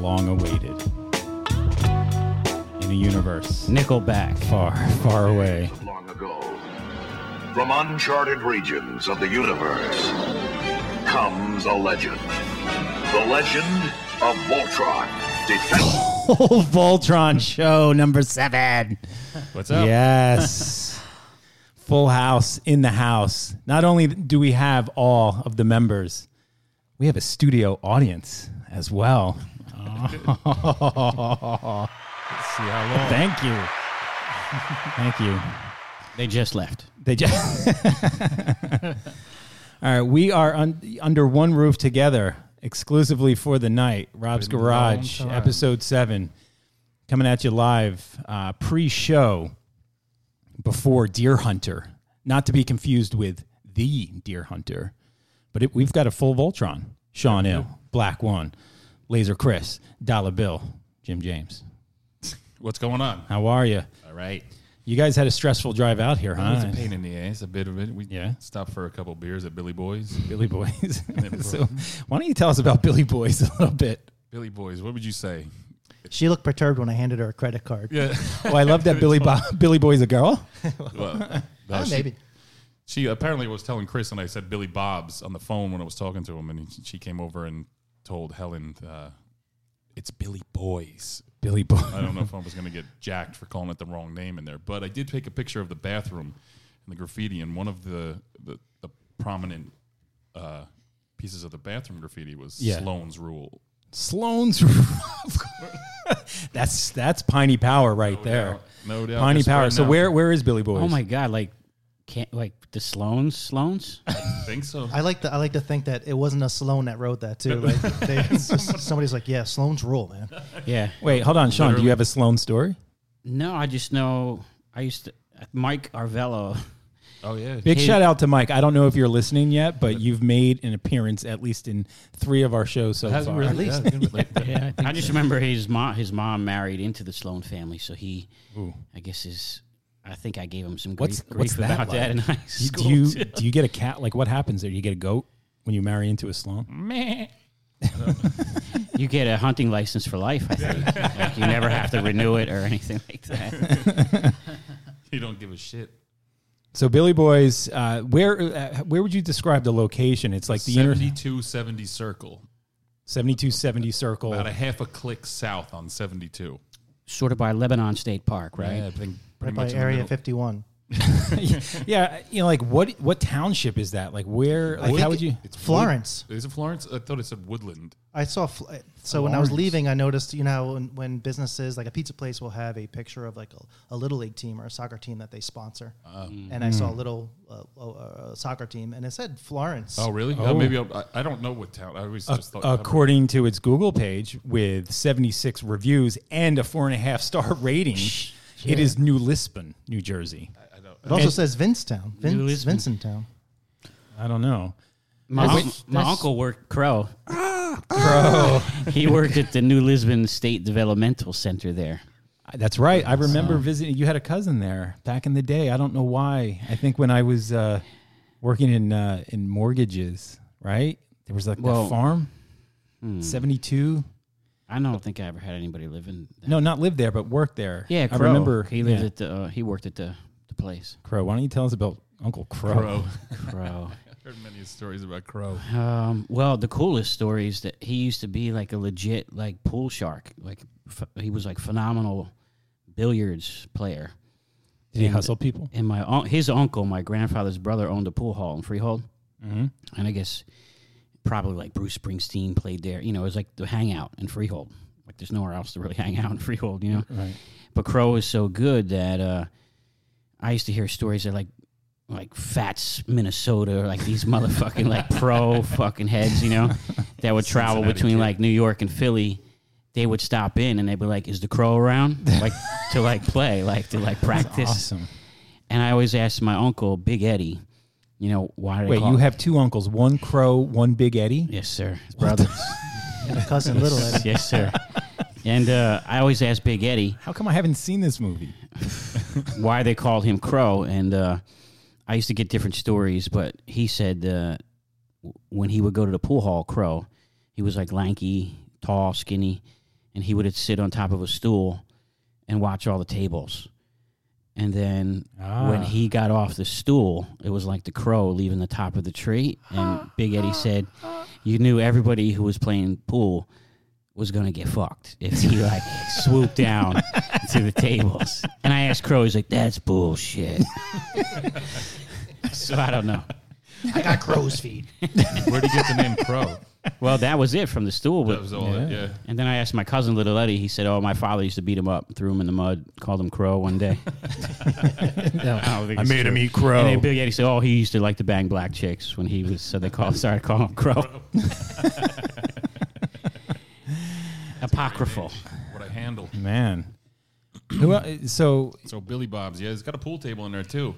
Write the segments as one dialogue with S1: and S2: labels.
S1: Long awaited. In a universe
S2: Nickelback.
S1: far, far away.
S3: long ago. From uncharted regions of the universe comes a legend. The legend of Voltron, defender
S1: Whole Voltron show number seven.
S4: What's up?
S1: Yes. Full house in the house. Not only do we have all of the members, we have a studio audience as well.
S4: See how long.
S1: Thank you. Thank you.
S2: They just left.
S1: They just. All right, we are un- under one roof together exclusively for the night. Rob's
S4: Been a
S1: Garage,
S4: long time.
S1: episode seven, coming at you live uh, pre show before Deer Hunter. Not to be confused with the Deer Hunter, but it, we've got a full Voltron. Sean Ill, Black One, Laser Chris, Dollar Bill, Jim James.
S4: What's going on?
S1: How are you?
S4: All right.
S1: You guys had a stressful drive out here, huh?
S4: It's a pain in the ass, a bit of it. We
S1: Yeah.
S4: stopped for a couple beers at Billy Boys.
S1: Billy Boys. so, why don't you tell us about Billy Boys a little bit?
S4: Billy Boys, what would you say?
S5: She looked perturbed when I handed her a credit card.
S4: Yeah.
S1: Oh, I love that Billy Bo- Billy Boy's a girl.
S4: well, no,
S5: Ah,
S4: she-
S5: maybe.
S4: She apparently was telling Chris and I said Billy Bob's on the phone when I was talking to him, and he- she came over and told Helen, uh, "It's Billy Boys."
S1: Billy Boy.
S4: I don't know if I was going to get jacked for calling it the wrong name in there, but I did take a picture of the bathroom and the graffiti, and one of the the, the prominent uh, pieces of the bathroom graffiti was
S1: Yeah.
S4: Sloan's Rule.
S1: Sloan's. that's that's Piney Power right there.
S4: doubt. No doubt.
S1: Piney
S4: They're
S1: Power. So
S4: spreading out.
S1: where where is Billy Boys?
S2: Oh my god, like can't like the Sloans, Sloans?
S4: Think so.
S5: I like to I like to think that it wasn't a Sloan that wrote that too. Like they, it's just- somebody's like, yeah, Sloan's rule, man.
S2: yeah.
S1: Wait, hold on, Sean. Do
S4: Literally.
S1: you have a Sloan story?
S2: No, I just know I used to Mike Arvello.
S4: Oh yeah.
S1: Big
S2: Hey.
S1: shout out to Mike. I don't know if you're listening yet, but you've made an appearance at least in three of our shows so
S4: Hasn't
S1: far.
S4: really- yeah, it's been like-
S2: I, just remember his mom his mom married into the Sloan family, so he I guess is I think I gave him some grief,
S1: What's-
S2: grief
S1: what's that
S2: about
S1: like?
S2: that in high
S1: Do you-
S2: school.
S1: do you
S2: too.
S1: do you get a cat? Like what happens there? You get a goat when you marry into a Sloan?
S2: You get a hunting license for life, I think. like you never have to renew it or anything like that.
S4: You don't give a shit.
S1: So Billy Boys, uh, where uh, where would you describe the location? It's like the inner
S4: Seventy-two seventy circle,
S1: seventy-two seventy circle.
S4: about a half a click south on seventy-two.
S2: Sort of by Lebanon State Park, right?
S4: Yeah, I think
S5: Right
S4: pretty
S5: by
S4: much in the
S5: Area
S4: middle.
S5: 51.
S1: yeah, you know, like what what township is that? Like where? Like how
S5: think
S1: would you?
S4: It's Wood-
S5: Florence.
S4: Is it Florence? I thought it said Woodland.
S5: I saw. Fl- so when I was
S1: Florence.
S5: leaving, I noticed, you know, when, when businesses like a pizza place will have a picture of like a, a little league team or a soccer team that they sponsor,
S4: Ah.
S5: and I saw a little uh, uh, uh, soccer team, and it said Florence.
S4: Oh, really? Oh. maybe I'll, I, I don't know what town. I always just thought.
S1: According to its Google page, with seventy six reviews and a four and a half star rating, it is New Lisbon, New Jersey.
S4: I don't,
S5: It also
S1: And-
S5: says Vincetown, Vince,
S2: Lisbon.
S5: Vincent Town.
S1: I don't know.
S2: My,
S1: Wait,
S2: uncle- my uncle worked Crow. Crow. he worked at the New Lisbon State Developmental Center there.
S1: That's right. I remember visiting. You had a cousin there back in the day. I don't know why. I think when I was uh, working in uh, in mortgages, right? There was like
S2: Well- hmm.
S1: that farm, seventy two.
S2: I don't think I ever had anybody live in. That.
S1: No, not live there, but work there.
S2: Yeah,
S1: I
S2: Crow.
S1: remember
S2: he lived
S1: yeah.
S2: at the. Uh, he worked at the the place.
S1: Crow. Why don't you tell us about Uncle Crow?
S4: Crow.
S2: Crow.
S4: I heard many stories about Crow.
S2: um, well, the coolest story is that he used to be like a legit like pool shark. Like ph he was like phenomenal billiards player.
S1: Did he hustle people?
S2: and my un- his uncle, my grandfather's brother, owned a pool hall in Freehold, mm-hmm. and I guess probably like Bruce Springsteen played there. You know, it was like the hangout in Freehold. Like there's nowhere else to really hang out in Freehold. You know,
S1: Right.
S2: but Crow is so good that uh, I used to hear stories that like like Fats Minnesota, like these motherfucking like pro fucking heads, you know, that would travel
S4: Cincinnati
S2: between
S4: kid.
S2: like New York and Philly. They would stop in and they'd be like, "Is the crow around?" Like to like play, like to like practice.
S1: Awesome.
S2: And I always asked my uncle, Big Eddie, you know, why did they
S1: Wait,
S2: call
S1: you
S2: him-
S1: have two uncles, one Crow, one Big Eddie.
S2: Yes, sir. His brother.
S5: And a cousin, little Eddie.
S2: yes, sir. And uh, I always asked Big Eddie,
S1: How come I haven't seen this movie?
S2: why they called him Crow. And uh, I used to get different stories, but he said uh, w- when he would go to the pool hall, Crow, he was like lanky, tall, skinny, and he would sit on top of a stool and watch all the tables. And then when he got off the stool, it was like the crow leaving the top of the tree. And Big Eddie said, "You knew everybody who was playing pool was going to get fucked if he like swooped down to the tables." And I asked Crow, he's like, "That's bullshit." so I don't know.
S5: I got crow's feet.
S4: Where would you get the name Crow?
S2: Well, that was it from the stool.
S4: That
S2: But,
S4: was all. Yeah. yeah.
S2: and then I asked my cousin Little Eddie. He said, "Oh, my father used to beat him up, threw him in the mud, called him Crow one day."
S1: No.
S2: I, don't think
S1: I
S2: it's
S1: made
S2: true.
S1: him eat crow.
S2: And then Big Eddie said, "Oh, he used to like to bang black chicks when he was." So they called, started calling him Crow. Apocryphal.
S4: What I handle.
S1: Man. Who el- so
S4: So Billy Bob's. Yeah, he's got a pool table in there too.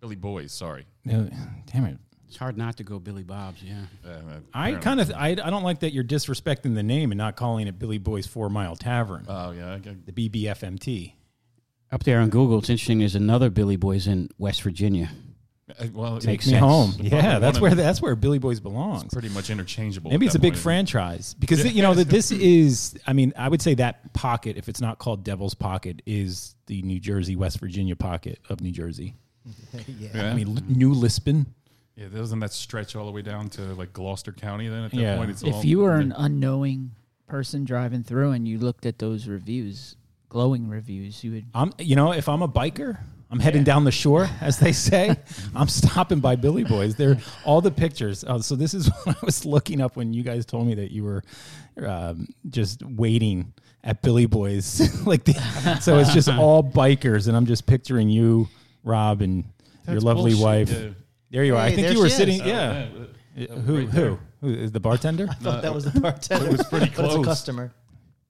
S4: Billy Boys. Sorry.
S1: uh, damn it.
S2: It's hard not to go Billy Bob's. Yeah,
S4: Uh,
S1: I
S4: apparently.
S1: kind of I, I don't like that you're disrespecting the name and not calling it Billy Boy's Four Mile Tavern,
S4: Oh yeah. I got-
S1: the BBFMT.
S2: up there on Google, it's interesting. There's another Billy Boys in West Virginia.
S4: uh, Well, it
S2: Makes
S1: Me
S2: sense.
S1: home,
S4: Probably
S1: yeah. That's
S4: one
S1: where
S4: of-
S1: that's where Billy Boys belongs.
S4: pretty much interchangeable.
S1: Maybe
S4: at
S1: it's a
S4: that
S1: big
S4: point.
S1: franchise because you know that this is. I mean, I would say that pocket, if it's not called Devil's Pocket, is the New Jersey West Virginia pocket of New Jersey.
S5: yeah.
S4: Yeah.
S1: I mean, L- New Lisbon.
S4: yeah. Doesn't that stretch all the way down to like Gloucester County? Then at that
S1: Yeah.
S4: point, it's all
S6: If you were an unknowing person driving through and you looked at those reviews, glowing reviews, you would.
S1: I'm. You know, if I'm a biker, I'm heading down the shore, as they say. I'm stopping by Billy Boys. They're all the pictures. Oh, so this is what I was looking up when you guys told me that you were um, just waiting at Billy Boys. like, the, so it's just all bikers, and I'm just picturing you, Rob, and your lovely
S4: bullshit.
S1: wife.
S4: Yeah.
S1: There you are. I
S5: Hey,
S1: think
S5: there
S1: you were
S5: she
S1: sitting.
S5: is.
S1: Yeah.
S4: Oh, yeah.
S1: Uh, Who?
S4: Right
S1: who?
S4: there.
S1: Who is the bartender?
S5: Thought that was the bartender. It was
S4: pretty
S5: But
S4: close.
S5: it's a customer.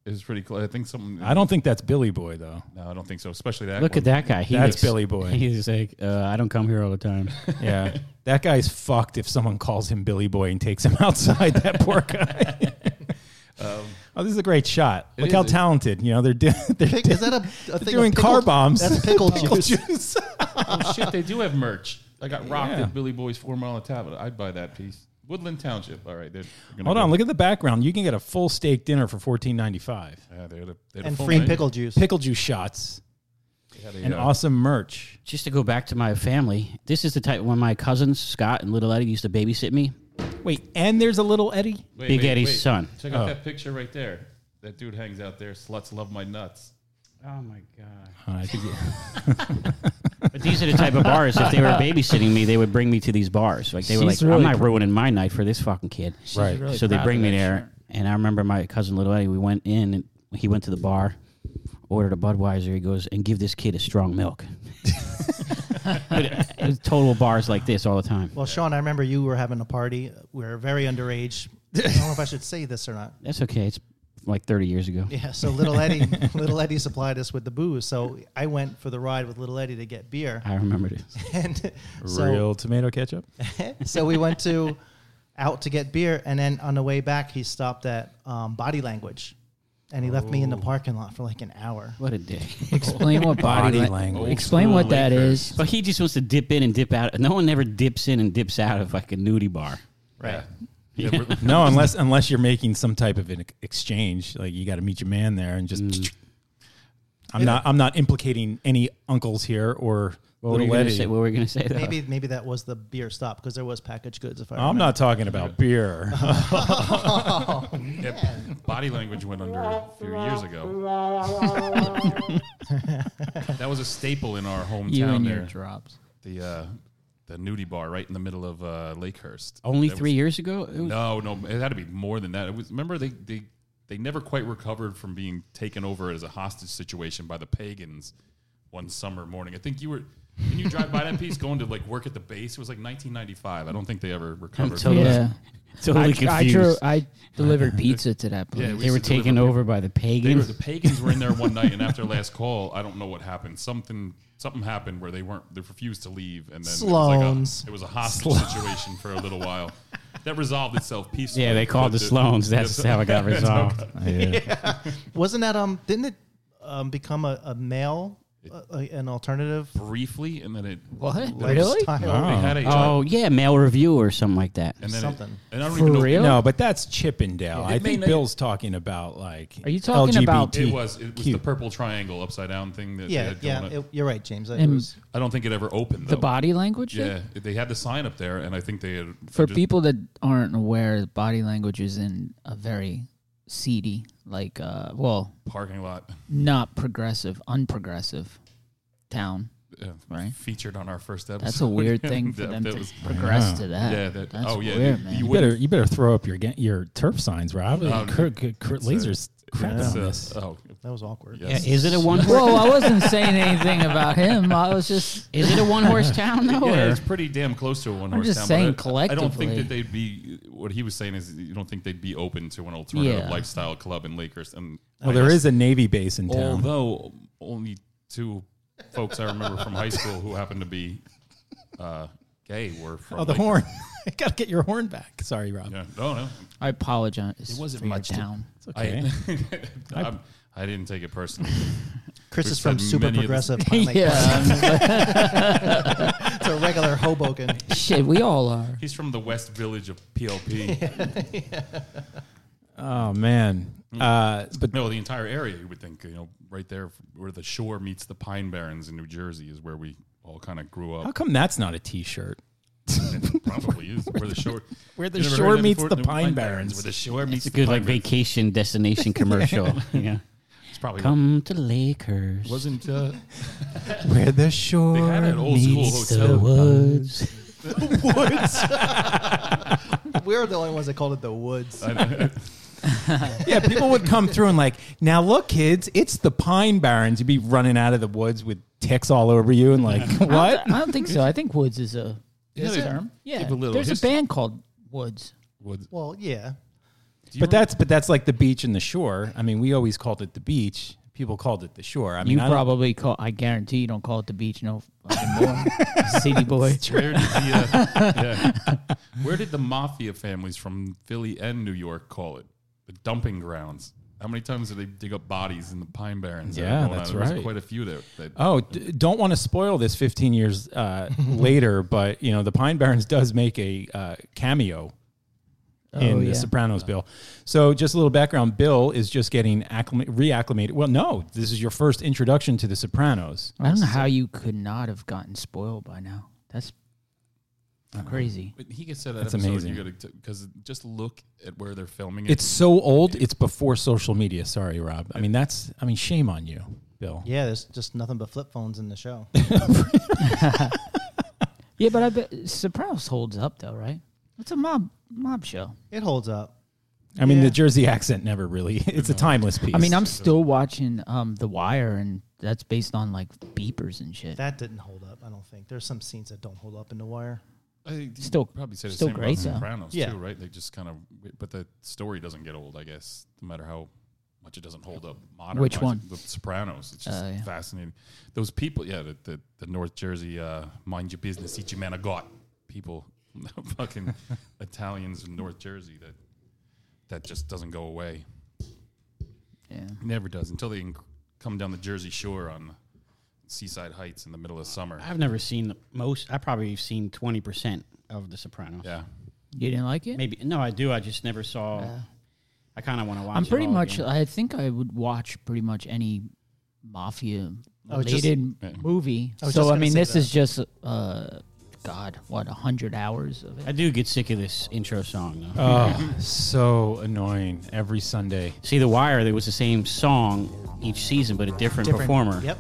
S4: It was pretty close. I think something.
S1: I don't think that's Billy Boy though.
S4: No, I don't think so. Especially that.
S2: Look
S4: one.
S2: at that guy. He
S1: That's
S2: looks-
S1: Billy Boy.
S2: He's like, uh, I don't come here all the time.
S1: Yeah. that guy's fucked if someone calls him Billy Boy and takes him outside. That poor guy. oh, this is a great shot. Look
S4: is.
S1: how
S4: Um, It-
S1: talented. You know, they're, do- they're
S5: Pick,
S1: do-
S5: is that a, a thing of
S1: doing car
S5: pickled-
S1: bombs.
S5: That's pickle juice.
S1: juice.
S4: oh shit, they do have merch. I got rocked
S1: Yeah.
S4: at Billy Boy's Four Mile Tavern. I'd buy that piece. Woodland Township. All right, they're gonna
S1: Hold
S4: go-
S1: on. Look at the background. You can get a full steak dinner for fourteen ninety five.
S4: Yeah, they had a, they had a
S5: And
S4: full
S5: free
S4: menu.
S5: pickle juice.
S1: Pickle juice shots
S4: They had a,
S1: and
S4: uh,
S1: awesome merch.
S2: Just to go back to my family, this is the type when my cousins Scott and Little Eddie used to babysit me.
S1: Wait, and there's a little Eddie.
S4: wait,
S2: Big
S4: wait,
S2: Eddie's
S4: wait.
S2: son.
S4: Check out
S1: Oh.
S4: that picture right there. That dude hangs out there. Sluts love my nuts.
S2: Oh my god.
S1: Uh, I think you-
S2: But these are the type of bars. If they were babysitting me, they would bring me to these bars. Like they were
S6: She's
S2: like,
S6: really
S2: I'm not ruining my night for this fucking kid.
S1: Right.
S6: really
S2: so they
S6: proud of
S2: bring me
S6: that
S2: there,
S6: shirt.
S2: and I remember my cousin Little Eddie. We went in, and he went to the bar, ordered a Budweiser. He goes and give this kid a strong milk. but it, it was total bars like this all the time.
S5: Well, Sean, I remember you were having a party. We were very underage. I don't know if I should say this or not.
S2: That's okay. It's like 30 years ago.
S5: Yeah, so little Eddie, little Eddie supplied us with the booze. So I went for the ride with little Eddie to get beer,
S2: I remember this.
S5: and so
S1: Real tomato ketchup.
S5: so we went to out to get beer, and then on the way back, he stopped at um, Body Language, and he left me in the parking lot for like an hour.
S2: What a dick.
S6: Explain what body,
S1: Body
S6: la-
S1: language.
S6: Explain what that is.
S2: But he just wants to dip in and dip out. No one ever dips in and dips out of like a nudie bar.
S5: Right.
S4: Yeah, we're-
S1: No, unless unless you're making some type of an ex- exchange, like you got to meet your man there and just.
S4: Mm.
S1: I'm not. I'm not implicating any uncles here or
S2: What were you
S1: little
S2: going to
S1: Eddie.
S2: say? What were you going to say? though?
S5: Maybe maybe that was the beer stop because there was packaged goods. If I
S1: I'm
S5: remember.
S1: not talking about beer.
S4: Uh-huh. yeah, body language went under a few years ago. that was a staple in our hometown
S6: You and your
S4: there.
S6: drops.
S4: The uh, the nudie bar right in the middle of uh, Lakehurst.
S2: Only
S4: That
S2: three
S4: was-
S2: years ago? It was-
S4: No, no, it had to be more than that. It was remember they they they never quite recovered from being taken over as a hostage situation by the pagans one summer morning. I think you were. Can you drive by that piece going to like work at the base? It was like 1995. I don't think they ever recovered.
S2: Until- Totally-
S6: yeah.
S2: totally
S6: I, I,
S2: confused.
S6: drew, I delivered pizza to that place.
S4: Yeah, we
S2: they were
S4: used to deliver
S2: taken
S4: people.
S2: over by the
S4: They were,
S2: pagans.
S4: the pagans were in there one night, and after last call, I don't know what happened. Something something happened where they weren't they refused to leave, and then
S5: Sloanes.
S4: it was like a, it was a hostage situation for a little while. That resolved itself peacefully.
S2: yeah, they called the
S4: But
S2: Sloans. That's how it got resolved.
S1: Yeah.
S5: Wasn't that um? Didn't it um, become a, a male uh, an alternative
S4: briefly, and then it
S2: What?
S5: lifestyle.
S4: they had a
S2: Oh yeah, mail review or something like that.
S4: and then it-
S5: Something.
S4: and I don't
S6: For
S4: even know
S6: real?
S1: No, but that's Chippendale. I
S4: it may
S1: think
S4: not-
S1: Bill's talking about like.
S6: Are you talking about-
S1: LGBT?
S4: It was it was the purple triangle upside down thing that
S5: Yeah,
S4: they had
S5: yeah,
S4: going
S5: it-
S4: on.
S5: you're right, James. It
S6: And
S5: was-
S4: I don't think it ever opened
S6: the
S4: though.
S6: body language thing?
S4: Yeah, they had the sign up there, and I think they had
S6: For
S4: just-
S6: people that aren't aware, body language is in a very seedy, like, uh, well,
S4: parking lot
S6: not progressive, unprogressive town.
S4: uh,
S6: Right.
S4: featured on our first episode.
S6: That's a weird thing for
S4: That-
S6: them
S4: that
S6: to
S4: was-
S6: progress
S1: Wow.
S6: to that.
S4: Yeah, that-
S6: That's
S4: oh, yeah,
S6: weird,
S4: you-
S6: man.
S4: you
S1: You better you better throw up your ga- your turf signs, Rob.
S4: Um,
S1: Cur- cur- cur-
S4: it's a-
S1: lasers crap
S4: It's,
S1: on
S4: uh,
S1: this.
S4: oh,
S5: that was awkward.
S4: yes.
S2: Yeah, is it a one?
S6: Whoa, I wasn't saying anything about him. I was just,
S2: is it a one horse town though?
S4: Yeah,
S2: or-
S4: it's pretty damn close to a one horse
S6: just
S4: town.
S6: saying
S4: but I- I don't think
S6: collectively.
S4: that they'd be. What he was saying is, you don't think they'd be open to an alternative
S6: Yeah.
S4: lifestyle club in Lakers. And
S1: Well, Oh, there is a Navy base in town.
S4: although only two folks I remember from high school who happened to be uh, gay were from.
S1: oh, the
S4: Lakers.
S1: horn! I gotta get your horn back. Sorry, Rob.
S4: Yeah, no, no.
S6: I apologize. It
S4: wasn't
S6: for your
S4: much to-
S6: town.
S1: Okay.
S4: I, I'm, I didn't take it personally.
S5: Chris
S4: We've
S5: is from
S4: said
S5: super
S4: many of the-
S5: progressive. Mike.
S6: yeah,
S5: it's a regular Hoboken.
S6: I'm- shit, we all are.
S4: He's from the West Village of PLP.
S1: Oh man,
S4: Hmm.
S1: uh, but
S4: No, the entire area. You would think, you know, right there where the shore meets the Pine Barrens in New Jersey is where we all kind of grew
S1: how
S4: up.
S1: come that's not a T-shirt?
S4: Probably is where the shore,
S1: Where the
S4: You never heard
S1: shore
S4: of that
S1: meets the Pine Barrens.
S4: Where the shore meets
S2: It's a
S4: the
S2: good
S4: Pine
S2: like
S4: Barrens.
S2: vacation destination commercial. yeah.
S4: It's probably
S2: Come to Lakers.
S4: wasn't. Uh,
S1: Where the shore
S4: they had an old school
S2: It's the
S4: hotel.
S2: woods.
S5: We're the only ones that called it the woods.
S1: Yeah, people would come through and like, now look, kids, it's the Pine Barrens. You'd be running out of the woods with ticks all over you and like,
S6: I
S1: what?
S6: don't, I don't think so. I think Woods is a
S4: Is
S6: is a
S4: it?
S6: term. Yeah,
S4: Give a little
S6: there's
S4: history.
S6: a band called Woods.
S4: Woods.
S5: Well, yeah.
S4: Do you
S1: But
S4: remember-
S1: that's but that's like the beach and the shore. I mean, we always called it the beach. People called it the shore. I mean,
S6: You
S1: I don't-
S6: probably call. I guarantee you don't call it the beach no fucking more. City boy.
S4: Where did, the, uh, yeah. Where did the mafia families from Philly and New York call it? The dumping grounds. How many times did they dig up bodies in the Pine Barrens? that were
S1: Yeah,
S4: going on?
S1: that's
S4: There
S1: right.
S4: Was quite a few there. that-
S1: Oh, d- don't want to spoil this 15 years uh, later, but you know the Pine Barrens does make a uh, cameo in
S6: Oh,
S1: the
S6: yeah.
S1: Sopranos. Bill, so just a little background. Bill is just getting acclim- reacclimated. Well, no, this is your first introduction to the Sopranos.
S6: I don't know how you could not have gotten spoiled by now. That's crazy.
S4: But he gets said that
S1: That's
S4: episode,
S1: amazing.
S4: You gotta because just look at where they're filming it.
S1: It's so old. It's before social media. Sorry, Rob. I mean, that's. I mean, shame on you, Bill.
S5: Yeah, there's just nothing but flip phones in the show.
S6: Yeah, but I bet Sopranos holds up though, right? It's a mob mob show.
S5: It holds up.
S1: I mean,
S5: Yeah.
S1: the Jersey accent never really. It's a timeless piece.
S6: I mean, I'm still watching um The Wire, and that's based on like beepers and shit.
S5: That didn't hold up, I don't think. There's some scenes that don't hold up in The Wire.
S4: I think you
S6: still-
S4: could probably say the
S6: still
S4: same
S6: great,
S4: about
S6: though.
S4: Sopranos
S5: Yeah.
S4: too, right? They just kind of, but the story doesn't get old, I guess, no matter how much it doesn't hold up. Modern,
S6: Which one?
S4: The Sopranos. It's just
S6: Oh, yeah.
S4: fascinating. Those people, yeah, the the, the North Jersey, uh, mind your business, eat your man a got people, fucking Italians in North Jersey that that just doesn't go away.
S6: Yeah.
S4: Never does until they inc- come down the Jersey Shore on Seaside Heights in the middle of summer.
S2: I've never seen the most. I probably have seen twenty percent of The Sopranos.
S4: Yeah.
S6: You didn't like it?
S2: Maybe no, I do. I just never saw. I kind of want to watch.
S6: I'm
S2: it
S6: pretty
S2: all
S6: much.
S2: again.
S6: I think I would watch pretty much any mafia
S5: I was just-
S6: related movie.
S5: I was just
S6: so I
S5: gonna
S6: mean,
S5: say
S6: this
S5: that.
S6: is just uh, God, what hundred hours of it?
S2: I do get sick of this intro song. Though.
S1: Oh, so annoying every Sunday.
S2: See, The Wire. There was the same song each season, but a different, performer.
S5: Yep.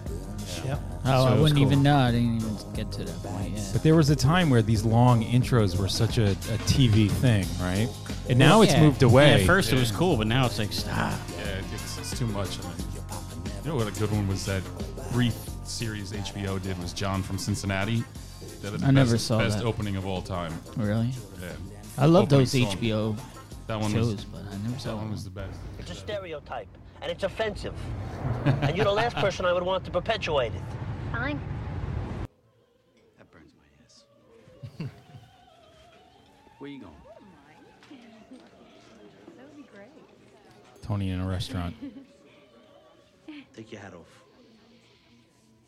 S5: Yep.
S6: Oh,
S1: So
S6: I
S1: it's
S6: wouldn't
S1: cool.
S6: even know. I didn't even get to that point. Yeah.
S1: But there was a time where these long intros were such a, a TV thing, right? And now it's
S2: Yeah.
S1: moved
S2: Yeah,
S1: away.
S2: at first it was cool, but now it's like stop.
S4: Yeah, it- it's, it's too much. I mean, you know what a good one was that brief series HBO did was John from Cincinnati. That had the
S6: I never
S4: best,
S6: saw
S4: best
S6: that.
S4: opening of all time.
S6: Really,
S4: Yeah.
S6: I love
S4: Opening
S6: those
S4: song.
S6: HBO
S4: That one
S6: shows,
S4: was
S6: but I never saw
S4: that one
S6: one.
S4: was the best.
S7: It's a stereotype, and it's offensive. and you're the last person I would want to perpetuate it.
S8: Fine.
S9: That burns my ass. Where you going?
S8: That would be great.
S1: Tony in a restaurant.
S9: Take your hat off.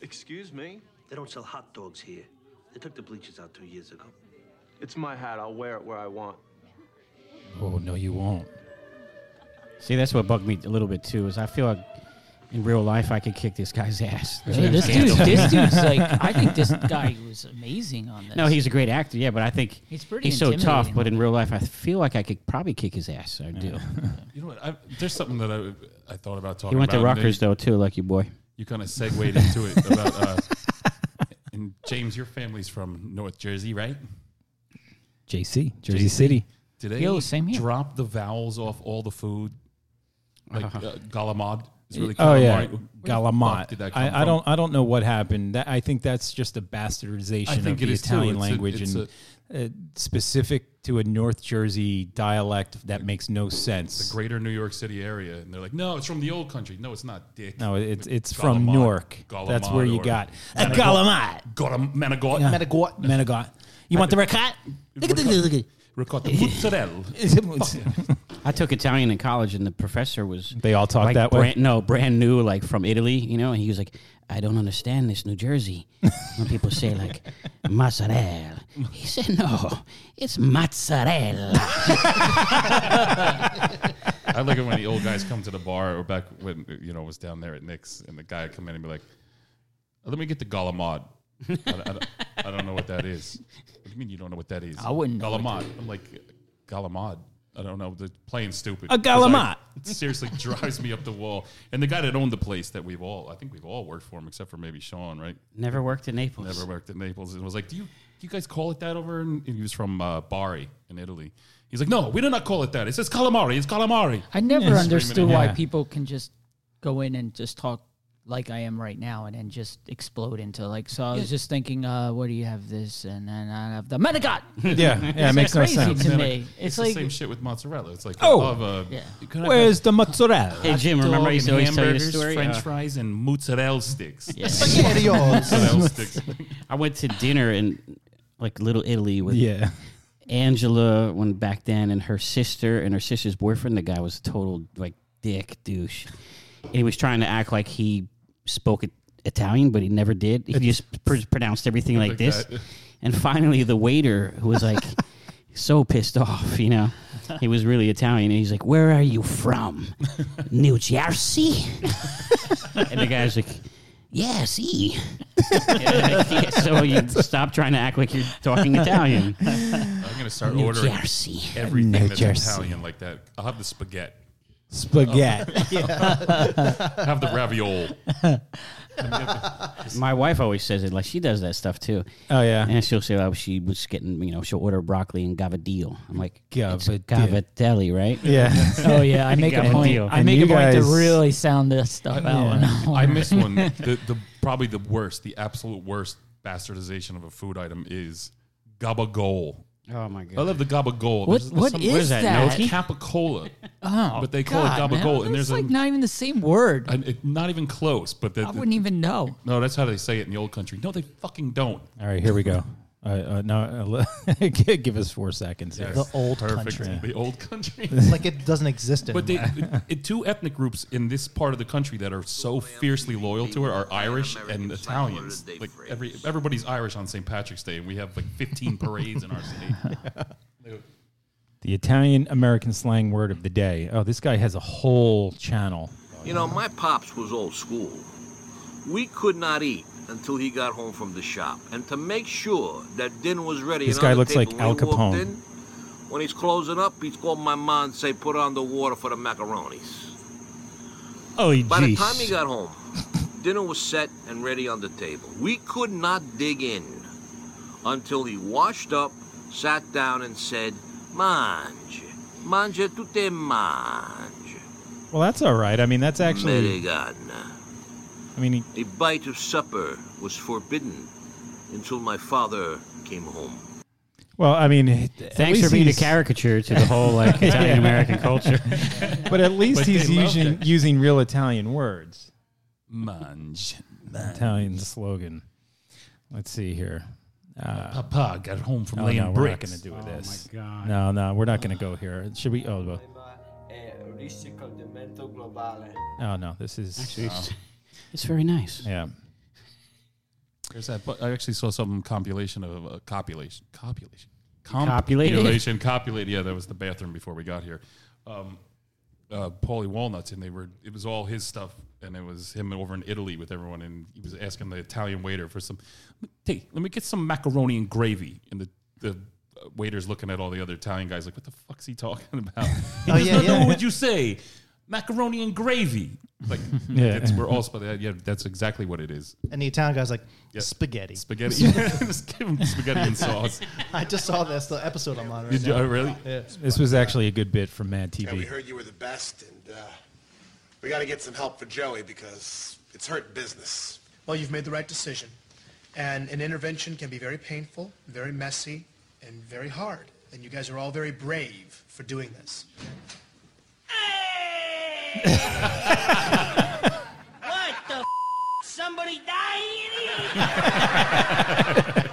S8: Excuse me?
S7: They don't sell hot dogs here. They took the bleachers out two years ago.
S8: It's my hat. I'll wear it where I want.
S1: Oh no, you won't.
S2: See, that's what bugged me a little bit too. Is I feel like in real life I could kick this guy's ass.
S6: Dude, this dude, this dude's like, I think this guy was amazing on this.
S2: No, he's a great actor, yeah, but I think
S6: He's pretty
S2: so tough.
S6: intimidating.
S2: But in real life, I feel like I could probably kick his ass. I do.
S4: You know what? I, there's something that I, I thought about talking.
S2: he went to
S4: about, and then
S2: Rutgers though too, lucky boy.
S4: You kind of segued into it about. Uh, and James, your family's from North Jersey, right?
S1: JC, Jersey City.
S4: Did they
S6: Yo, same here.
S4: drop the vowels off all the food? Like uh, galamad is really
S1: Oh
S4: calamari.
S1: yeah,
S4: Where the fuck
S1: Galamot.
S4: Did that come
S1: I, I
S4: from?
S1: don't. I don't know what happened. That, I think that's just a bastardization
S4: I think
S1: of
S4: it
S1: the
S4: is too.
S1: Italian
S4: It's a-
S1: language
S4: it's
S1: and uh, specific to a North Jersey dialect that makes no sense.
S4: Greater New York City area, and they're like, "No, it's from the old country." No, it's not, Dick.
S1: no, it's it's
S4: Galamad-
S1: from Newark.
S4: Galamad
S1: That's where you
S4: or-
S1: got a
S4: Manigot.
S1: Galamot.
S4: Got a manigot.
S1: Manigot. Manigot. You want the ricotta? Look at the look at.
S4: Ricotta mozzarella.
S2: I took Italian in college, and the professor was
S1: They all talk
S2: like
S1: that way?
S2: brand, No, brand new, like from Italy, you know. And he was like, "I don't understand this New Jersey." when people say like mozzarella, he said, "No, it's mozzarella."
S4: I like it when the old guys come to the bar, or back when you know was down there at Nick's, and the guy would come in and be like, "Let me get the galamad." I, I don't- I don't know what that is. What do you mean you don't know what that is? I
S6: wouldn't know what
S4: galamad. I'm like galamad. I don't know. They're playing stupid.
S1: A galamad.
S4: 'Cause I- It seriously drives me up the wall. And the guy that owned the place that we've all, I think we've all worked for him, except for maybe Sean, right?
S2: Never worked in Naples.
S4: Never worked at Naples and was like, "Do you do you guys call it that over?" in-" And he was from uh, Bari in Italy. He's like, "No, we do not call it that. It's just calamari. It's calamari."
S6: I never understood why
S1: Yeah.
S6: people can just go in and just talk like I am right now and then just explode into like. So I was just thinking, uh, what do you have this? And then I have the Medigot.
S1: Yeah, yeah, it makes no
S6: crazy
S1: sense.
S6: to
S4: And
S6: me.
S4: then I-
S6: It's
S4: It's,
S6: like-
S4: the same shit with mozzarella. It's like,
S1: Oh,
S4: oh, a,
S6: yeah.
S4: can I
S1: Where's the mozzarella?
S2: Hey Jim,
S4: have
S2: remember I
S4: dog
S2: used to
S4: and
S2: always tell you the
S4: hamburgers,
S2: story.
S4: French
S2: Uh,
S4: fries and mozzarella sticks.
S5: Spaghettios.
S4: Mozzarella sticks.
S2: I went to dinner in like Little Italy with
S1: Yeah.
S2: Angela when back then and her sister and her sister's boyfriend, the guy was a total like dick douche. And he was trying to act like he spoke it- Italian, but he never did. He just pr- pronounced everything like,
S4: Like
S2: this.
S4: that.
S2: And finally, the waiter who was like so pissed off, you know, he was really Italian. And he's like, "Where are you from? New Jersey?" and the guy's like. Yeah, see. so you stop trying to act like you're talking Italian.
S4: I'm gonna start
S2: New
S4: ordering
S2: Jersey.
S4: everything
S1: New
S4: that's
S1: Jersey.
S4: Italian like that. I'll have the spaghetti.
S1: Spaghetti.
S4: I'll have the ravioli.
S2: My wife always says it like she does that stuff too.
S1: Oh, yeah.
S2: And she'll say, "Oh, she was getting, you know, she'll order broccoli and gavadil." I'm like, "It's
S1: Gavadil.
S2: "Gavatelli, right?"
S1: Yeah.
S6: Oh yeah, I make a
S2: Gamadil.
S6: point. I
S1: And
S6: make a
S1: you
S6: point to
S1: guys-
S6: really sound this stuff out. when I'm
S4: I missed one. The, the probably the worst, the absolute worst bastardization of a food item is gabagol.
S2: Oh my
S4: I
S2: god.
S4: love the gabagola.
S6: What-
S4: There's
S6: what
S4: some-
S6: is
S4: what is
S6: that?
S4: No, it's
S6: Gnocchi?
S4: capicola.
S6: Oh,
S4: But they call it
S6: God, man.
S4: gabagool, and
S6: It's
S4: there's a-
S6: like not even the same word.
S4: And it- not even close. But the,
S6: I wouldn't even know.
S4: no, that's how they say it in the old country. No, they fucking don't.
S1: All right, here we go. Uh, uh, no, uh, li- gi- give us four seconds here.
S5: The old
S4: Perfect.
S5: country.
S4: The old country.
S5: Like it doesn't exist anymore.
S4: But they, it, two ethnic groups in this part of the country that are so fiercely loyal to it are Irish and Italians. Like every everybody's Irish on St. Patrick's Day, and we have like 15 parades in our city.
S1: The Italian American slang word of the day. Oh, this guy has a whole channel.
S9: You know, my pops was old school. We could not eat until he got home from the shop. And to make sure that dinner was ready,
S1: This
S9: and on
S1: guy
S9: the
S1: looks
S9: table,
S1: like
S9: when
S1: Al
S9: he walked
S1: Capone.
S9: In, when he's closing up, he's called my mom and say, "Put on the water for the macaronis."
S2: Oh,
S9: By the time he got home, dinner was set and ready on the table. We could not dig in until he washed up, sat down, and said, "Mange, mange tutte mange."
S1: Well, that's all right. I mean, that's actually.
S9: Merigan.
S1: I mean, he-
S9: A bite of supper was forbidden until my father came home.
S1: well, I mean, at
S2: Thanks
S1: least
S2: for being a
S1: he's-
S2: caricature to the whole like Italian American culture.
S1: But at least
S4: But
S1: he's
S4: they loved
S1: using
S4: it.
S1: using real Italian words.
S4: Mange.
S1: Italian slogan. Let's see here. Uh,
S4: Papa got home from
S1: oh,
S4: laying
S1: no, we're not
S4: bricks.
S1: going to do
S2: Oh
S1: this.
S2: my god.
S1: No, no, we're not going to go here. Should we? Oh, well. oh no, this is.
S2: It's very nice.
S1: Yeah.
S4: There's that. But I actually saw some compilation of a copulation, copulation,
S2: Copulated?
S4: copulation, copulate. Yeah, that was the bathroom before we got here. Um, uh, Paulie Walnuts, and they were. It was all his stuff, and it was him over in Italy with everyone, and he was asking the Italian waiter for some. Hey, let me get some macaroni and gravy, and the the. uh, Waiter's looking at all the other Italian guys like, "What the fuck's he talking about?" He
S5: Oh,
S4: does
S5: yeah,
S4: not know
S5: yeah.
S4: what you say. Macaroni and gravy. Like, it's, we're all supposed to. Yeah, that's exactly what it is.
S5: And the Italian guy's like,
S4: Yep.
S5: spaghetti.
S4: Spaghetti. Yeah, just give him spaghetti and sauce.
S5: I just saw this, the episode I'm on right
S4: Did you,
S5: now.
S4: oh, really?
S1: This was actually a good bit from Mad
S10: And we
S1: TV.
S10: heard you were the best, and uh, we got to get some help for Joey because it's hurt business.
S11: Well, you've made the right decision. And an intervention can be very painful, very messy, and very hard. And you guys are all very brave for doing this.
S7: What the? F- somebody dying?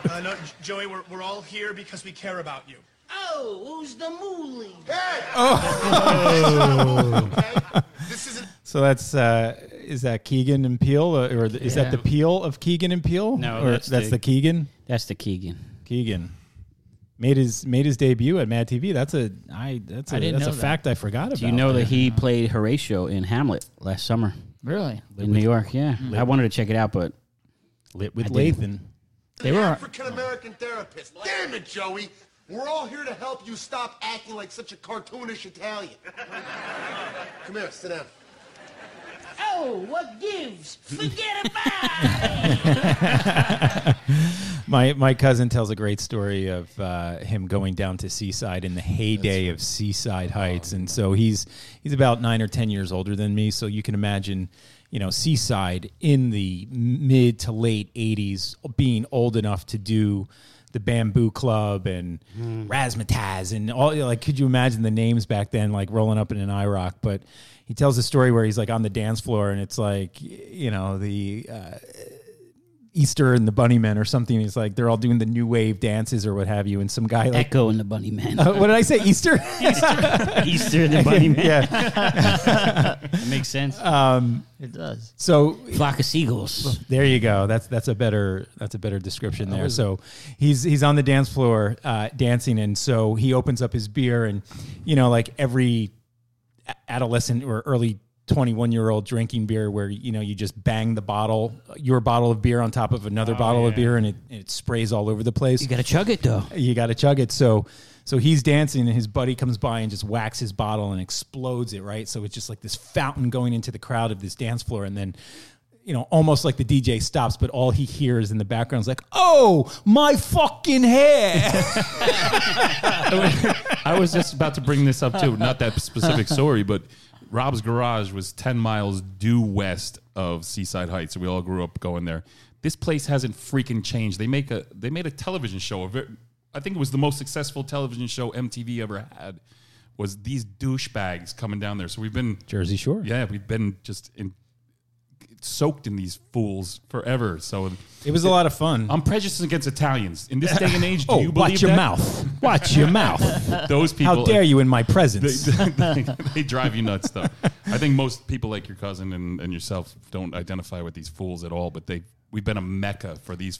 S11: Uh, no, J- Joey, we're, we're all here because we care about you.
S7: Oh, who's the moolie?
S10: This isn't
S1: So that's uh, is that Keegan and Peel, uh, or the, is that the Peel of Keegan and Peel?
S2: No,
S1: or
S2: that's
S1: that's
S2: the-
S1: the Keegan.
S2: That's the Keegan.
S1: Keegan made his made his debut at Mad TV. That's a I that's a
S6: I didn't
S1: that's a
S6: know that.
S1: fact I forgot about.
S2: Do you know that he played Horatio in Hamlet last summer
S6: Really?
S2: in New York? Yeah, I wanted to check it out, but
S1: lit with
S2: I didn't.
S1: Lathan?
S2: they were
S10: African American therapist. Damn it, Joey. We're all here to help you stop acting like such a cartoonish Italian. Come here, sit down.
S7: Oh, what gives? Forget about it.
S1: My my cousin tells a great story of uh, him going down to Seaside in the heyday of Seaside Heights, and so he's he's about nine or ten years older than me. So you can imagine, you know, Seaside in the mid to late '80s, being old enough to do the Bamboo Club and Razzmatazz and all. you know, Like, could you imagine the names back then? Like rolling up in an IROC, but. He tells a story where he's like on the dance floor, and it's like, you know, the Easter and the Bunnymen or something. He's like, they're all doing the new wave dances or what have you. And some guy like,
S2: Echo and the Bunny Man.
S1: what did I say? Easter?
S2: Easter and the Bunny Man.
S1: yeah.
S2: That makes sense.
S6: It does.
S1: So
S2: Uh, Flock of seagulls.
S1: there you go. That's that's a better that's a better description there. So he's he's on the dance floor uh, dancing, and so he opens up his beer, and you know, like every a- adolescent or early. 21 year old drinking beer where you know you just bang the bottle your bottle of beer on top of another bottle of beer and it, it sprays all over the place
S2: You gotta chug it though.
S1: you got to chug it. So, so he's dancing, and his buddy comes by and just whacks his bottle and explodes it. Right, so it's just like this fountain going into the crowd of this dance floor, and then. You know, almost like the DJ stops, but all he hears in the background is like, "Oh, my fucking hair!"
S4: I was just about to bring this up too. Not that specific story, but Rob's garage was 10 miles due west of Seaside Heights. So we all grew up going there. This place hasn't freaking changed. They make a they made a television show. A ver I think it was the most successful television show MTV ever had. Was these douchebags coming down there? So we've been
S1: Jersey Shore.
S4: yeah, we've been just in, soaked in these fools forever. So
S1: It was a lot of fun.
S4: I'm prejudiced against Italians in this day and age. Um, Do
S1: oh,
S4: you believe
S1: watch your
S4: that?
S1: mouth! Watch your mouth!
S4: Those people,
S1: How dare you in my presence?
S4: They, they drive you nuts, though. I think most people like your cousin and, and yourself don't identify with these fools at all. But they, we've been a mecca for these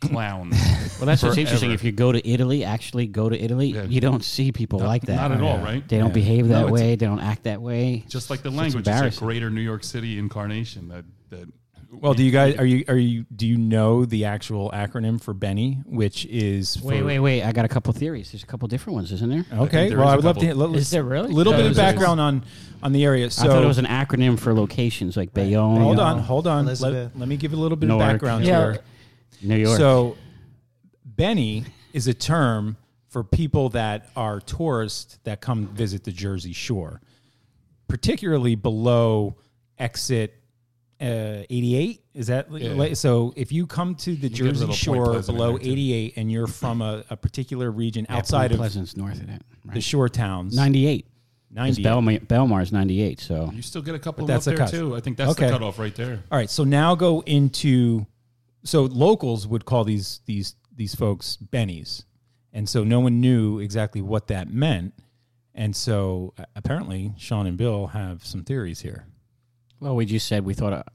S4: clowns.
S2: Well, that's what's
S4: Forever.
S2: interesting. If you go to Italy, actually go to Italy, you don't see people like that.
S4: not at all, right?
S2: They don't behave
S4: No,
S2: that
S4: it's-
S2: way. They don't act that way.
S4: Just like the
S2: It's
S4: language, it's a
S2: embarrassing.
S4: greater New York City incarnation. That that.
S1: well, do you guys are you are you do you know the actual acronym for Benny, which is
S2: Wait,
S1: for-
S2: wait, wait! I got a couple theories. There's a couple different ones, isn't there?
S1: Okay,
S4: there
S1: well,
S4: is
S1: I
S4: a
S1: would love to.
S4: couple.
S1: Let,
S6: Is there really?
S1: Little
S6: Yeah,
S1: bit of
S6: there's-
S1: background on on the area. So
S2: I thought it was an acronym for locations like Bayonne,
S1: Hold on, hold on. Let,
S5: Elizabeth.
S1: let me give you a little bit
S2: Newark.
S1: of background
S6: Yeah.
S1: here.
S2: New York.
S1: So, Benny is a term for people that are tourists that come visit the Jersey Shore, particularly below exit uh, 88. Is that like- so? If you come to the
S4: a little
S1: Jersey
S4: Point
S1: Shore
S4: Pleasant in
S1: below
S4: there, too.
S1: 88 and you're from a, a particular region
S2: Yeah,
S1: outside
S2: Point
S1: of
S2: Pleasant's north of that.
S1: the
S2: Right?
S1: shore towns,
S2: 98.
S1: 90.
S2: Belmar, Belmar's 98. So
S4: You still get a couple
S1: But that's
S4: of them up
S1: a
S4: there
S1: cut.
S4: too. I think that's the
S1: Okay.
S4: cutoff right there.
S1: All right, so now go into so locals would call these these these folks bennies. And so no one knew exactly what that meant. And so uh, apparently Sean and Bill have some theories here.
S2: uh, Well, we just said we thought it-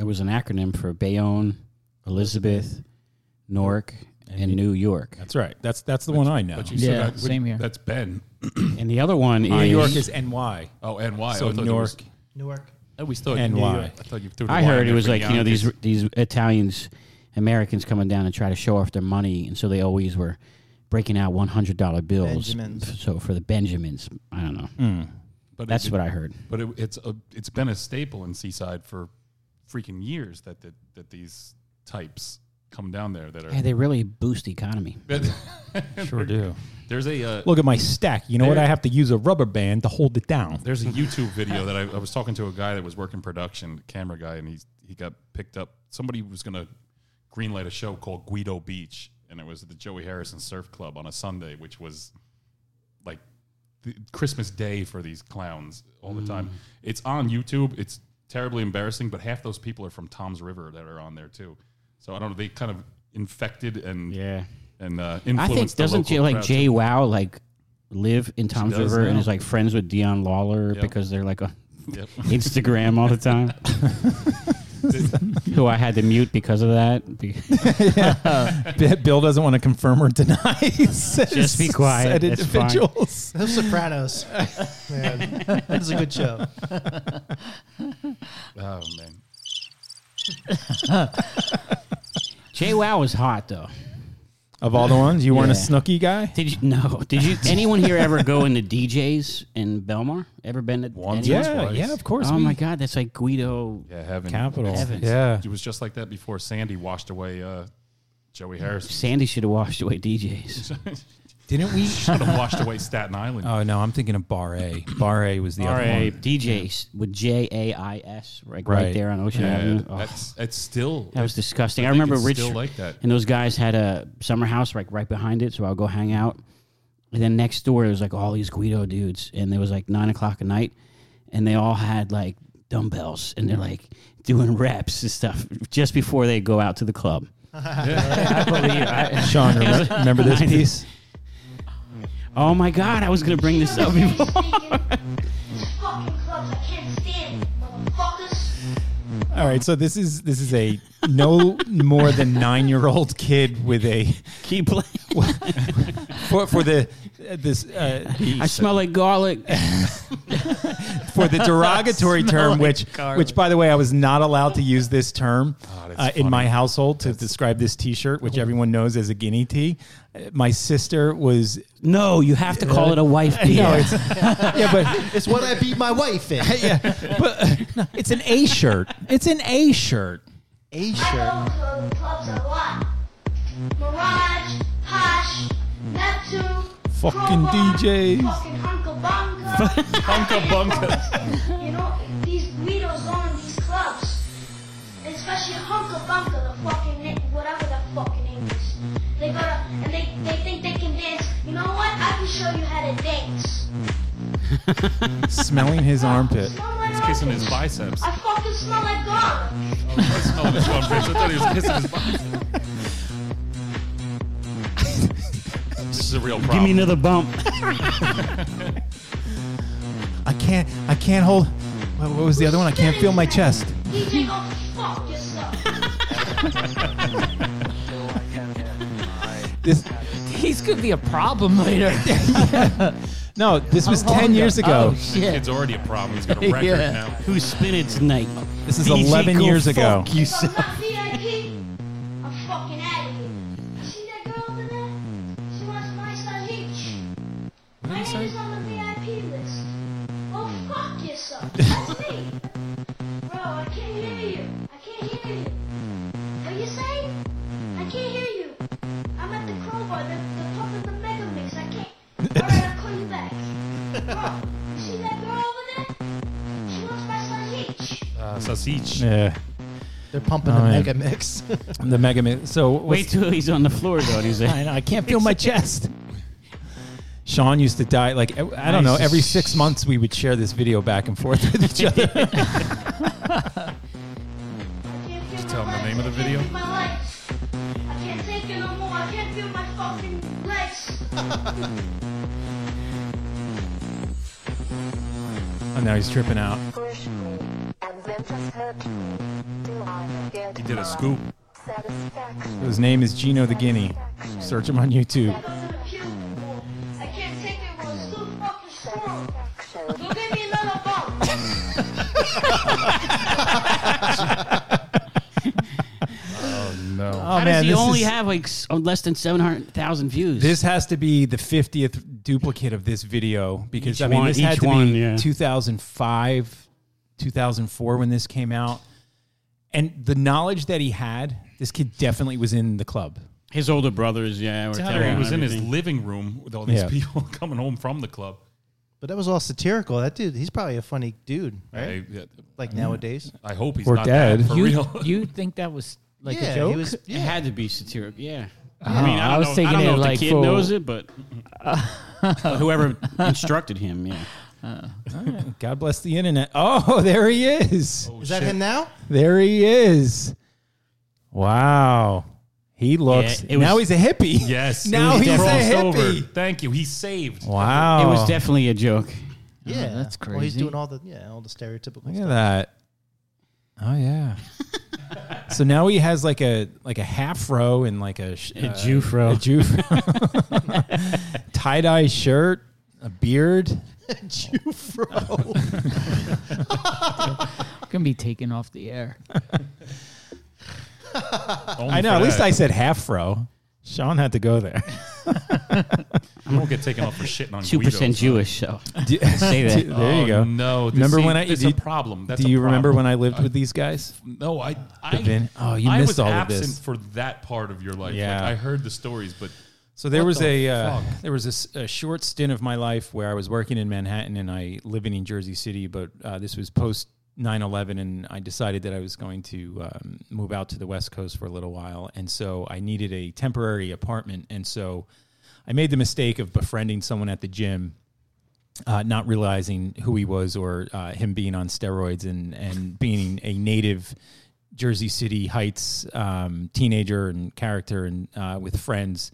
S2: it was an acronym for Bayonne, Elizabeth, Newark, and, New York.
S1: That's right. That's that's the one I know.
S4: But you still got, same here. That's Ben.
S2: and the other one
S1: New
S2: is
S1: York is NY.
S4: Oh, NY.
S1: So
S4: I thought there
S1: Newark.
S4: was-
S5: Newark.
S4: Oh, we still
S1: NY.
S4: New York. I thought you threw. the
S2: I
S4: Y in
S2: heard it
S4: there
S2: was
S4: for
S2: like you know
S4: Yankees.
S2: these these Italians, Americans coming down and try to show off their money, and so they always were breaking out one hundred dollar bills.
S5: Benjamins.
S2: So for the Benjamins, I don't know.
S4: Mm. But
S2: That's
S4: it-
S2: what I heard.
S4: But it, it's a, it's been a staple in Seaside for freaking years that that, that these types come down there that are.
S2: Yeah, they really boost the economy.
S1: Sure do.
S4: There's a uh,
S1: Look at my stack. You know what?
S4: There-
S1: I have to use a rubber band to hold it down.
S4: There's a YouTube video that I, I was talking to a guy that was working production, camera guy, and he he got picked up. Somebody was gonna greenlight a show called Guido Beach, and it was at the Joey Harrison Surf Club on a Sunday, which was like the Christmas Day for these clowns all the
S2: Mm.
S4: time. It's on YouTube. It's terribly embarrassing, but half those people are from Tom's River that are on there too. So I don't know. They kind of infected and
S2: Yeah.
S4: and uh,
S2: I
S4: influenced.
S2: think
S4: the
S2: doesn't
S4: local
S2: Jay, like
S4: crowd,
S2: Jay
S4: too.
S2: Wow like live in Tom's
S4: does
S2: River and
S4: now.
S2: is like friends with Dion Lawler
S4: Yep.
S2: because they're like on
S4: Yep.
S2: Instagram all the time. Who I had to mute because of that. Be-
S1: B- Bill doesn't want to confirm or deny. He says-
S2: Just be quiet.
S1: said
S2: It's fine.
S1: individuals.
S5: The Sopranos. Man, that is a good show.
S4: Oh man.
S2: Jay Wow was hot though.
S1: Of all the ones, you weren't a
S2: Yeah.
S1: snooky guy.
S2: Did you no? Did you anyone here ever go into DJs in Belmar? Ever been to
S4: Once,
S2: anyone's?
S1: Yeah,
S4: twice.
S1: yeah, of course.
S2: Oh
S1: we-
S2: my God, that's like Guido.
S4: Yeah, heaven.
S1: capital.
S2: Evans.
S1: Yeah,
S4: It was just like that before Sandy washed away uh, Joey Harris.
S2: Sandy should have washed away DJs.
S1: didn't we?
S4: Should have washed away Staten Island.
S1: Oh no, I'm thinking of Bar A. Bar A was the other
S2: Right,
S1: one.
S2: DJs with J A I S right, right
S1: Right.
S2: there on Ocean
S4: yeah,
S2: Avenue. Oh,
S4: that's it's still
S2: that was disgusting.
S4: I
S2: I,
S4: think
S2: remember
S4: it's
S2: Rich
S4: still like that.
S2: and those guys had a summer house like right behind it, so I'll go hang out. And then next door there was like all these Guido dudes, and it was like nine o'clock at night, and they all had like dumbbells, and they're like doing reps and stuff just before they go out to the club. I believe. I,
S1: Sean, remember, remember this piece?
S2: oh my god, I was gonna bring this up before.
S1: All right, so this is this is a no more than nine year old kid with a
S2: Keep playing.
S1: for, for the uh, this uh, the-
S2: I smell like garlic.
S1: for the derogatory term, which
S2: garlic.
S1: which by the way, I was not allowed to use this term
S4: that's
S1: uh, in
S4: funny.
S1: my household to describe this T-shirt, which everyone knows as a guinea tee. Uh, My sister was
S2: No, you have to call it a wife beater.
S1: no, it's yeah, but
S5: It's what I beat my wife in.
S1: yeah, but uh, no, it's an A shirt. It's an A shirt.
S5: A shirt.
S1: Fucking DJs.
S12: Fucking Hunka Bunka.
S4: Bunka Bunka.
S12: you know, these Guidos own these clubs. Especially Hunka Bunka, the fucking name, whatever the fucking name is. They gotta, and they, they think they can dance. You know what? I can show you how to dance.
S1: Smelling his armpit.
S12: Smell like
S4: He's kissing his
S12: armpits.
S4: biceps.
S12: I fucking smell like garlic.
S4: I smelled this one bitch. I thought he was kissing his biceps. this is a real problem.
S2: Give me another bump.
S1: I can't. I can't hold. What what was the other one? I can't feel my chest.
S12: DJ, go fuck yourself.
S1: This.
S6: These could be a problem later.
S1: No, this was ten years ago.
S6: Oh shit!
S4: It's already a problem. He's got a record
S6: Yeah.
S4: now.
S2: Who's spinning tonight?
S1: This is 11
S2: go
S1: years ago.
S2: fuck you-
S12: If I'm not VIP, I'm fucking out of here. You see that girl over there? She wants my son Hitch. My name is on the VIP list. Oh, fuck yourself. That's me. Bro, I can't hear you. I can't hear you. What are you saying? I can't hear you. I'm at the crowbar, the, the pump and the mega mix. I can't. Alright, I'll call you back. Bro, you see that girl over there? She wants my son Hitch.
S4: Uh, sausage.
S1: Yeah,
S5: They're pumping
S6: Oh,
S5: the
S1: man.
S5: mega mix.
S1: the Mega Man. So
S2: Wait till he's on the floor though, and he's like,
S1: I know. I can't feel my chest. Sean used to die. Like e, I don't know. Every six months, we would share this video back and forth with each other.
S12: Did you
S4: tell him the name of the video?
S12: I can't take it no more. I can't feel my fucking legs.
S1: Oh, now he's tripping out.
S4: He did a scoop.
S1: His name is Gino the Guinea. Search him on YouTube.
S12: I can't take it when it's too fucking strong. Go get me another bottle.
S1: Oh no!
S2: How does he only have like s- oh, less than seven hundred thousand views?
S1: This has to be the fiftieth duplicate of this video because
S2: Each
S1: I mean
S2: one-
S1: this had
S2: each
S1: to
S2: one,
S1: be
S2: yeah.
S1: two thousand five, two thousand four when this came out, and the knowledge that he had, this kid definitely was in the club.
S2: His older brothers, yeah, were
S4: It's out
S2: telling
S4: there.
S2: him
S4: He was in his
S2: everything.
S4: living room with all these
S1: Yeah.
S4: people coming home from the club.
S5: But that was all satirical. That dude, he's probably a funny dude, right?
S4: I- yeah.
S5: like
S4: Yeah.
S5: nowadays.
S4: I hope he's
S1: Or
S4: not dead.
S1: dead.
S4: for
S6: you,
S4: real.
S6: you think that was like
S5: Yeah,
S6: a
S5: he
S6: joke?
S5: was-
S2: It had to be satirical, yeah.
S6: Oh, I was thinking
S2: I don't
S6: it
S2: know if
S6: like
S2: the kid
S6: for-
S2: knows it, but whoever instructed him, yeah.
S1: God bless the internet. Oh, there he is.
S5: Is that him
S6: Oh,
S5: now?
S1: There he is. Wow. He looks.
S2: it was-
S1: now he's a hippie.
S4: Yes.
S1: Now
S4: He
S1: he's a
S4: crossed
S1: hippie.
S4: Thank you. He saved.
S1: Wow.
S2: It was definitely a joke.
S5: Yeah,
S6: that's
S5: Well, he's
S6: crazy.
S5: doing all the yeah, all the stereotypical.
S1: Look
S5: stuff.
S1: at that. Oh yeah. so now he has like a like a half row and like a sh-
S2: A
S1: uh,
S2: Jufro.
S1: a tie dye shirt, a beard.
S5: Jufro.
S6: Gonna be taken off the air.
S4: Only
S1: I know.
S4: for
S1: At least
S4: that.
S1: I said half row. Sean had to go there.
S4: I won't get taken off for shitting on
S2: Two percent
S4: Guido,
S2: Jewish, so
S1: Do-
S2: say that.
S1: there you
S4: Oh,
S1: go.
S4: no. This-
S1: remember
S4: see,
S1: when I?
S4: it's
S1: do
S4: a
S1: you-
S4: problem. That's
S1: do
S4: a
S1: you remember
S4: problem.
S1: when I lived
S4: I-
S1: with these guys?
S4: so. No, I. I
S1: Vin- oh, you
S4: I
S1: missed
S4: was
S1: all of this.
S4: absent for that part of your life.
S1: Yeah.
S4: Like, I heard the stories, but
S1: So there
S4: What
S1: was
S4: the
S1: a uh,
S4: fuck?
S1: there was a s- a, short stint of my life where I was working in Manhattan and I living in Jersey City, but uh, this was post 9-11 and I decided that I was going to um, move out to the West Coast for a little while, and so I needed a temporary apartment, and so I made the mistake of befriending someone at the gym. Uh, not realizing who he was or uh, him being on steroids and, and being a native Jersey City Heights um, teenager and character and uh, with friends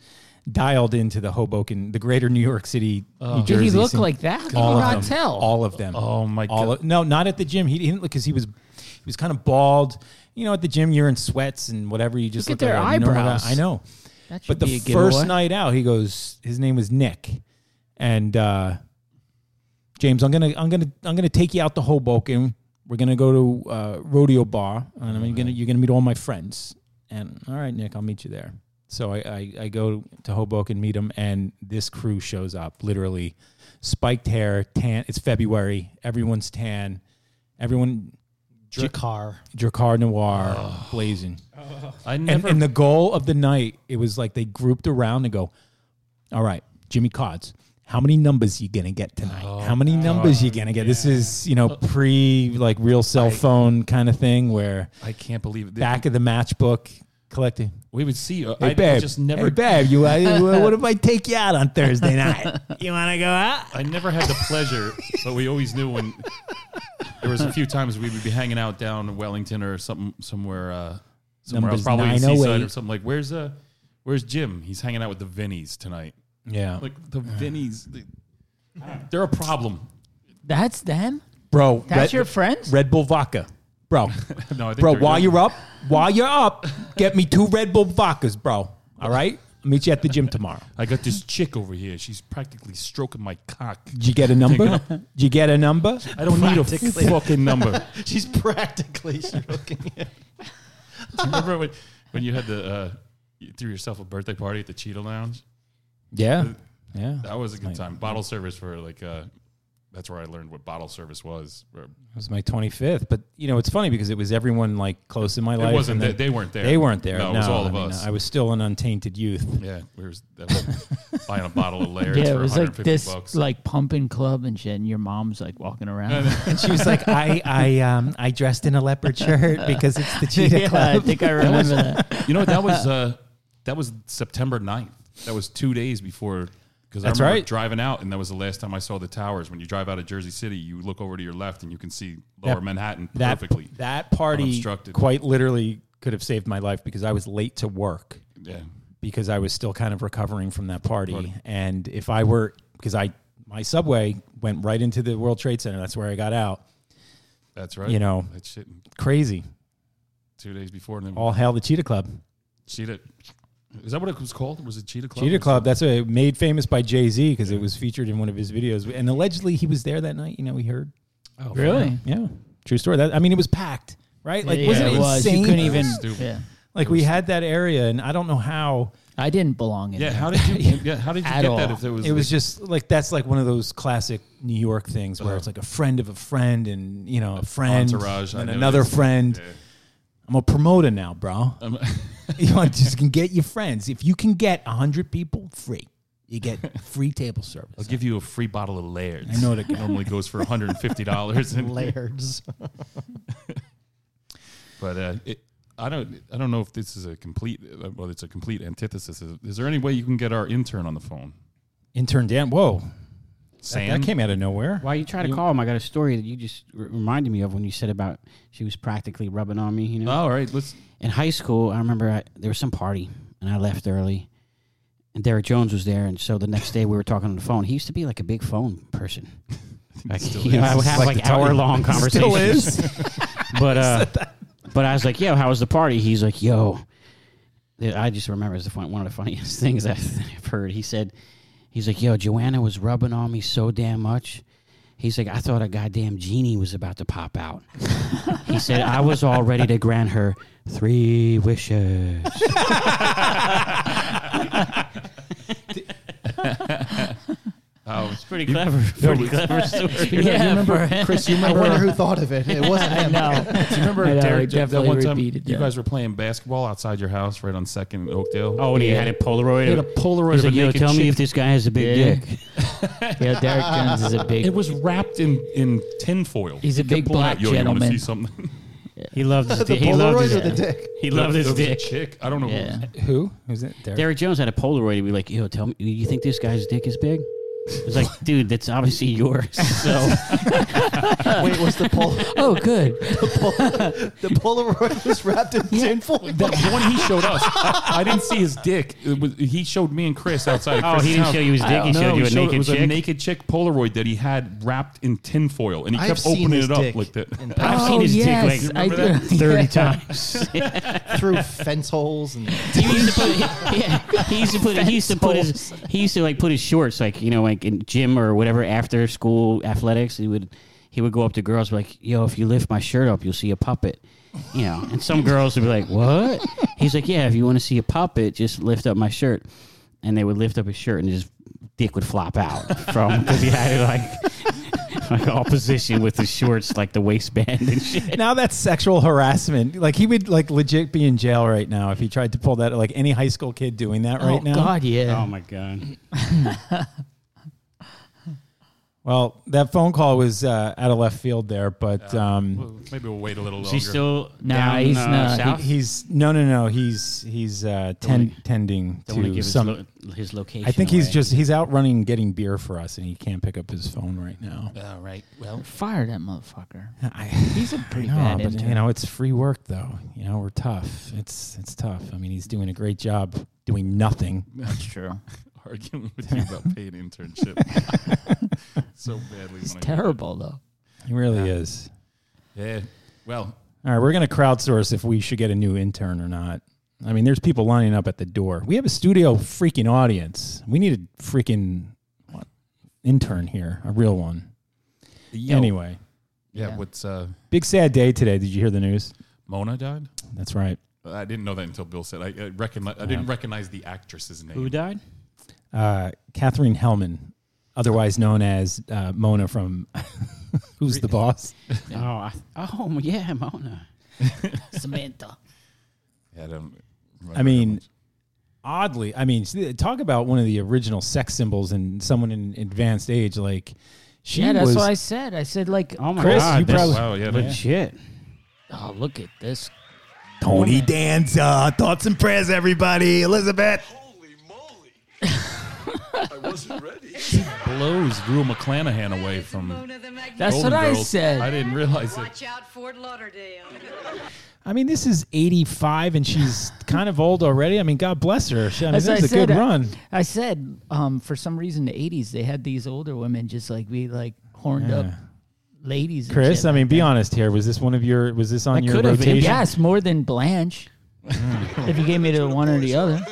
S1: dialed into the Hoboken, the greater New York City. New
S6: Oh. Did
S1: Jersey
S6: he look
S1: scene.
S6: like that? How can
S1: All
S6: you
S1: of
S6: not
S1: them.
S6: tell?
S1: All of them.
S4: Oh, my
S1: All
S4: God.
S1: of- no, not at the gym. He didn't look because he was he was kind of bald. You know, at the gym you're in sweats and whatever. You just
S6: Look
S1: look,
S6: at their
S1: like a normal guy.
S6: eyebrows.
S1: I know.
S6: That should
S1: But
S6: be
S1: the
S6: a
S1: first
S6: giveaway.
S1: night out, he goes. His name was Nick, and uh, James, I'm gonna, I'm gonna, I'm gonna take you out to Hoboken. We're gonna go to uh, rodeo bar, and I'm gonna, you're gonna meet all my friends. And all right, Nick, I'll meet you there. So I, I, I go to Hoboken, meet him, and this crew shows up. Literally, spiked hair, tan. It's February. Everyone's tan. Everyone,
S5: Jakar.
S1: Dracar Noir, blazing
S4: I
S1: and,
S4: never.
S1: and the goal of the night, it was like they grouped around and go, all right, Jimmy Cods, how many numbers you gonna get tonight?
S4: Oh,
S1: how many numbers you gonna get? This is you know pre like real cell phone kind of thing where
S4: I can't believe it.
S1: back of the matchbook collecting.
S4: we would see. uh,
S1: Hey
S4: I,
S1: babe,
S4: I just never.
S1: Hey babe, you uh, what if I take you out on Thursday night? you want to go out?
S4: I never had the pleasure, but we always knew when there was a few times we would be hanging out down in Wellington or something somewhere uh somewhere
S1: Numbers
S4: else, probably in Seaside
S1: 908.
S4: or something like where's uh where's Jim? He's hanging out with the Vinnies tonight.
S1: Yeah,
S4: Like the Vinnies they, they're a problem.
S6: That's them.
S1: bro.
S6: That's
S1: Red-
S6: your friends.
S1: Red Bull vodka, bro.
S4: No, I think
S1: bro,
S4: they're
S1: while
S4: good.
S1: you're up, while you're up, get me two Red Bull vodkas, bro. All right, I'll meet you at the gym tomorrow.
S4: I got this chick over here. She's practically stroking my cock.
S1: Did you get a number? Did you get a number?
S4: I don't need a fucking number.
S5: She's practically stroking it.
S4: Do you remember when, when you had the uh you threw yourself a birthday party at the Cheetah Lounge?
S1: Yeah. Yeah.
S4: That was a good time. Bottle service for like uh that's where I learned what bottle service was. or-
S1: It was my 25th. But, you know, it's funny because it was everyone like close in my life.
S4: wasn't
S1: and
S4: they-
S1: then-
S4: they weren't there.
S1: They weren't there.
S4: No, it was all
S1: I
S4: of
S1: mean,
S4: us.
S1: I was still an untainted youth.
S4: Yeah, we were that was buying a bottle of Layers
S6: Yeah,
S4: for
S6: it was like
S4: 150
S6: this,
S4: bucks.
S6: like pumping club and shit, and your mom's like walking around.
S1: And she was like, I, I, um, I dressed in a leopard shirt because it's the cheetah
S6: yeah, I
S1: club.
S6: think I remember that.
S4: you know that was uh, that was September 9th. That was two days before because I
S1: That's
S4: remember
S1: right.
S4: driving out, and that was the last time I saw the towers. When you drive out of Jersey City, you look over to your left, and you can see Lower
S1: That-
S4: Manhattan
S1: That,
S4: perfectly.
S1: that party
S4: unobstructed.
S1: quite literally could have saved my life because I was late to work.
S4: yeah,
S1: because I was still kind of recovering from that party. And if I were, because I my subway went right into the World Trade Center. That's where I got out.
S4: that's right.
S1: You know.
S4: that shit.
S1: Crazy.
S4: two days before. And then
S1: All hail the Cheetah Club.
S4: Cheetah. Is that what it was called? Was it Cheetah Club?
S1: Cheetah Club. That's what it made famous by Jay Z because it was featured in one of his videos. And allegedly, he was there that night. You know, we heard.
S2: Oh,
S6: Really?
S1: Yeah. True story. That I mean, it was packed, right? Like,
S6: Yeah,
S1: wasn't
S6: it
S1: it
S6: was. You
S1: insane?
S6: couldn't even- Stupid. yeah.
S1: Like, we had that area, and I don't know how.
S6: I didn't belong in
S4: Yeah,
S6: there.
S4: how did you- yeah, how did you
S6: At
S4: get that
S6: all.
S4: if there was-
S1: It was just like that's like one of those classic New York things where
S4: Uh-huh.
S1: it's like a friend of a friend, and you know, a friend,
S4: entourage, I
S1: and
S4: know
S1: another
S4: this.
S1: friend.
S4: Yeah.
S1: I'm a promoter now, bro.
S4: Um,
S1: you want just can get your friends. If you can get hundred people free, you get free table service.
S4: I'll give you a free bottle of Laird's.
S1: I know the guy.
S4: normally goes for one hundred and fifty dollars.
S5: Laird's.
S4: But uh, it, I don't. I don't know if this is a complete. uh, Well, it's a complete antithesis. Is, is there any way you can get our intern on the phone?
S1: Intern Dan, whoa,
S4: Sam?
S1: That, that came out of nowhere.
S2: Why you try to call him? I got a story that you just r- reminded me of when you said about she was practically rubbing on me. You know.
S4: All right, let's.
S2: In high school, I remember I, there was some party, and I left early. And Derek Jones was there, and so the next day we were talking on the phone. He used to be like a big phone person. Like,
S4: still
S2: you know,
S4: is.
S2: I would have
S4: Like
S2: like,
S4: the tower.
S2: hour long
S1: Still
S2: conversations.
S1: is.
S2: but uh, but I was like, "Yo, how was the party?" He's like, "Yo." I just remember it's the fun, one of the funniest things I've I've heard. He said, "He's like, yo, Joanna was rubbing on me so damn much." He's like, "I thought a goddamn genie was about to pop out." he said, "I was all ready to grant her three wishes."
S4: Oh,
S2: it's pretty clever. Pretty clever story.
S1: You know, you remember- Chris, you remember-
S5: I wonder who thought of it. It wasn't him.
S4: Do you remember
S6: I know, I
S4: Derek? That
S6: definitely
S4: one time
S6: repeated
S4: you
S6: that.
S4: guys were playing basketball outside your house, right on Second and Oakdale.
S2: Oh, and he had a Polaroid.
S4: He had a
S2: of-
S4: Polaroid of
S2: He's
S4: a
S2: like, yo,
S4: naked
S2: tell me
S4: chick."
S2: if this guy has a big
S6: Yeah.
S2: dick.
S6: yeah, Derek Jones is a big.
S4: It was wrapped in in tinfoil.
S6: He's a
S4: He kept
S6: big
S4: pulling
S6: black
S4: out, "Yo, you wanna
S6: gentleman."
S4: see something?
S2: He loved his
S5: The
S2: dick. He loved his
S5: Polaroid or the dick?
S2: He loved
S4: There
S2: his
S4: was a
S2: dick.
S4: chick. I don't know. who it was.
S2: Yeah.
S1: Who? Who's it? Derek?
S2: Derek Jones had a Polaroid. He'd be like, yo, tell me, you think this guy's dick is big? It's like, dude, that's obviously yours. So
S5: Wait, was the pol-
S6: oh, good.
S5: the Polaroid was wrapped in tinfoil?
S4: That the one he showed us, I didn't see his dick. It was, he showed me and Chris outside.
S2: Oh,
S4: Chris's
S2: he didn't
S4: house.
S2: show you his dick, he
S4: No,
S2: showed you a
S4: it
S2: naked
S4: was a
S2: chick?
S4: naked chick Polaroid that he had wrapped in tinfoil, and he
S5: I've
S4: kept
S5: seen
S4: opening
S5: his
S4: it up
S5: dick
S4: like that.
S5: in-
S2: I've
S6: Oh,
S2: seen his
S6: yes,
S2: dick
S6: I
S2: like remember that?
S6: do.
S2: 30
S6: Yeah.
S2: times.
S5: Through fence holes and
S2: he used to put, he, yeah, he used to put, he used to put his, he used to like put his shorts, like, you know, like in gym or whatever after school athletics. He would, he would go up to girls, be like, yo, if you lift my shirt up, you'll see a puppet. You know, and some girls would be like, what? He's like, yeah, if you want to see a puppet, just lift up my shirt. And they would lift up his shirt and his dick would flop out from, because he had it like, like all position with his shorts, like the waistband and shit.
S1: now that's sexual harassment. Like he would like legit be in jail right now if he tried to pull that. Like any high school kid doing that right
S6: oh
S1: now.
S6: God, yeah.
S2: Oh my God.
S1: Well, that phone call was uh, out of left field there, but um,
S4: Well, Maybe we'll wait a little longer.
S2: She's still
S6: Nah,
S2: down,
S6: he's
S2: uh,
S6: not. He-
S2: south?
S1: he's no, no, no. He's he's uh,
S2: wanna-
S1: ten, tending
S2: Don't want to
S1: to
S2: give
S1: some.
S2: his, lo- his location.
S1: I think he's
S2: away.
S1: just he's out running and getting beer for us, and he can't pick up his phone right now.
S6: Oh.
S2: All right. Well,
S6: Fire that motherfucker.
S1: I,
S6: He's a pretty
S1: I know,
S6: bad
S1: but,
S6: intern.
S1: you know it's free work though. You know we're tough. It's it's tough. I mean he's doing a great job doing nothing.
S6: That's true.
S4: arguing with you about paid internship so badly.
S6: It's
S4: when I-
S6: terrible though.
S1: He really is.
S4: Yeah. Well,
S1: All right, we're going to crowdsource if we should get a new intern or not. I mean, there's people lining up at the door. We have a studio freaking audience. We need a freaking what, intern here, a real one.
S4: yo,
S1: Anyway,
S4: yeah.
S6: Yeah.
S4: What's uh,
S1: big sad day today. Did you hear the news?
S4: Mona died?
S1: That's right.
S4: I didn't know that until Bill said. I, I recognize. I didn't recognize the actress's name.
S2: who died?
S1: Uh, Catherine Hellman, otherwise known as uh, Mona from Who's the Boss?
S2: Oh, I, oh yeah, Mona.
S6: Samantha.
S4: Yeah, I, don't remember
S1: I mean,
S4: that
S1: oddly, I mean, s- talk about one of the original sex symbols and someone in advanced age. Like, she
S6: Yeah, that's
S1: was.
S6: what I said. I said like,
S2: Oh my
S1: Chris,
S2: God,
S1: you
S2: that's
S1: probably-
S4: much. wow. Yeah. that-
S2: legit.
S6: oh look at this.
S1: Tony Danza. Thoughts and prayers, everybody. Elizabeth.
S10: Holy moly! I wasn't ready.
S4: blows Rue McClanahan away from.
S6: That's what
S4: Golden
S6: I
S4: Girls.
S6: said.
S4: I didn't realize it.
S12: out, Fort Lauderdale.
S1: I mean, this is 85 and she's kind of old already. I mean, God bless her. She, I mean,
S6: As
S1: this is
S6: I
S1: a
S6: said, uh, I-
S1: good run.
S6: I said, um, for some reason, the '80s they had these older women just like be like horned up, ladies. and
S1: Chris,
S6: shit
S1: I mean,
S6: like
S1: be
S6: that.
S1: honest here. Was this one of your? Was this on
S6: I
S1: your
S6: could have.
S1: rotation? Mm.
S6: Yes, more than Blanche. if you gave me the one or the other.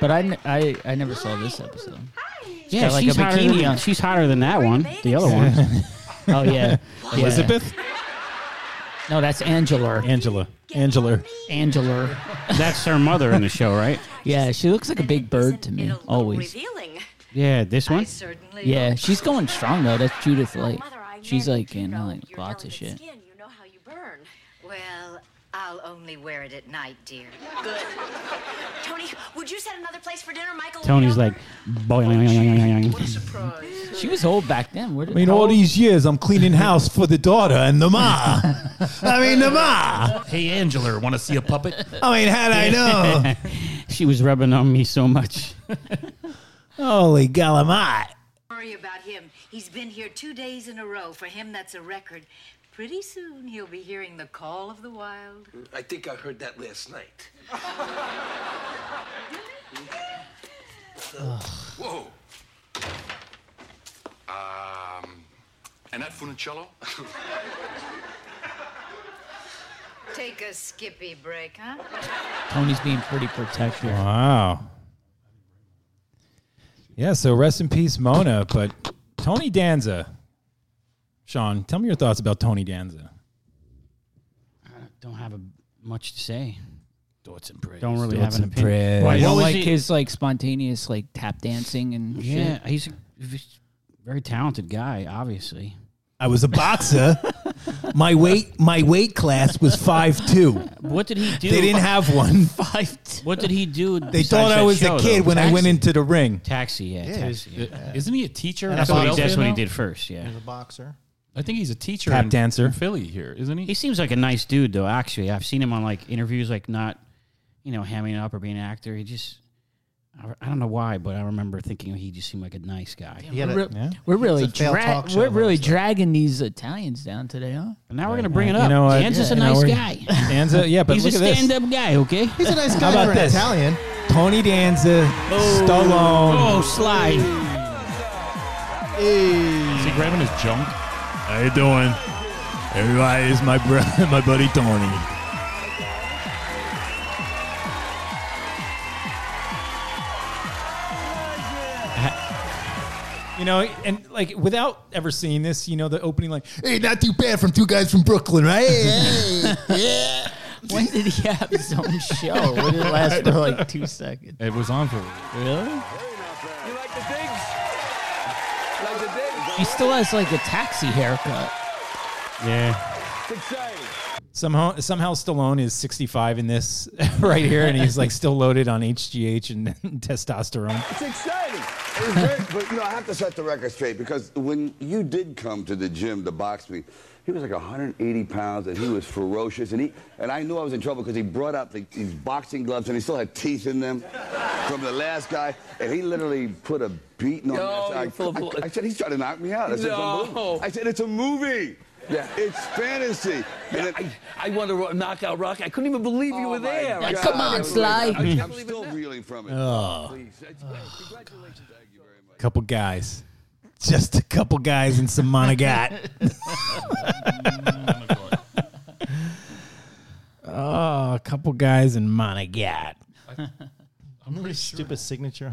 S6: But I, n- I, I never saw this episode. She's
S2: Yeah,
S6: got, like
S2: she's,
S6: a
S2: hotter
S6: bikini
S2: than,
S6: on.
S2: she's hotter than that one. The other one.
S6: Oh yeah, Yeah.
S1: Elizabeth?
S6: No, that's Angela.
S1: Angela. Angela.
S6: Angela.
S2: That's her mother in the show, right?
S6: Yeah, she looks like a big bird to me. Always.
S13: Revealing.
S2: Yeah, this one.
S6: Yeah, she's going strong though. That's Judith Light. She's like in like lots of shit.
S13: Well, I'll only wear it at night, dear. Good. Tony, would you set another place for dinner, Michael?
S2: Tony's like, boing.
S6: She was old back then. Where
S1: I
S6: did,
S1: mean, all these years I'm cleaning house for the daughter and the ma. I mean, the ma.
S4: Hey, Angela, want to see a puppet?
S1: I mean, how'd I know?
S2: she was rubbing on me so much.
S1: Holy Gallimot.
S13: worry about him. He's been here two days in a row. For him, that's a record. Pretty soon, he'll be hearing the call of the wild.
S9: I think I heard that last night.
S14: Whoa. Um, and that funicello?
S13: Take a skippy break, huh?
S6: Tony's being pretty protective.
S1: Wow. Yeah, so rest in peace, Mona. But Tony Danza. Sean, tell me your thoughts about Tony Danza.
S2: Don't have a, much to say. Thoughts and prayers. Don't
S1: Don't
S2: really
S1: really
S2: have an
S1: have an opinion.
S2: opinion.
S1: Why
S6: I
S1: What
S6: don't
S1: was
S6: like
S1: he-
S6: his like spontaneous like tap dancing and
S2: Yeah,
S6: shit.
S2: he's a v- very talented guy, obviously.
S1: I was a boxer. my weight my weight class was five two.
S2: What did he do?
S1: They didn't have one.
S6: Five.
S2: What did he do?
S1: They thought I was a kid when I went into the ring.
S2: Taxi, yeah,
S4: Yeah,
S2: taxi.
S4: he's- uh, isn't he a teacher
S2: That's
S4: in
S2: what, he, that's
S4: Philadelphia
S2: what he
S4: now?
S2: did Mm-hmm. first. Yeah,
S5: He's a boxer.
S4: I think he's a teacher
S2: Tap
S4: in,
S2: dancer.
S4: in Philly here, isn't he?
S2: he seems like a nice dude, though. Actually, I've seen him on like interviews, like not, you know, hamming it up or being an actor. He just, I, I don't know why, but I remember thinking he just seemed like a nice guy.
S6: we're, re- we're really
S2: It's a failed
S6: dra-
S2: talk show
S6: we're really
S2: host,
S6: dragging these Italians down today, huh?
S2: And now we're gonna bring it
S1: You
S2: up.
S1: know what?
S2: Danza's a
S1: You know,
S2: nice
S1: we're-
S2: guy.
S1: Danza, yeah, but
S2: he's
S1: look
S2: a
S1: at this.
S2: stand-up guy. Okay,
S5: He's a nice
S1: How about this? Tony Danza, Stallone.
S2: Oh, slide.
S1: Is
S4: he grabbing his junk?
S1: How you doing? Everybody is my brother, my buddy Tony. You know, and like without ever seeing this, you know, the opening like, hey, not too bad from two guys from Brooklyn, right? Hey, yeah.
S6: When did he have his own show? What did it last for like two seconds?
S4: It was on for
S6: really.
S15: You like the digs? Like the digs?
S6: He still has like a taxi haircut.
S2: Yeah.
S15: It's exciting.
S1: Somehow, somehow Stallone is 65 in this right here, and he's like still loaded on HGH and testosterone.
S15: It's exciting. It was very, but you know, I have to set the record straight because when you did come to the gym to box me, he was like 180 pounds and he was ferocious and he and I knew I was in trouble because he brought out the, these boxing gloves and he still had teeth in them from the last guy and he literally put a beating on
S14: No,
S15: me. I,
S14: you're full of
S15: I-
S14: bull-
S15: I said he's trying to knock me out. I said, it's
S14: No.
S15: unbelievable. I said it's a movie. Yeah. It's fantasy. And it-
S14: I won the ro- knockout rock. I couldn't even believe you were there.
S15: Oh God,
S14: I-
S15: I was like- I'm, I'm still reeling from it.
S1: Ugh.
S15: Please. Congratulations.
S1: couple guys. Just a couple guys and some monogat. oh, a couple guys and monogat.
S5: I'm really stupid signature.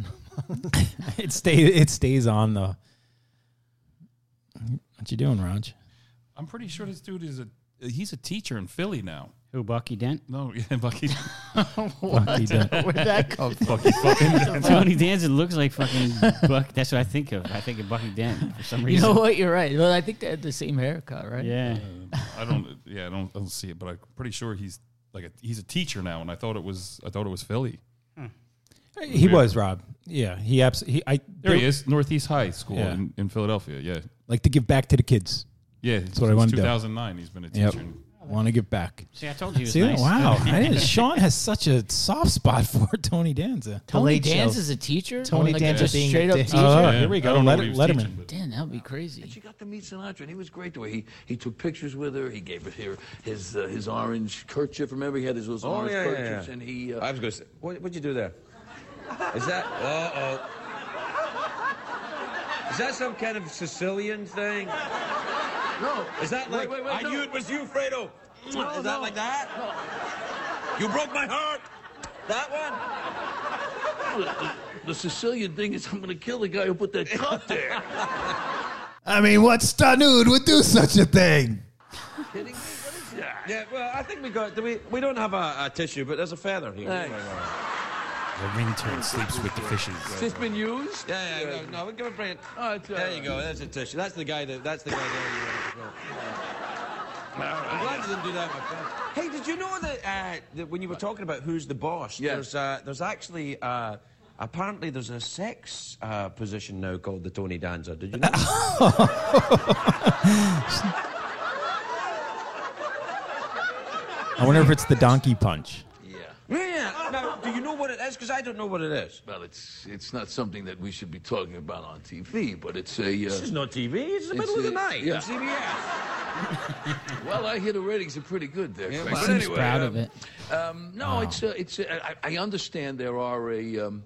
S1: It stays it stays on the What you doing, Raj?
S4: I'm pretty sure this dude is a he's a teacher in Philly now.
S2: Who Bucky Dent?
S4: No, yeah, Bucky.
S1: What? Bucky Dent.
S6: Where'd that
S2: Oh,
S6: come from?
S4: Bucky fucking Dent.
S2: Tony Danza looks like fucking Buck. That's what I think of. I think of Bucky Dent for some
S6: You
S2: reason.
S6: know what? You're right. Well, I think they had the same haircut, right?
S2: Yeah.
S4: I don't. Yeah, I don't. I don't see it, but I'm pretty sure he's like a, he's a teacher now, and I thought it was I thought it was Philly.
S1: He was Rob. Yeah, he abs- he I
S4: There he is, Northeast High School
S1: Yeah.
S4: in, in Philadelphia. Yeah,
S1: Like to give back to the kids.
S4: yeah.
S1: That's what I want to do.
S4: 2009, he's been a teacher.
S1: Yep. Want to give back.
S2: See, I told you he was
S1: See,
S2: nice.
S1: wow. I didn't- Sean has such a soft spot for Tony Danza.
S6: Tony Danza is a teacher.
S1: Tony
S6: like
S1: Danza
S6: just
S1: being a
S6: straight up
S1: dick.
S6: teacher.
S1: Oh, Yeah. here we go.
S6: I don't know
S1: Let
S6: what
S1: it-
S6: he was
S1: let him
S6: teaching,
S1: in.
S6: but- Damn, that would be crazy.
S9: She got to meet Sinatra, and he was great to her. He he took pictures with her. He gave her her- his uh, his orange kerchief. Remember, he had his
S14: Oh,
S9: those orange kerchiefs, and he. Uh,
S16: I was going to say, what, what'd you do there? Is that, uh oh. Is that some kind of Sicilian thing?
S14: No. Is that
S16: Wait,
S14: like
S16: wait, wait,
S14: I
S16: no.
S14: knew it was you, Fredo?
S16: No,
S14: Is that
S16: no.
S14: like that? You broke my heart. That one?
S9: The Sicilian thing is I'm going to kill the guy who put that cup there.
S5: I mean, what Stanud would do such a thing?
S14: Kidding? me? What is that? Yeah, well, I think we got. Do we, we don't have a, a tissue, but there's a feather here.
S1: The ringtone sleeps with the fishes.
S14: It's just been used. Yeah, yeah, no, no, we're gonna bring it. Oh,
S9: uh,
S14: it's, there you go. That's a tissue. That's the guy that. That's the guy that. You I'm glad you didn't do that, my friend. Hey, did you know that, uh, that when you were talking about who's the boss? There's uh, there's actually. Uh, Apparently, there's a sex uh, position now called the Tony Danza. Did you know?
S1: I wonder if it's the donkey punch.
S14: yeah. Now, do you know what it is? Because I don't know what it is.
S9: Well, it's it's not something that we should be talking about on TV, but it's a. Uh,
S14: This is not TV. It's the
S9: it's
S14: middle of the
S9: a-
S14: night.
S9: yeah.
S14: on CBS.
S9: Well, I hear the ratings are pretty good there.
S14: Yeah,
S9: Frank.
S14: well,
S9: But
S14: seems
S9: anyway,
S14: proud
S9: um,
S14: of it.
S9: Um, no, it's uh, it's. Uh, I, I understand there are a um,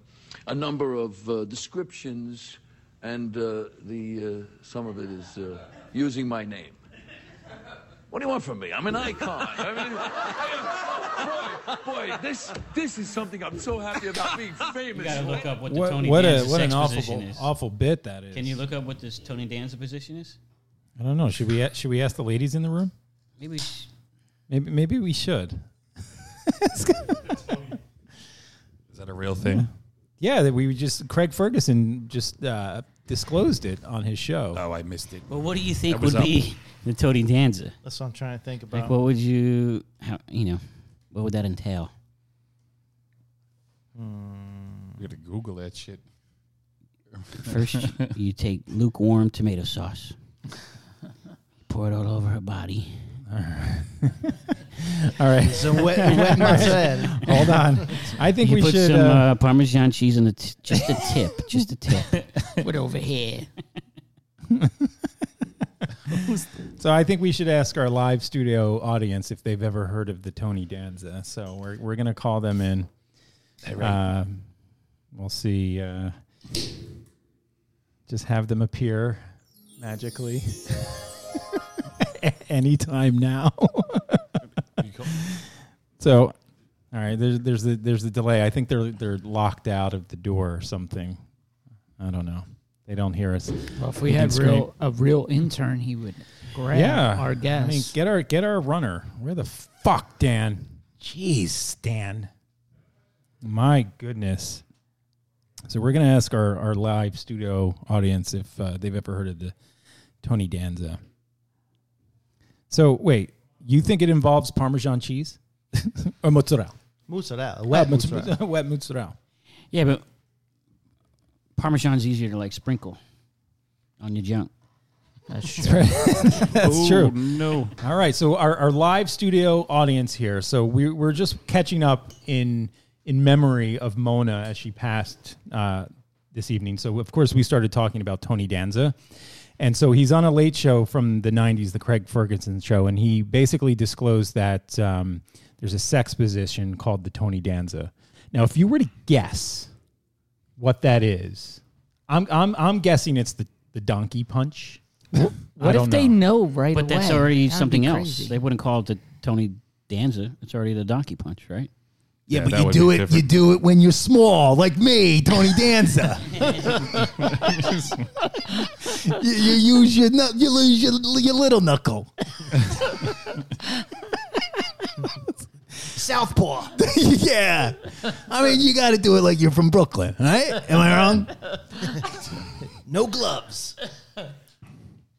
S9: a number of uh, descriptions, and uh, the uh, some of it is uh, using my name. What do you want from me? I'm an icon. I mean, boy, boy, this this is something I'm so happy about being famous.
S2: You gotta look up what the
S1: What-
S2: Tony
S1: what a-
S2: Danza
S1: what an
S2: sex
S1: awful-
S2: position is.
S1: awful bit that is.
S2: Can you look up what this Tony Danza position is?
S1: I don't know. Should we a- should we ask the ladies in the room?
S2: Maybe we sh-
S1: Maybe maybe we should.
S4: Is that a real thing?
S1: Yeah, that we just Craig Ferguson just uh, disclosed it on his show.
S4: Oh, I missed it.
S2: Well, what do you think
S1: That was
S2: would be the Tony Danza?
S5: That's what I'm trying to think about.
S2: Like, what would you, how, you know, what would that entail?
S4: We gotta Google that shit.
S2: First, you take lukewarm tomato sauce, pour it all over her body.
S1: All right. So wet- wet my head. Hold on. I think
S2: You
S1: we
S2: put
S1: should,
S2: some
S1: uh,
S2: uh, Parmesan cheese on the t- just a tip, just a tip. Put it over here.
S1: So I think we should ask our live studio audience if they've ever heard of the Tony Danza. So we're we're gonna call them in. Um, we'll see. Uh, just have them appear magically anytime now. so, all right. There's there's the there's the delay. I think they're they're locked out of the door or something. I don't know. They don't hear us.
S6: Well, if we,
S1: can
S6: had
S1: scream.
S6: real a real intern, he would grab
S1: yeah,
S6: our
S1: I mean,
S6: guest.
S1: get our get our runner. Where the fuck, Dan? Jeez, Dan. My goodness. So we're gonna ask our, our live studio audience if uh, they've ever heard of the Tony Danza. So wait, you think it involves Parmesan cheese or mozzarella?
S5: Mozzarella, wet
S1: Uh, mozz-
S5: mozzarella.
S1: wet mozzarella.
S2: Yeah, but Parmesan's easier to like sprinkle on your junk.
S6: That's
S2: true.
S1: That's
S2: Oh,
S1: true.
S4: No.
S1: All right. So our, our live studio audience here. So we, we're just catching up in in memory of Mona as she passed uh, this evening. So of course we started talking about Tony Danza, and so he's on a late show from the '90s, the Craig Ferguson show, and he basically disclosed that um, there's a sex position called the Tony Danza. Now, if you were to guess what that is, I'm I'm, I'm guessing it's the the donkey punch. I
S6: what if
S1: don't
S6: they know right
S2: but
S6: away?
S2: that's already
S6: That'd be
S2: something else.
S6: crazy.
S2: They wouldn't call it the Tony Danza. It's already the donkey punch, right?
S4: Yeah, Yeah, but that you would do be it- different.
S5: You do it when you're small, like me, Tony Danza. you, you use your knuck- you lose your, your little knuckle. Southpaw. yeah. I mean, you got to do it like you're from Brooklyn, right? Am I wrong? no gloves.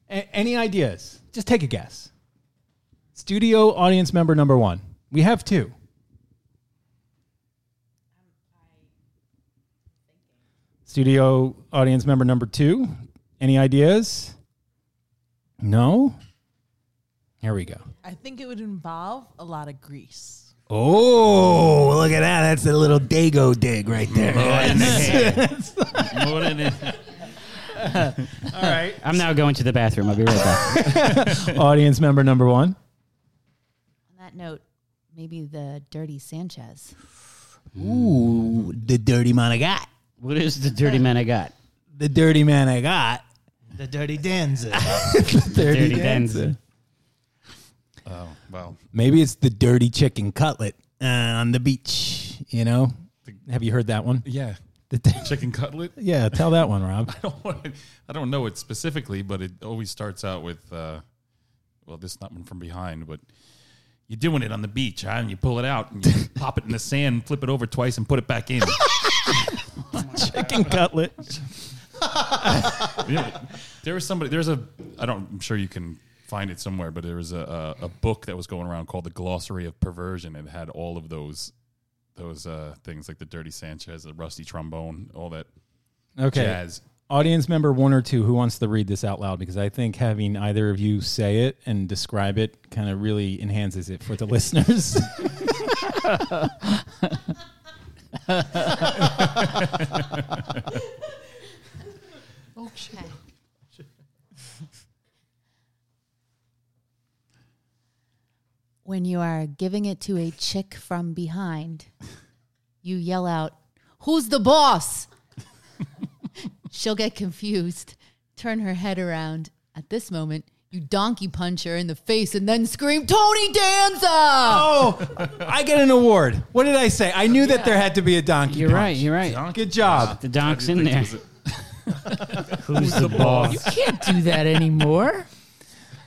S1: A- any ideas? Just take a guess. Studio audience member number one. We have two. Studio audience member number two. Any ideas? No? Here we go.
S17: I think it would involve a lot of grease.
S5: Oh, look at that. That's a little Dago dig right there.
S2: More than
S1: All right.
S2: I'm now going to the bathroom. I'll be right back.
S1: audience member number one.
S18: On that note, maybe the dirty Sanchez.
S5: Ooh, the dirty man I got.
S2: What is the dirty man I got?
S5: The dirty man I got The Dirty Danza.
S1: Dirty Danza.
S4: Oh wow!
S1: Maybe it's the dirty chicken cutlet uh, on the beach. You know, have you heard that one?
S4: Yeah.
S1: The
S4: chicken cutlet.
S1: Yeah, tell that one, Rob.
S4: I don't want it, I don't know it specifically, but it always starts out with, uh, well, this is not one from behind, but you're doing it on the beach, huh? And you pull it out and you pop it in the sand, flip it over twice, and put it back in.
S1: chicken cutlet.
S4: You know, there was somebody. There's a. I don't. I'm sure you can find it somewhere, but there was a, a, a book that was going around called "The Glossary of Perversion." and It had all of those those uh, things like the dirty Sanchez, the rusty trombone, all that.
S1: Okay.
S4: Jazz.
S1: Audience member one or two, who wants to read this out loud? Because I think having either of you say it and describe it kind of really enhances it for the listeners.
S18: Okay. when you are giving it to a chick from behind, you yell out, Who's the boss? She'll get confused, turn her head around. At this moment, you donkey punch her in the face and then scream, Tony Danza!
S1: Oh, I get an award. What did I say? I knew that there had to be a donkey.
S2: You're right. You're right.
S1: Good job.
S2: The donk's in there.
S1: Who's the boss?
S6: You can't do that anymore.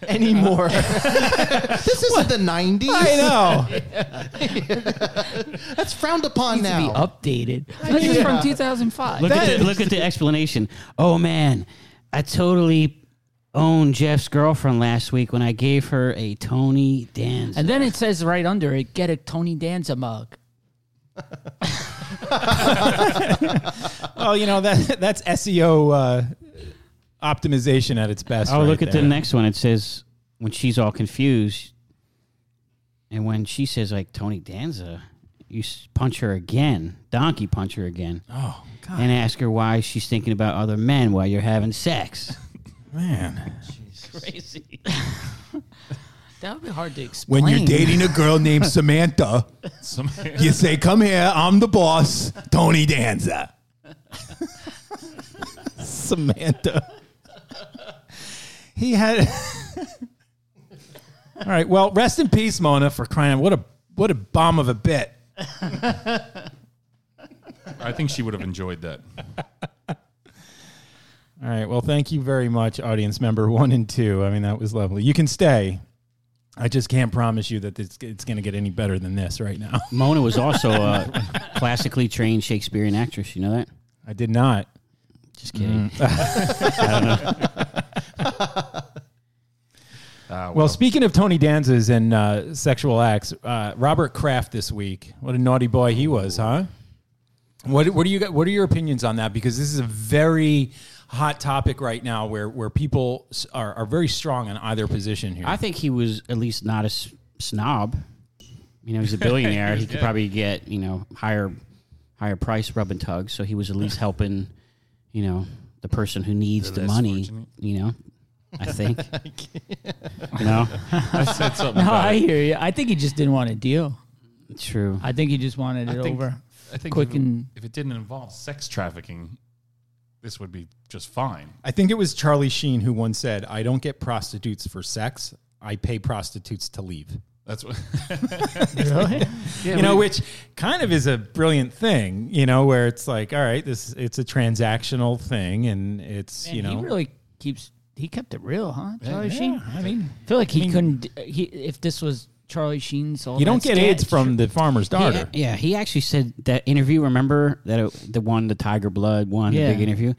S5: Anymore. this isn't the 90s.
S1: I know.
S5: That's frowned upon
S2: Needs to be
S5: now.
S2: updated.
S6: This is
S5: Yeah.
S6: from 2005.
S2: Look at the, look at the explanation. Oh man, I totally owned Jeff's girlfriend last week when I gave her a Tony Danza.
S6: and then it says right under it, get a Tony Danza mug.
S1: Well, you know that that's SEO uh, optimization at its best.
S2: Oh,
S1: right
S2: look at
S1: there.
S2: the next one. It says when she's all confused, and when she says like Tony Danza, you s- punch her again, donkey punch her again,
S1: Oh God,
S2: and ask her why she's thinking about other men while you're having sex.
S1: man!
S2: Crazy.
S6: That would be hard to explain.
S1: When you're dating a girl named Samantha,
S4: Some,
S1: you say, "Come here, I'm the boss, Tony Danza." Samantha. He had. All right. Well, rest in peace, Mona, for crying. out- What a what a bomb of a bit.
S4: I think she would have enjoyed that.
S1: All right. Well, thank you very much, audience member one and two. I mean, that was lovely. You can stay. I just can't promise you that it's, it's going to get any better than this right now.
S2: Mona was also a classically trained Shakespearean actress. You know that?
S1: I did not.
S2: Just
S1: Mm.
S2: kidding.
S1: Well, speaking of Tony Danza's and uh, sexual acts, uh, Robert Kraft this week. What a naughty boy he was, huh? What What do you got? What are your opinions on that? Because this is a very hot topic right now, where where people s- are, are very strong in either position here.
S2: I think he was at least not a s- snob. You know, he's a billionaire. he could probably get you know higher higher price rub and tug. So he was at least helping, you know, the person who needs the,
S4: less
S2: money.
S4: fortunate.
S2: You know, I think. you know,
S4: I said something.
S6: No,
S4: about
S6: I
S4: it.
S6: hear you. I think he just didn't want to deal.
S2: true.
S6: I think he just wanted
S4: I
S6: it
S4: think-
S6: over.
S4: I think
S6: quick
S4: if,
S6: and-
S4: it, if it didn't involve sex trafficking, this would be just fine.
S1: I think it was Charlie Sheen who once said, "I don't get prostitutes for sex. I pay prostitutes to leave."
S4: That's what.
S1: you know, which kind of is a brilliant thing. You know, where it's like, all right, this it's a transactional thing, and it's
S6: Man,
S1: you know,
S6: he really keeps. He kept it real, huh? Charlie
S1: yeah,
S6: Sheen.
S1: I mean,
S6: I feel like he
S1: I mean-
S6: couldn't. He if this was Charlie Sheen's. All
S1: you don't
S6: that
S1: get AIDS
S6: sketch-
S1: from the farmer's daughter.
S2: He- yeah, he actually said that interview. Remember that it, the one, the Tiger Blood one,
S6: Yeah.
S2: the big interview.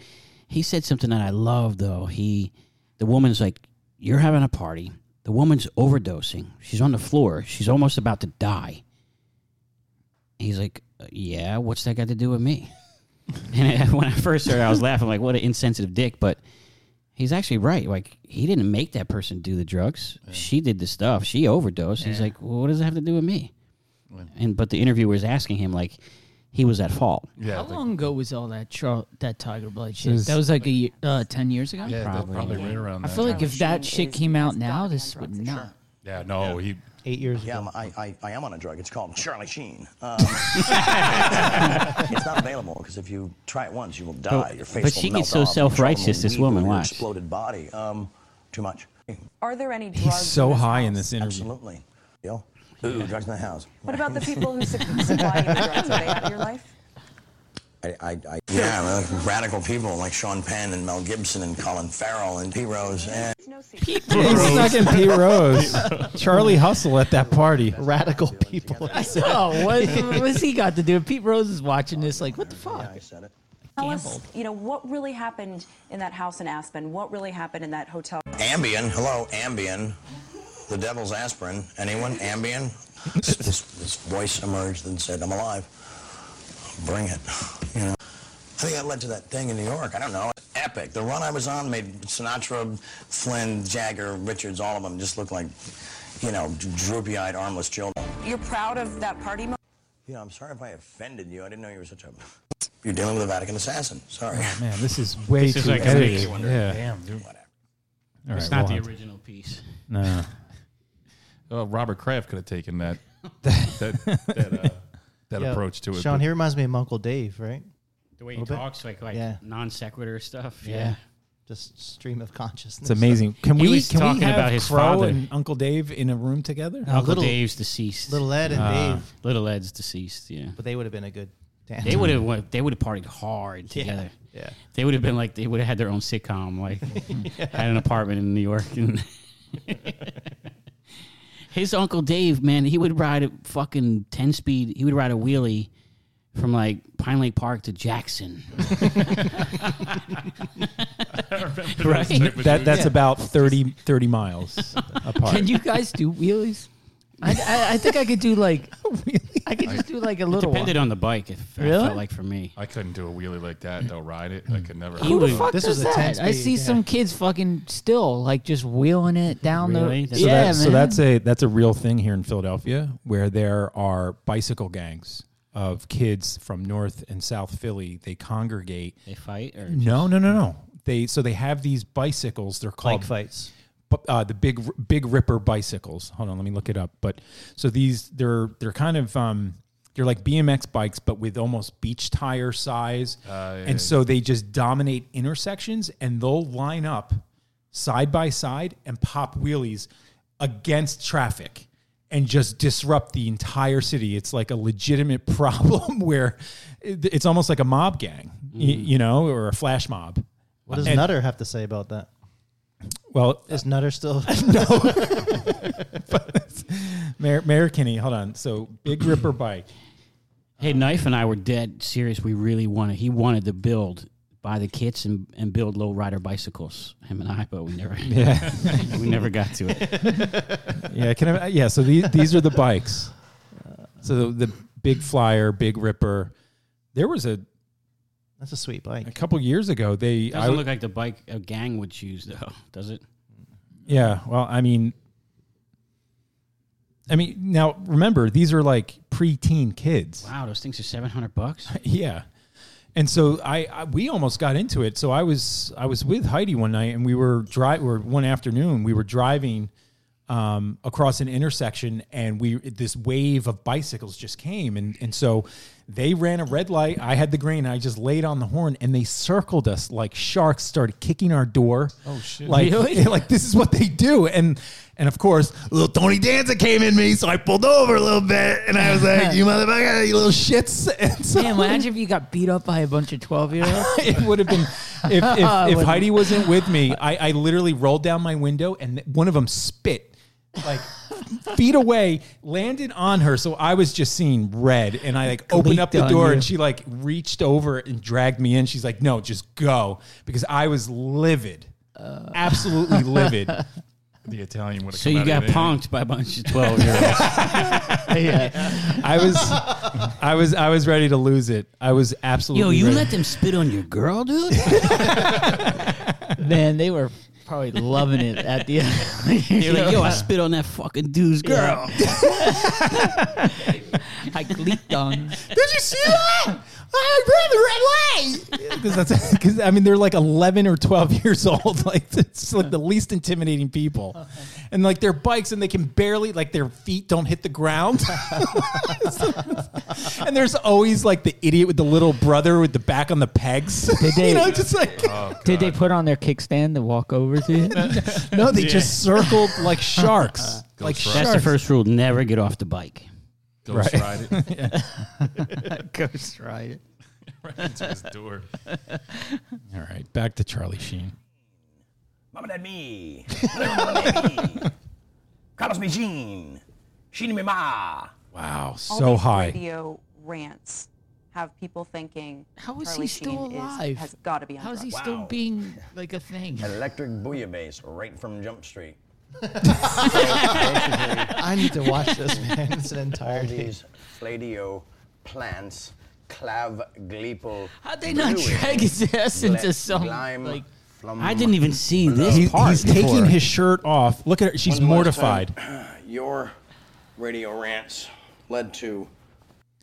S2: He said something that I love though. He, the woman's like, "You're having a party. The woman's overdosing. She's on the floor. She's almost about to die." He's like, "Uh, "Yeah, what's that got to do with me?" and when I first heard, it, I was laughing like, "What an insensitive dick!" But he's actually right. Like he didn't make that person do the drugs. She did the stuff. She overdosed. He's like, well, "What does it have to do with me?" And but the interviewer was asking him like he was at fault.
S4: Yeah.
S6: How
S4: like-
S6: long ago was all that Char- that Tiger Blood shit?
S1: was-
S6: that was like a ye- uh, ten years ago.
S4: yeah, probably, probably right around
S6: I
S4: that.
S6: feel like if that
S19: Sheen
S6: shit
S19: is-
S6: came out
S19: is
S6: now,
S19: gotta be
S6: this
S19: on
S6: would
S19: drugs, for
S6: not.
S19: sure.
S4: yeah, no, he.
S5: Eight years ago.
S19: Yeah, I'm- I, I, I am on a drug. It's called Charlie Sheen. Um, it's not available because if you try it once, you will die.
S2: But-
S19: Your face
S2: but
S19: will
S2: she
S19: melt
S2: gets
S19: off.
S2: so
S19: Your children
S2: self-righteous,
S19: will
S2: this
S19: weep over
S2: woman,
S19: your
S2: watch.
S19: Exploded body. Um, too much.
S20: Are there any drugs?
S1: He's so
S20: in this
S1: high
S20: house?
S1: in this interview.
S19: Absolutely. Yo, ooh, drugs in the house.
S20: What about the people who suc- supply you with drugs? Are they out of your life?
S19: I, I, I, yeah, like radical people like Sean Penn and Mel Gibson and Colin Farrell and P. Rose eh, and
S1: He's
S19: Pete
S1: stuck in P. Rose. Charlie Hustle at that party. Radical people.
S6: I saw. What, what's he got to do? Pete Rose is watching this. Like, what the fuck? I
S19: said it.
S20: Tell us, you know, what really happened in that house in Aspen? What really happened in that hotel?
S19: Ambien. Hello, Ambien. The devil's aspirin. Anyone? Ambien. this, this, this voice emerged and said, "I'm alive. Bring it." You know. I think that led to that thing in New York. I don't know. Epic. The run I was on made Sinatra, Flynn, Jagger, Richards, all of them just look like, you know, droopy-eyed, armless children.
S20: You're proud of that party moment?
S19: You know, I'm sorry if I offended you. I didn't know you were such a. You're dealing with a Vatican assassin. Sorry.
S1: Man, this is way
S2: This
S1: too
S2: is like a
S1: edited.
S2: six-wonder.
S1: Yeah.
S2: Damn, dude.
S1: Whatever.
S2: It's not the original piece.
S1: No.
S4: Uh, Robert Kraft could have taken that that that, uh, that
S5: Yeah,
S4: approach to it.
S5: Sean,
S4: but-
S5: he reminds me of Uncle Dave, right?
S2: The way
S5: A
S2: he
S5: little bit?
S2: talks, like like
S5: Yeah.
S2: non sequitur stuff.
S5: Yeah.
S2: Yeah.
S5: Just stream of
S1: It's
S5: consciousness.
S1: amazing. Can
S2: He
S1: we
S2: was
S1: can we
S2: talking
S1: have
S2: about his
S1: Crow
S2: father. Oh,
S1: and Uncle Dave in a room together?
S2: Uncle Dave's deceased.
S5: Little Ed and
S2: Uh,
S5: Dave.
S2: Little Ed's deceased. Yeah.
S5: But they would have been a good tandem.
S2: They would have they would have partied hard
S5: Yeah,
S2: together.
S5: yeah.
S2: They would have been like they would have had their own sitcom, like had an apartment in New York. And his uncle Dave, man, he would ride a fucking ten speed. He would ride a wheelie from like Pine Lake Park to Jackson.
S1: Right? That that's about 30, 30 miles apart.
S6: Can you guys do wheelies? I, I, I think I could do like I could just do like a little.
S2: depended
S6: one.
S2: on the bike. If
S6: Really?
S2: it felt like for me,
S4: I couldn't do a wheelie like that. They'll ride it. I could never.
S6: Who the fuck does that? I see some kids fucking still like just wheeling it down
S1: Really?
S6: the.
S1: So,
S6: yeah,
S1: that,
S6: man.
S1: so that's a that's a real thing here in Philadelphia, where there are bicycle gangs of kids from North and South Philly. They congregate.
S2: They fight or
S1: no, no, no, no. They so they have these bicycles. They're called
S5: Bike fights.
S1: bu- Uh, the big big ripper bicycles. Hold on, let me look it up. But so these they're they're kind of um, they're like BMX bikes, but with almost beach tire size.
S4: Ah, yeah, yeah.
S1: and so they just dominate intersections, and they'll line up side by side and pop wheelies against traffic and just disrupt the entire city. It's like a legitimate problem where it- it's almost like a mob gang, y-
S4: Mm.
S1: you know, or a flash mob.
S5: What does
S1: And-
S5: Nutter have to say about that?
S1: Well,
S5: Is Nutter still?
S1: but Mayor, Mayor Kinney, hold on. So Big Ripper bike.
S2: Hey, Knife and I were dead serious. We really wanted. He wanted to build, buy the kits and, and build low rider bicycles. Him and I, but we never.
S1: Yeah.
S2: we never got to it.
S1: Yeah, can I, yeah. So these these are the bikes. So the, the Big Flyer, Big Ripper. There was a
S5: That's a sweet bike.
S1: a couple years ago. They
S2: It
S1: I,
S2: doesn't look like the bike a gang would choose, though, does it?
S1: Yeah. Well, I mean, I mean, now remember, these are like preteen kids.
S2: Wow, those things are seven hundred bucks.
S1: Yeah. And so I, I we almost got into it. So I was I was with Heidi one night and we were drive or one afternoon we were driving um, across an intersection and we this wave of bicycles just came and and so they ran a red light. I had the green. I just laid on the horn and they circled us like sharks. Started kicking our door.
S4: Oh, shit.
S1: Like
S4: Really?
S1: like this is what they do. And and of course little Tony Danza came in me, so I pulled over a little bit and I was like, you motherfucker, you little shits. And so
S6: Man, imagine if you got beat up by a bunch of twelve year olds.
S1: it would have been if, if, if
S6: Wouldn't.
S1: Heidi wasn't with me, I, I literally rolled down my window and th- one of them spit like feet away, landed on her. So I was just seeing red. And I like opened up
S6: Gleeked
S1: the
S6: on
S1: door
S6: you.
S1: and she like reached over and dragged me in. She's like, no, just go. Because I was livid,
S6: Uh.
S1: absolutely livid.
S4: The Italian would have.
S2: So you got punked by a bunch of twelve year olds.
S1: yeah. I was, I was, I was ready to lose it. I was absolutely.
S2: Yo, you
S1: ready.
S2: let them spit on your girl, dude.
S6: Man, they were probably loving it at the end.
S2: They're like, yo, I spit on that fucking dude's girl.
S6: I gleeked on.
S1: Did you see that? I ran the red light because that's because I mean they're like eleven or twelve years old. Like it's like the least intimidating people, and like their bikes and they can barely like their feet don't hit the ground. and there's always like the idiot with the little brother with the back on the pegs.
S6: Did they-
S1: you know, just like
S6: Did they put on their kickstand to walk over to you?
S1: no, they just circled like sharks, like
S2: that's
S1: sharks.
S2: the first rule: never get off the bike.
S4: Ghost Right. ride it.
S6: Ghost ride it.
S4: right into his door.
S1: All right, back to Charlie Sheen.
S21: Mama dad me. Carlos me Jean. Sheen me ma.
S1: Wow,
S20: All
S1: so
S20: these
S1: high.
S20: Radio rants have people thinking
S6: How is
S20: Charlie
S6: he still
S20: Sheen is-
S6: alive?
S20: has got to be on
S6: How is he
S20: drugs.
S6: still being like a thing?
S19: Electric bouillabaisse right from Jump Street.
S5: I need to watch this, man. It's an entire
S19: All these fladio plants, clav gleeple.
S6: How'd they not drag his ass into some, like-
S2: I didn't even see this
S1: He's,
S2: part.
S1: he's taking his shirt off. Look at her; she's
S19: When the last
S1: mortified.
S19: time Your radio rants led to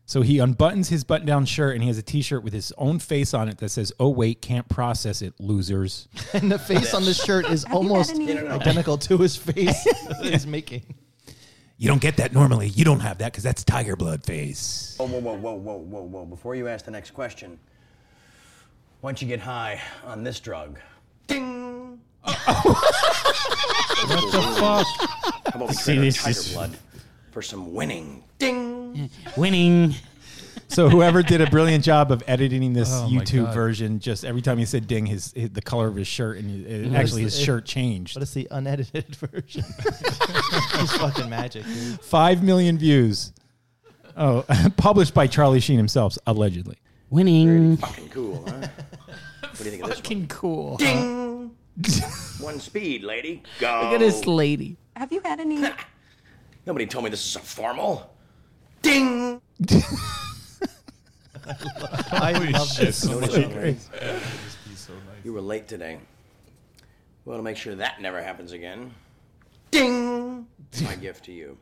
S1: So he unbuttons his button down shirt and he has a t shirt with his own face on it that says, Oh, wait, can't process it, losers.
S5: And the face on the shirt is almost identical to his face that he's making.
S1: You don't get that normally. You don't have that because that's tiger blood face.
S19: Whoa, whoa, whoa, whoa, whoa, whoa, whoa. Before you ask the next question, why don't you get high on this drug? Ding! what
S2: the fuck?
S19: How about we
S2: See,
S19: trade our
S2: this
S19: tiger
S2: is-
S19: blood for some winning?
S2: Winning.
S1: So whoever did a brilliant job of editing this
S2: Oh, my
S1: YouTube
S2: God.
S1: version, just every time he said "ding," his, his- the color of his shirt and it- it-
S5: But
S1: actually
S5: it's
S1: his
S5: the-
S1: shirt changed.
S5: But it's the unedited version. it's fucking magic, dude.
S1: Five million views. Oh, published by Charlie Sheen himself, allegedly.
S2: Winning.
S19: Fucking cool, huh? What do you think of this
S6: Fucking cool.
S19: Ding! one speed, lady. Go.
S6: Look at this lady.
S20: Have you had any?
S19: Nobody told me this is a formal. Ding!
S5: I love this.
S19: Notice
S5: so
S19: how
S5: much.
S19: You were late today. Well, to make sure that never happens again, ding! My gift to you.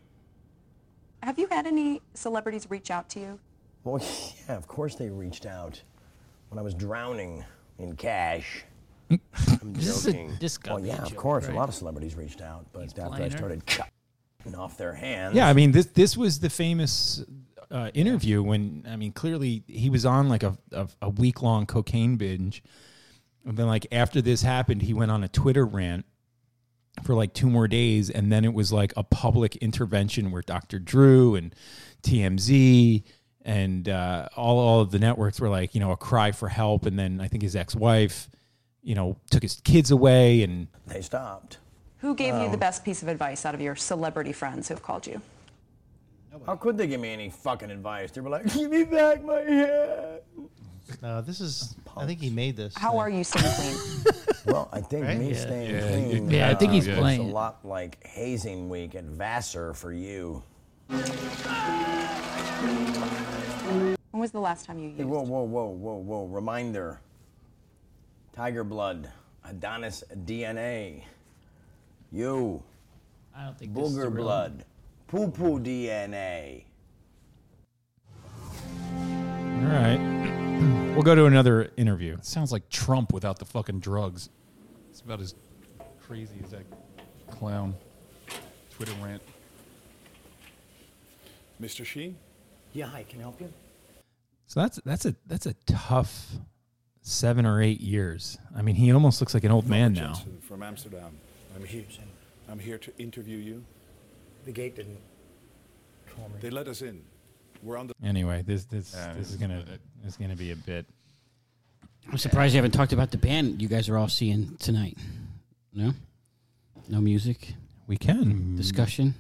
S20: Have you had any celebrities reach out to you?
S19: Well, yeah, of course they reached out when I was drowning in cash. I'm
S20: This is a
S19: joking. well,
S20: Discovery
S19: yeah, of
S20: joke,
S19: course, a
S20: right?
S19: lot of celebrities reached out, but after I
S20: playing her.
S19: started cutting off their hands.
S1: Yeah, I mean this this was the famous uh, interview when I mean clearly he was on like a a, a week long cocaine binge, and then like after this happened, he went on a Twitter rant for like two more days, and then it was like a public intervention where Dr. Drew and TMZ and uh, all all of the networks were like you know a cry for help, and then I think his ex wife, you know, took his kids away and
S19: they stopped.
S20: Who gave you the
S19: Um,
S20: best piece of advice out of your celebrity friends who have called you? Oh,
S19: How could they give me any fucking advice? They were like, give me back my hair.
S5: No, this is. I think he made this.
S20: How are you staying clean?
S19: Well, I think
S5: Right?
S19: me
S5: Yeah.
S19: staying
S5: Yeah,
S19: clean.
S5: you- Yeah, I think he's
S19: looks
S5: playing
S19: a
S5: it.
S19: lot like hazing week at Vassar for you.
S20: When was the last time you
S19: Hey,
S20: used?
S19: whoa, whoa, whoa, whoa, whoa! Reminder. Tiger blood, Adonis DNA. You.
S6: I don't think this is the
S19: Booger
S6: real-
S19: blood, poo poo DNA.
S1: all right, we'll go to another interview.
S4: Sounds like Trump without the fucking drugs. It's about as crazy as that clown Twitter rant.
S22: Mr. Sheen?
S19: Yeah, I can help you.
S1: So that's that's a that's a tough seven or eight years. I mean, he almost looks like an old man now.
S22: Jensen From Amsterdam. I'm here. I'm here to interview you. The gate didn't call me. They let us in. We're on the.
S1: Anyway, this this
S22: Yeah,
S1: this
S22: this
S1: is
S22: is
S1: gonna this is gonna be a bit.
S2: I'm surprised you haven't talked about the band you guys are all seeing tonight. No, no music.
S1: We
S2: Mm.
S1: can
S2: discussion.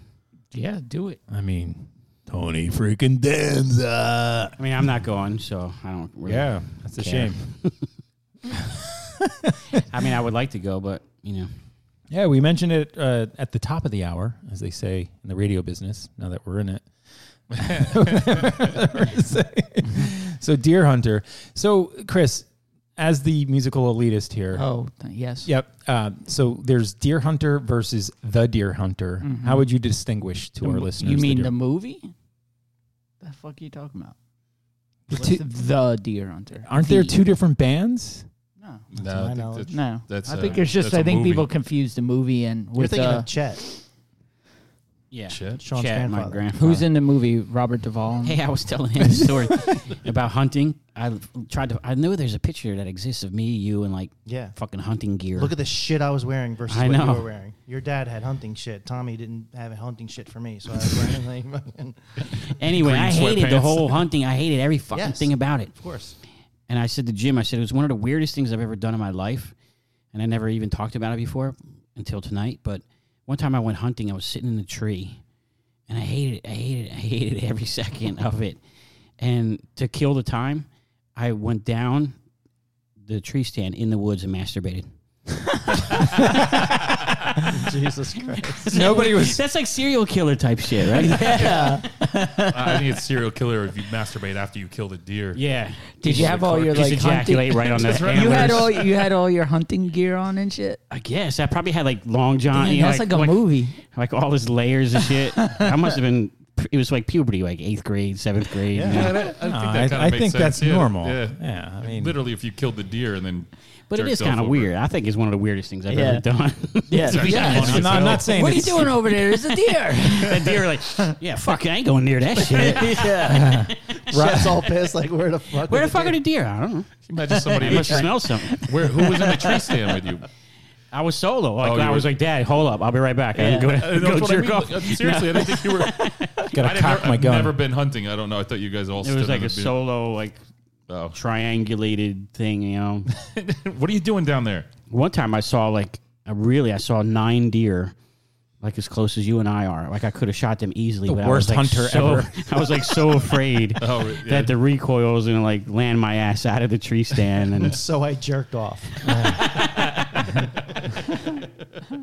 S6: Yeah, do it.
S1: I mean, Tony freaking Danza.
S2: I mean, I'm not going, so I don't. Really
S1: Yeah, that's a
S2: care. I mean, I would like to go, but you know,
S1: Yeah, we mentioned it uh, at the top of the hour, as they say in the radio business. Now that we're in it. so deer hunter so chris as the musical elitist here
S6: Oh, th- yes.
S1: yep uh, so there's deer hunter versus the deer hunter
S6: Mhm.
S1: how would you distinguish to
S6: The
S1: our
S6: mo-
S1: listeners
S6: You mean
S1: deer-
S6: the movie? The fuck are you talking about?
S1: The
S6: What's
S1: two-
S6: the deer hunter.
S1: Aren't there
S6: The-
S1: two different bands?
S6: No.
S4: No, I think that's-
S6: no.
S4: that's
S6: I
S4: a-
S6: think it's just
S4: that's uh, a
S6: I think
S4: movie.
S6: people confuse the movie and with
S5: thinking
S6: uh,
S5: of Chet.
S2: Yeah.
S4: Chet?
S5: Sean's
S2: Chet, my
S5: grandfather.
S2: grandfather.
S6: Who's in the movie? Robert Duvall.
S2: Hey, I was telling him a story about hunting. I tried to. I know there's a picture that exists of me, you, and like
S5: Yeah.
S2: fucking hunting gear.
S5: Look at the shit I was wearing versus
S2: I
S5: what you
S2: know.
S5: were wearing. Your dad had hunting shit. Tommy didn't have hunting shit for me, so I was wearing like fucking-
S2: Anyway, I hated the
S5: sweatpants.
S2: whole hunting. I hated every fucking
S5: Yes,
S2: thing about it.
S5: Of course.
S2: And I said to Jim, I said it was one of the weirdest things I've ever done in my life, and I never even talked about it before until tonight. But one time I went hunting, I was sitting in a tree, and I hated it. I hated it. I hated every second of it. And to kill the time, I went down the tree stand in the woods and masturbated.
S5: Jesus Christ!
S2: Nobody was. That's like serial killer type shit, right?
S6: Yeah.
S4: I think it's serial killer if you masturbate after you kill the deer.
S2: Yeah.
S6: Did you have all your like hunting?
S4: That's right.
S6: You had all you had all your hunting gear on and shit.
S2: I guess I probably had like long john.
S6: Damn,
S2: you know,
S6: that's like a movie.
S2: Like all his layers and shit. I must have been. It was like puberty, like eighth grade, seventh grade. you know?
S4: kinda makes sense. Yeah, Yeah.
S1: Yeah, I mean-
S4: literally, if you killed the deer and then.
S2: But it
S4: jerked
S2: is
S4: off
S2: kind of
S4: over-
S2: weird. I think it's one of the weirdest things I've
S4: Yeah.
S2: ever done.
S4: Yeah. It's actually Yeah, funny it's- as I'm not- hell. not saying
S2: What are you
S4: it's-
S2: doing over there? There's a deer.
S6: The
S2: deer are like, yeah, fuck, I ain't going near that shit.
S6: Yeah.
S5: Chet's all pissed. Like where the fuck?
S2: Where
S5: are
S2: the fuck are the deer? I don't know.
S4: Imagine somebody
S2: I
S4: in a
S2: must
S4: tree-
S2: smell something.
S4: Where- who was in the tree stand with you?
S2: I was solo. Like,
S4: Oh, you
S2: I
S4: were-
S2: was like, Dad, hold up, I'll be right back. I
S4: Yeah.
S2: didn't go,
S4: Uh, that's
S2: go
S4: what I
S2: jerk
S4: mean.
S2: off.
S4: Uh, seriously, I didn't think you were-
S1: Gotta
S4: I didn't-
S1: cock my
S4: I've
S1: gun.
S4: never been hunting. I don't know. I thought you guys all.
S2: It was like a solo, like
S4: Oh.
S2: triangulated thing, you know.
S4: what are you doing down there?
S2: One time I saw like I really I saw nine deer, like as close as you and I are. Like I could have shot them easily.
S1: The
S2: but
S1: worst
S2: I was, like,
S1: hunter
S2: so-
S1: ever.
S2: I was like so afraid
S1: Oh, yeah.
S2: that the recoil was gonna like land my ass out of the tree stand and.
S5: So I jerked off.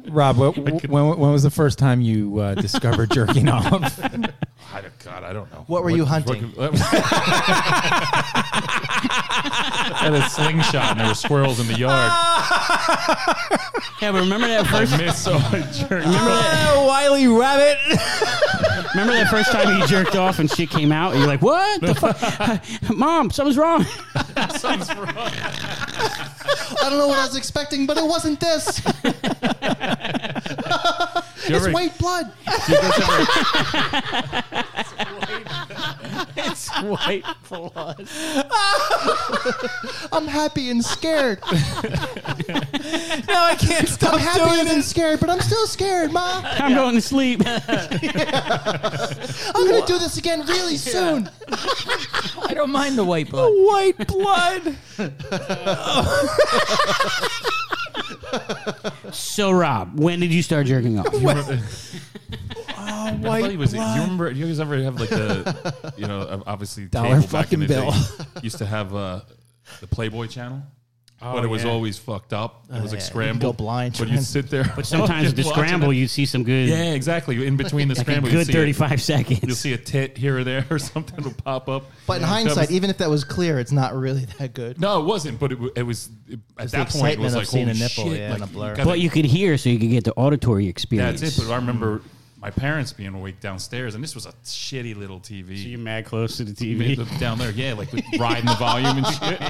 S1: Rob, what, when, when was the first time you uh, discovered jerking off?
S4: I don't- God, I don't know.
S5: What were you hunting?
S4: what- I had a slingshot and there were squirrels in the yard.
S2: Yeah, but remember that first.
S4: I missed so I jerked off.
S1: Oh, Wiley Rabbit.
S2: Remember that first time you jerked off and shit came out, and you're like, "What the fuck, mom? Something's wrong."
S4: Something's wrong.
S5: I don't know what I was expecting, but it wasn't this.
S4: You
S5: it's
S4: ever-
S5: white blood.
S4: Do you guys ever-
S5: it's white blood. I'm happy and scared. no,
S1: I can't stop
S5: I'm happy
S1: doing
S5: and
S1: it.
S5: scared, but I'm still scared, Ma.
S2: I'm going to sleep.
S5: I'm gonna do this again really soon.
S6: I don't mind the white blood.
S1: White blood.
S2: so, Rob, when did you start jerking off?
S1: Oh,
S4: I thought
S1: white
S4: he was-
S1: blood.
S4: You remember? You guys ever have like the, you know, obviously
S1: Dollar
S4: cable back
S1: fucking
S4: in the
S1: bill.
S4: day used to have uh, the Playboy Channel,
S2: Oh,
S4: but it was
S2: yeah.
S4: always fucked up. It
S5: Oh,
S4: was like
S5: yeah. You could go
S4: scrambled.
S5: blind
S4: But you
S5: trying-
S4: sit there.
S2: But sometimes with the
S4: watching
S2: scramble,
S4: it.
S2: you see some good.
S4: Yeah, exactly. In between the
S2: Like a
S4: scramble, you'd
S2: good
S4: see a-
S2: 35 seconds.
S4: You'll see a tit here or there, or something will pop up.
S5: But in
S4: That
S5: hindsight,
S4: was-
S5: even if that was clear, it's not really that good.
S4: no, it wasn't. But it, wa- it was it- at
S5: the
S4: that
S5: excitement
S4: point. It was
S5: of
S4: like
S5: seeing
S4: holy
S5: a nipple,
S4: shit,
S5: yeah,
S4: like,
S5: and a blur.
S4: you gotta-
S2: But you could hear, so you could get the auditory experience.
S4: That's it. But I remember my parents being awake downstairs, and this was a shitty little TV.
S2: you mad close to the
S4: Made
S2: TV.
S4: them down there, yeah, like with riding the volume and shit.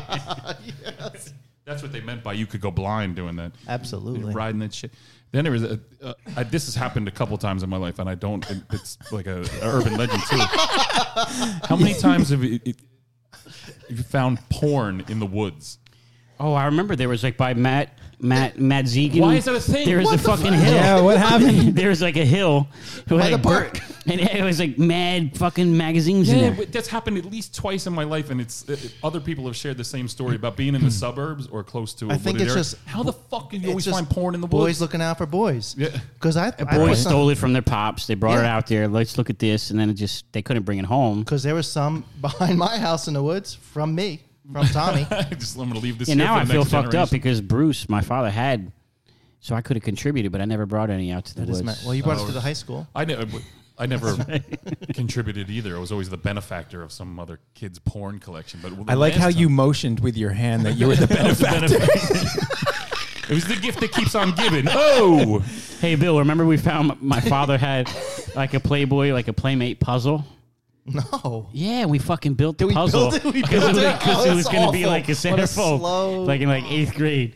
S4: That's what they meant by you could go blind doing that.
S5: Absolutely.
S4: riding that shit. Then there was a, uh, I, this has happened a couple times in my life, and I don't. it- It's like a, a urban legend too. How many times have you, it, you found porn in the woods?
S2: Oh, I remember there was like by Matt Matt Matt Zegan.
S4: Why is that a thing?
S2: There was
S4: What
S2: a
S4: the
S2: fucking
S4: fuck?
S2: hill.
S1: Yeah, what happened?
S2: there was like a hill who
S5: By
S2: had
S5: the
S2: like bur- and it was like mad fucking magazines in
S4: Yeah,
S2: there.
S4: but that's happened at least twice in my life, and it's uh, other people have shared the same story about being in the suburbs or close to.
S5: I
S4: a
S5: think
S4: wooded
S5: it's
S4: area.
S5: just
S4: how the fuck do you
S5: it's
S4: always
S5: just
S4: find porn in the
S5: boys
S4: woods?
S5: looking out for boys.
S4: Yeah.
S5: because I,
S2: The
S5: I
S2: boys
S5: saw-
S2: stole it from their pops. They brought it
S5: Yeah.
S2: out there. Let's look at this, and then it just they couldn't bring it home.
S5: because there was some behind my house in the woods from me, from Tommy.
S4: just I'm gonna leave this.
S2: And
S4: here
S2: now
S4: for
S2: I
S4: the
S2: feel
S4: next
S2: fucked up
S4: generation.
S2: because Bruce, my father, had. So I could have contributed, but I never brought any out to the
S5: That
S2: woods.
S5: is ma- well, you brought us
S4: Oh.
S5: to the high school.
S4: I never, I never contributed either. I was always the benefactor of some other kid's porn collection. But the
S1: I like
S4: last
S1: how you
S4: time-
S1: motioned with your hand that you were the
S4: I was the
S1: benefactor.
S4: benefactor. it was the gift that keeps on giving. Oh,
S2: Hey, Bill, remember we found my father had like a Playboy, like a Playmate puzzle?
S5: No.
S2: Yeah, we fucking built the
S5: we
S2: puzzle
S5: build it? We
S2: because
S5: built
S2: it,
S5: it?
S2: because
S5: Oh,
S2: it was
S5: that's
S2: going to be
S5: awful.
S2: like a
S5: What a
S2: centerfold,
S5: slow-
S2: like in like eighth grade.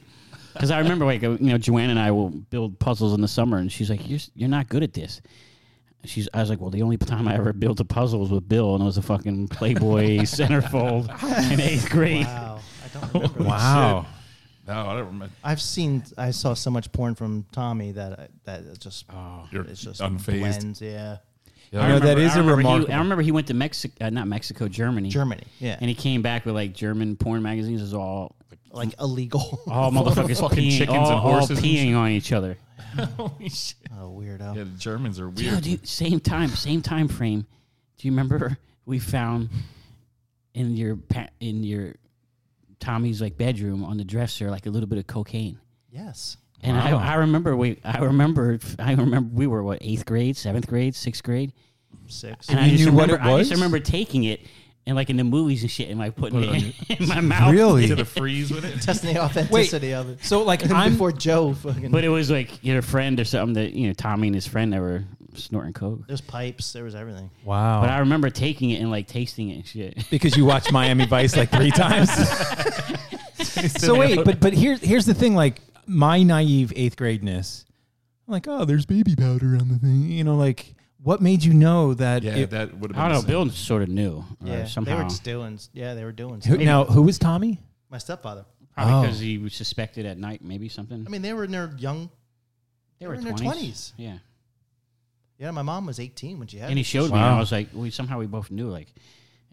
S2: Because I remember, like you know, Joanne and I will build puzzles in the summer, and she's like, "You're s- you're not good at this." She's, I was like, well, the only time I ever built a puzzle was with Bill, and it was a fucking Playboy centerfold in eighth grade.
S5: Wow. I don't remember.
S1: Wow.
S4: No, I don't remember.
S5: I've seen, I saw so much porn from Tommy that I, that it just,
S2: Oh,
S4: You're
S5: it's just
S4: unfazed.
S5: blends, yeah.
S2: I
S1: You know, that
S2: remember-
S1: is
S2: I
S1: a
S2: remember he- I
S1: remarkable-
S2: remember he went to Mexico, uh, not Mexico, Germany.
S5: Germany, yeah.
S2: And he came back with like German porn magazines. Is all
S5: Like illegal.
S2: all motherfuckers
S4: Fucking
S2: peeing,
S4: chickens
S2: all-
S4: and horses
S2: all
S4: and
S2: peeing
S4: shit.
S2: on each other.
S4: Holy shit.
S5: Oh, weirdo.
S4: Yeah, the Germans are
S2: Yeah,
S4: weird.
S2: dude. Same time, same time frame. Do you remember we found in your pa- in your Tommy's like bedroom on the dresser like a little bit of cocaine?
S5: Yes.
S2: And
S5: Wow.
S2: I, I remember we I remember I remember we were what eighth grade, seventh grade, sixth grade.
S5: Six.
S2: And I
S1: You
S2: just
S1: knew what
S2: remember,
S1: it
S2: I
S1: was?
S2: just remember taking it and like in the movies and shit and like putting
S1: Put it on
S2: it, in my mouth.
S1: uh, Really?
S4: To the freeze with it.
S5: Testing the authenticity of it.
S1: so, like, I'm-
S5: before Joe fucking.
S2: But it was like your friend or something that you know Tommy and his friend that were snorting coke.
S5: there's pipes. There was everything.
S1: Wow.
S2: But I remember taking it and like tasting it and shit.
S1: because you watched Miami Vice like three times. so wait, but but here's here's the thing. Like my naive eighth gradeness, I'm like, oh, there's baby powder on the thing. You know, like what made you know that?
S4: Yeah,
S1: it-
S4: that would have been. the
S2: I don't know.
S4: same.
S2: Bill sort of knew or
S5: Yeah. They
S2: uh, somehow.
S5: were just doing. Yeah, they were doing.
S1: who,
S5: Something.
S1: now who was Tommy?
S5: My stepfather.
S1: Oh.
S2: Probably because he was suspected at night, maybe something.
S5: I mean, they were in their young.
S2: they were,
S5: in their twenties.
S2: Yeah.
S5: Yeah, my mom was 18 when she had.
S2: And he
S5: it.
S2: showed me, and
S1: Wow.
S2: I was like, we somehow we both knew, like,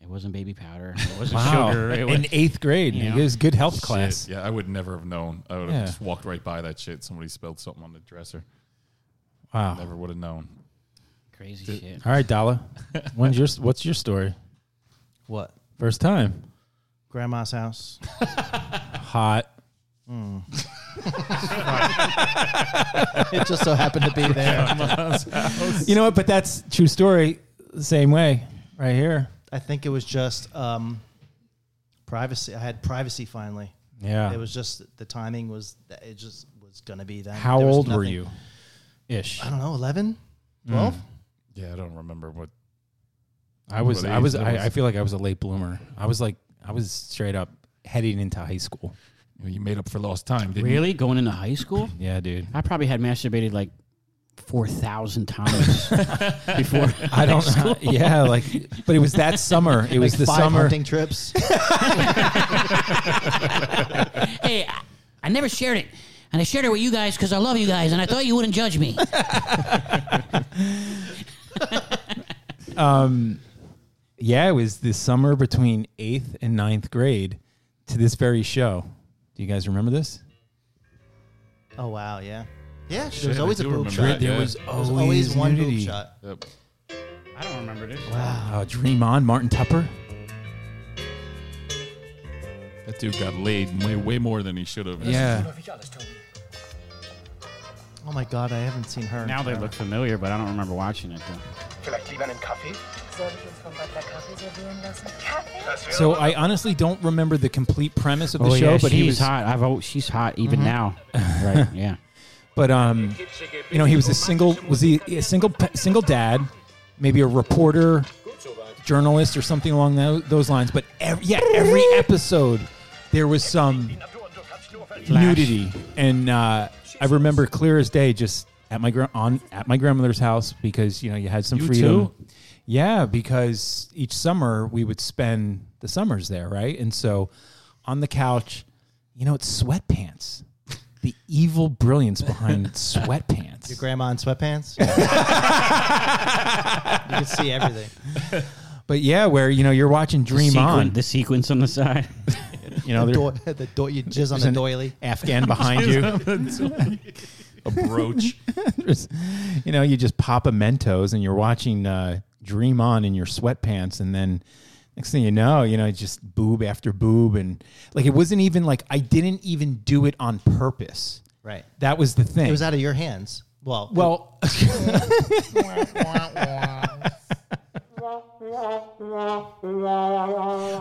S2: it wasn't baby powder, it wasn't
S1: Wow,
S2: sugar. It was,
S1: in eighth grade,
S2: you
S1: it
S2: know.
S1: was good health
S4: Shit,
S1: class.
S4: Yeah, I would never have known. I would have
S1: Yeah.
S4: just walked right by that shit. Somebody spilled something on the dresser.
S1: Wow.
S4: Never would have known.
S2: crazy shit.
S1: All right, Dala, when's your what's your story?
S5: What?
S1: First time,
S5: Grandma's house.
S1: hot.
S5: it just so happened to be there.
S1: You know what? But that's true story. Same way, right here.
S5: I think it was just um, privacy. I had privacy finally.
S1: Yeah.
S5: It was just the timing was it just was gonna be that.
S1: How
S5: There was
S1: old were
S5: nothing-
S1: you? Hmm. Ish.
S5: I don't know, 11, 12?
S4: Yeah, I don't remember what.
S1: I was,
S4: What
S1: I
S4: age
S1: was,
S4: that
S1: I,
S4: was?
S1: I feel like I was a late bloomer. I was like, I was straight up heading into high school.
S4: You made up for lost time, didn't you?
S2: Really, going into high school,
S1: Yeah, dude.
S2: I probably had masturbated like four thousand times before.
S1: I don't, yeah, like, but it was that summer. It was
S5: Like
S1: the
S5: five
S1: summer.
S5: hunting trips.
S2: hey, I, I never shared it, and I shared it with you guys because I love you guys, and I thought you wouldn't judge me.
S1: Yeah, it was the summer between eighth and ninth grade to this very show. Do you guys remember this?
S5: oh wow, yeah. Yeah,
S4: Shit,
S5: there was
S4: I
S5: always a
S4: do
S5: boob
S4: remember
S5: shot.
S4: that, There yeah.
S1: was
S5: There was
S1: always
S5: always one boob
S1: nudity.
S5: shot.
S4: Yep.
S2: I don't remember this.
S1: Wow, Uh, Dream On, Martin Tupper.
S4: That dude got laid way, way more than he should have.
S1: Yeah,
S5: Oh my god, I haven't seen her. in
S2: Now they
S5: forever.
S2: look familiar, but I don't remember watching it. Though.
S11: Vielleicht lieber einen Kaffee?
S1: so I honestly don't remember the complete premise of the
S2: Oh
S1: show,
S2: yeah,
S1: but
S2: she's
S1: he was Mm-hmm.
S2: hot. I've al- she's hot even now. right? Yeah.
S1: But um, you know, he was a single was he a single pa- single dad, maybe a reporter, journalist, or something along tho- those lines. But ev yeah, every episode there was some nudity, and uh, I remember clear as day just at my gra- on at my grandmother's house because you know you had some
S4: You
S1: freedom.
S4: too?
S1: Yeah, because each summer we would spend the summers there, right? And so on the couch, you know, it's sweatpants. The evil brilliance behind sweatpants.
S5: Your grandma in sweatpants. you can see everything.
S1: but yeah, where you know you're watching Dream
S2: Sequen-
S1: On.
S2: the sequence on the side.
S1: you know,
S5: The,
S1: there-
S5: do- the do- you jizz on
S1: there's
S5: the
S1: an
S5: doily.
S1: Afghan behind you.
S4: a brooch.
S1: There's- you know, you just pop a Mentos and you're watching uh, Dream On in your sweatpants, and then next thing you know, you know, just boob after boob, and like it wasn't even like I didn't even do it on purpose.
S5: Right.
S1: That was the thing.
S5: It was out of your hands. Well,
S1: well,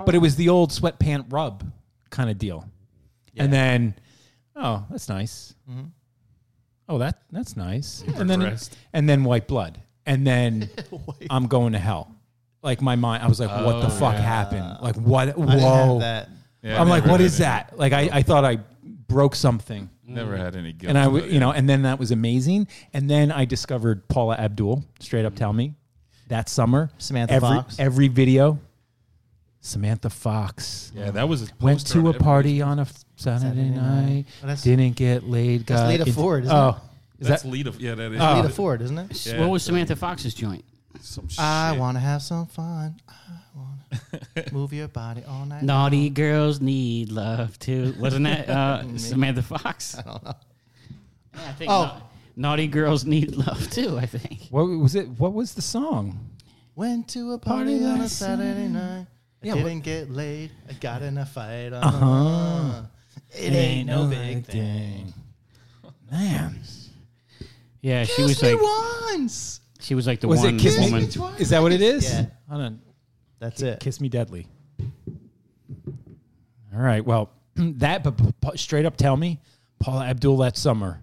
S1: but it was the old sweatpant rub kind of deal. And then, oh, that's nice.
S5: Mm-hmm.
S1: Oh, that that's nice. And then,
S4: progressed.
S1: and then white blood. And then I'm going to hell. like my mind. I was like, what the
S5: Oh,
S1: fuck
S5: yeah.
S1: happened? Like what? Whoa!
S5: didn't have that. Yeah,
S1: I'm
S5: I
S1: like,
S5: never
S1: what
S5: had
S1: is
S5: any.
S1: that? Like I, I thought I broke something.
S4: Never had any guilt
S1: And I, w-
S5: Oh,
S4: about
S1: you know, and then that was amazing. And then I discovered Paula Abdul. Straight up, tell me that summer,
S5: Samantha
S1: every,
S5: Fox.
S1: every video. Samantha Fox.
S4: Yeah, that was a
S1: went
S4: poster
S1: to
S4: on
S1: a party on a f- Saturday, night.
S5: Oh, that's-
S1: didn't get laid.
S5: That's
S1: got
S5: Lita
S1: into-
S5: Ford, isn't
S1: oh,
S4: it? That's Lita- yeah, that is-
S1: Oh.
S5: Lita Ford, isn't it?
S2: What was Samantha Fox's joint?
S4: Some
S5: I want to have some fun. I want to move your body all night.
S2: Naughty girls need love too. Wasn't that uh,
S5: Maybe.
S2: Samantha Fox? I
S5: don't know.
S2: Yeah, I think
S5: Oh.
S2: na- naughty girls need love too. I think.
S1: What was it? What was the song?
S5: Went to a
S1: Party
S5: party, on a
S1: last
S5: Saturday
S1: night.
S5: night. I
S1: Yeah,
S5: didn't get laid. I got in a fight. On
S1: Uh-huh.
S5: It ain't, no big thing.
S1: Man.
S2: Yeah, she
S5: Kiss
S2: was
S5: me
S2: like
S5: once.
S2: she was like the
S1: was
S2: one
S1: it Kiss
S2: woman.
S1: Me? Is that what it is?
S5: Yeah.
S1: Hold on.
S5: That's
S1: Ki-
S5: it.
S1: Kiss Me Deadly. All right. Well, that, but, but- but straight up tell me, Paula Abdul that summer.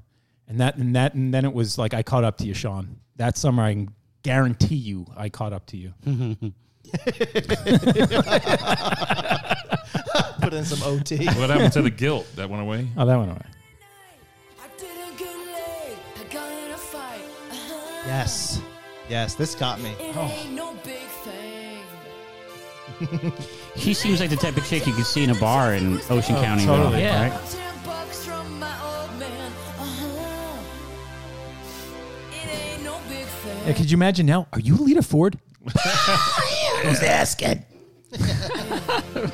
S1: And that, and that, and then it was like, I caught up to you, Sean. That summer, I can guarantee you I caught up to you.
S5: Put in some OT.
S4: What happened to the guilt? That went away.
S1: Oh, that went away.
S5: Uh-huh. Yes. Yes, this got me.
S2: She seems like the type of chick you could see in a bar in Ocean
S1: Oh,
S2: County.
S1: totally.
S2: Maryland,
S1: Yeah.
S2: right?
S12: Uh-huh.
S1: Yeah, could you imagine now? Are you Lita Ford? Who's asking?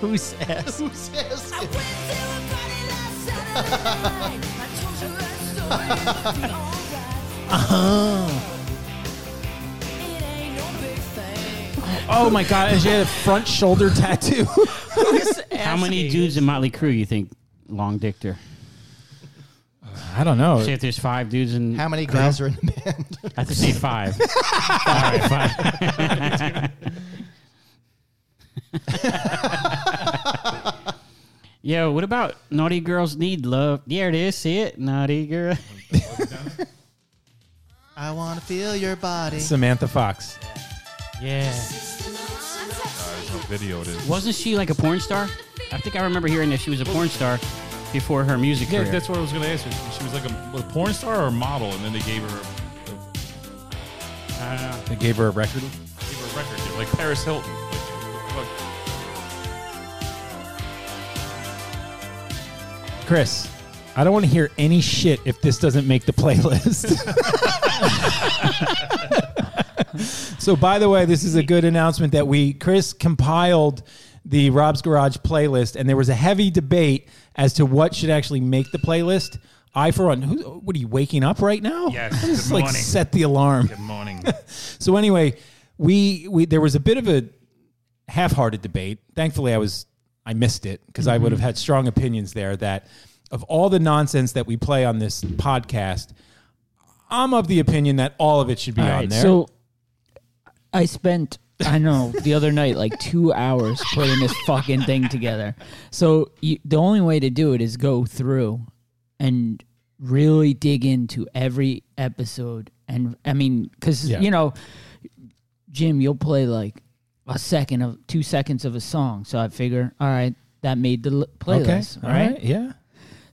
S5: Who's asking? Who's asking?
S1: Uh-huh. Oh my god! And she had a front shoulder tattoo.
S2: How many dudes in Motley Crue you think long dicked her?
S1: I don't know.
S2: Say if there's five dudes in
S5: How many
S2: Crue?
S5: guys are in the band?
S2: I have to say five. All right, five. Yo, what about naughty girls need love? There it is. See it, naughty girl.
S5: I want to feel your body.
S1: Samantha Fox.
S2: Yeah.
S4: video it is.
S2: Wasn't she like a porn star? I think I remember hearing that she was a porn star before her music
S4: Yeah,
S2: career.
S4: that's what I was going to ask. her. She was like a, was a porn star or a model, and then they gave her. a-
S2: I don't know.
S1: They gave her a record.
S4: Gave her a record, deal, like Paris Hilton. Like, fuck.
S1: Chris, I don't want to hear any shit if this doesn't make the playlist. so, by the way, this is a good announcement that we, Chris, compiled the Rob's Garage playlist, and there was a heavy debate as to what should actually make the playlist. I, for one, who, what are you waking up right now?
S4: Yes,
S1: I just
S4: good
S1: like
S4: morning.
S1: set the alarm.
S4: Good morning.
S1: so anyway, we we there was a bit of a half-hearted debate. Thankfully, I was I missed it because I would
S4: Mm-hmm.
S1: have had strong opinions there that of all the nonsense that we play on this podcast, I'm of the opinion that all of it should be
S6: All
S1: on
S6: right,
S1: there.
S6: So I spent I know the other night like two hours putting this fucking thing together. So you, the only way to do it is go through and really dig into every episode. And I mean, because
S3: Yeah.
S6: you know, Jim, you'll play like a second of two seconds of a song. So I figure, all right, that made the l- playlist.
S1: all
S6: all right?
S1: right, yeah.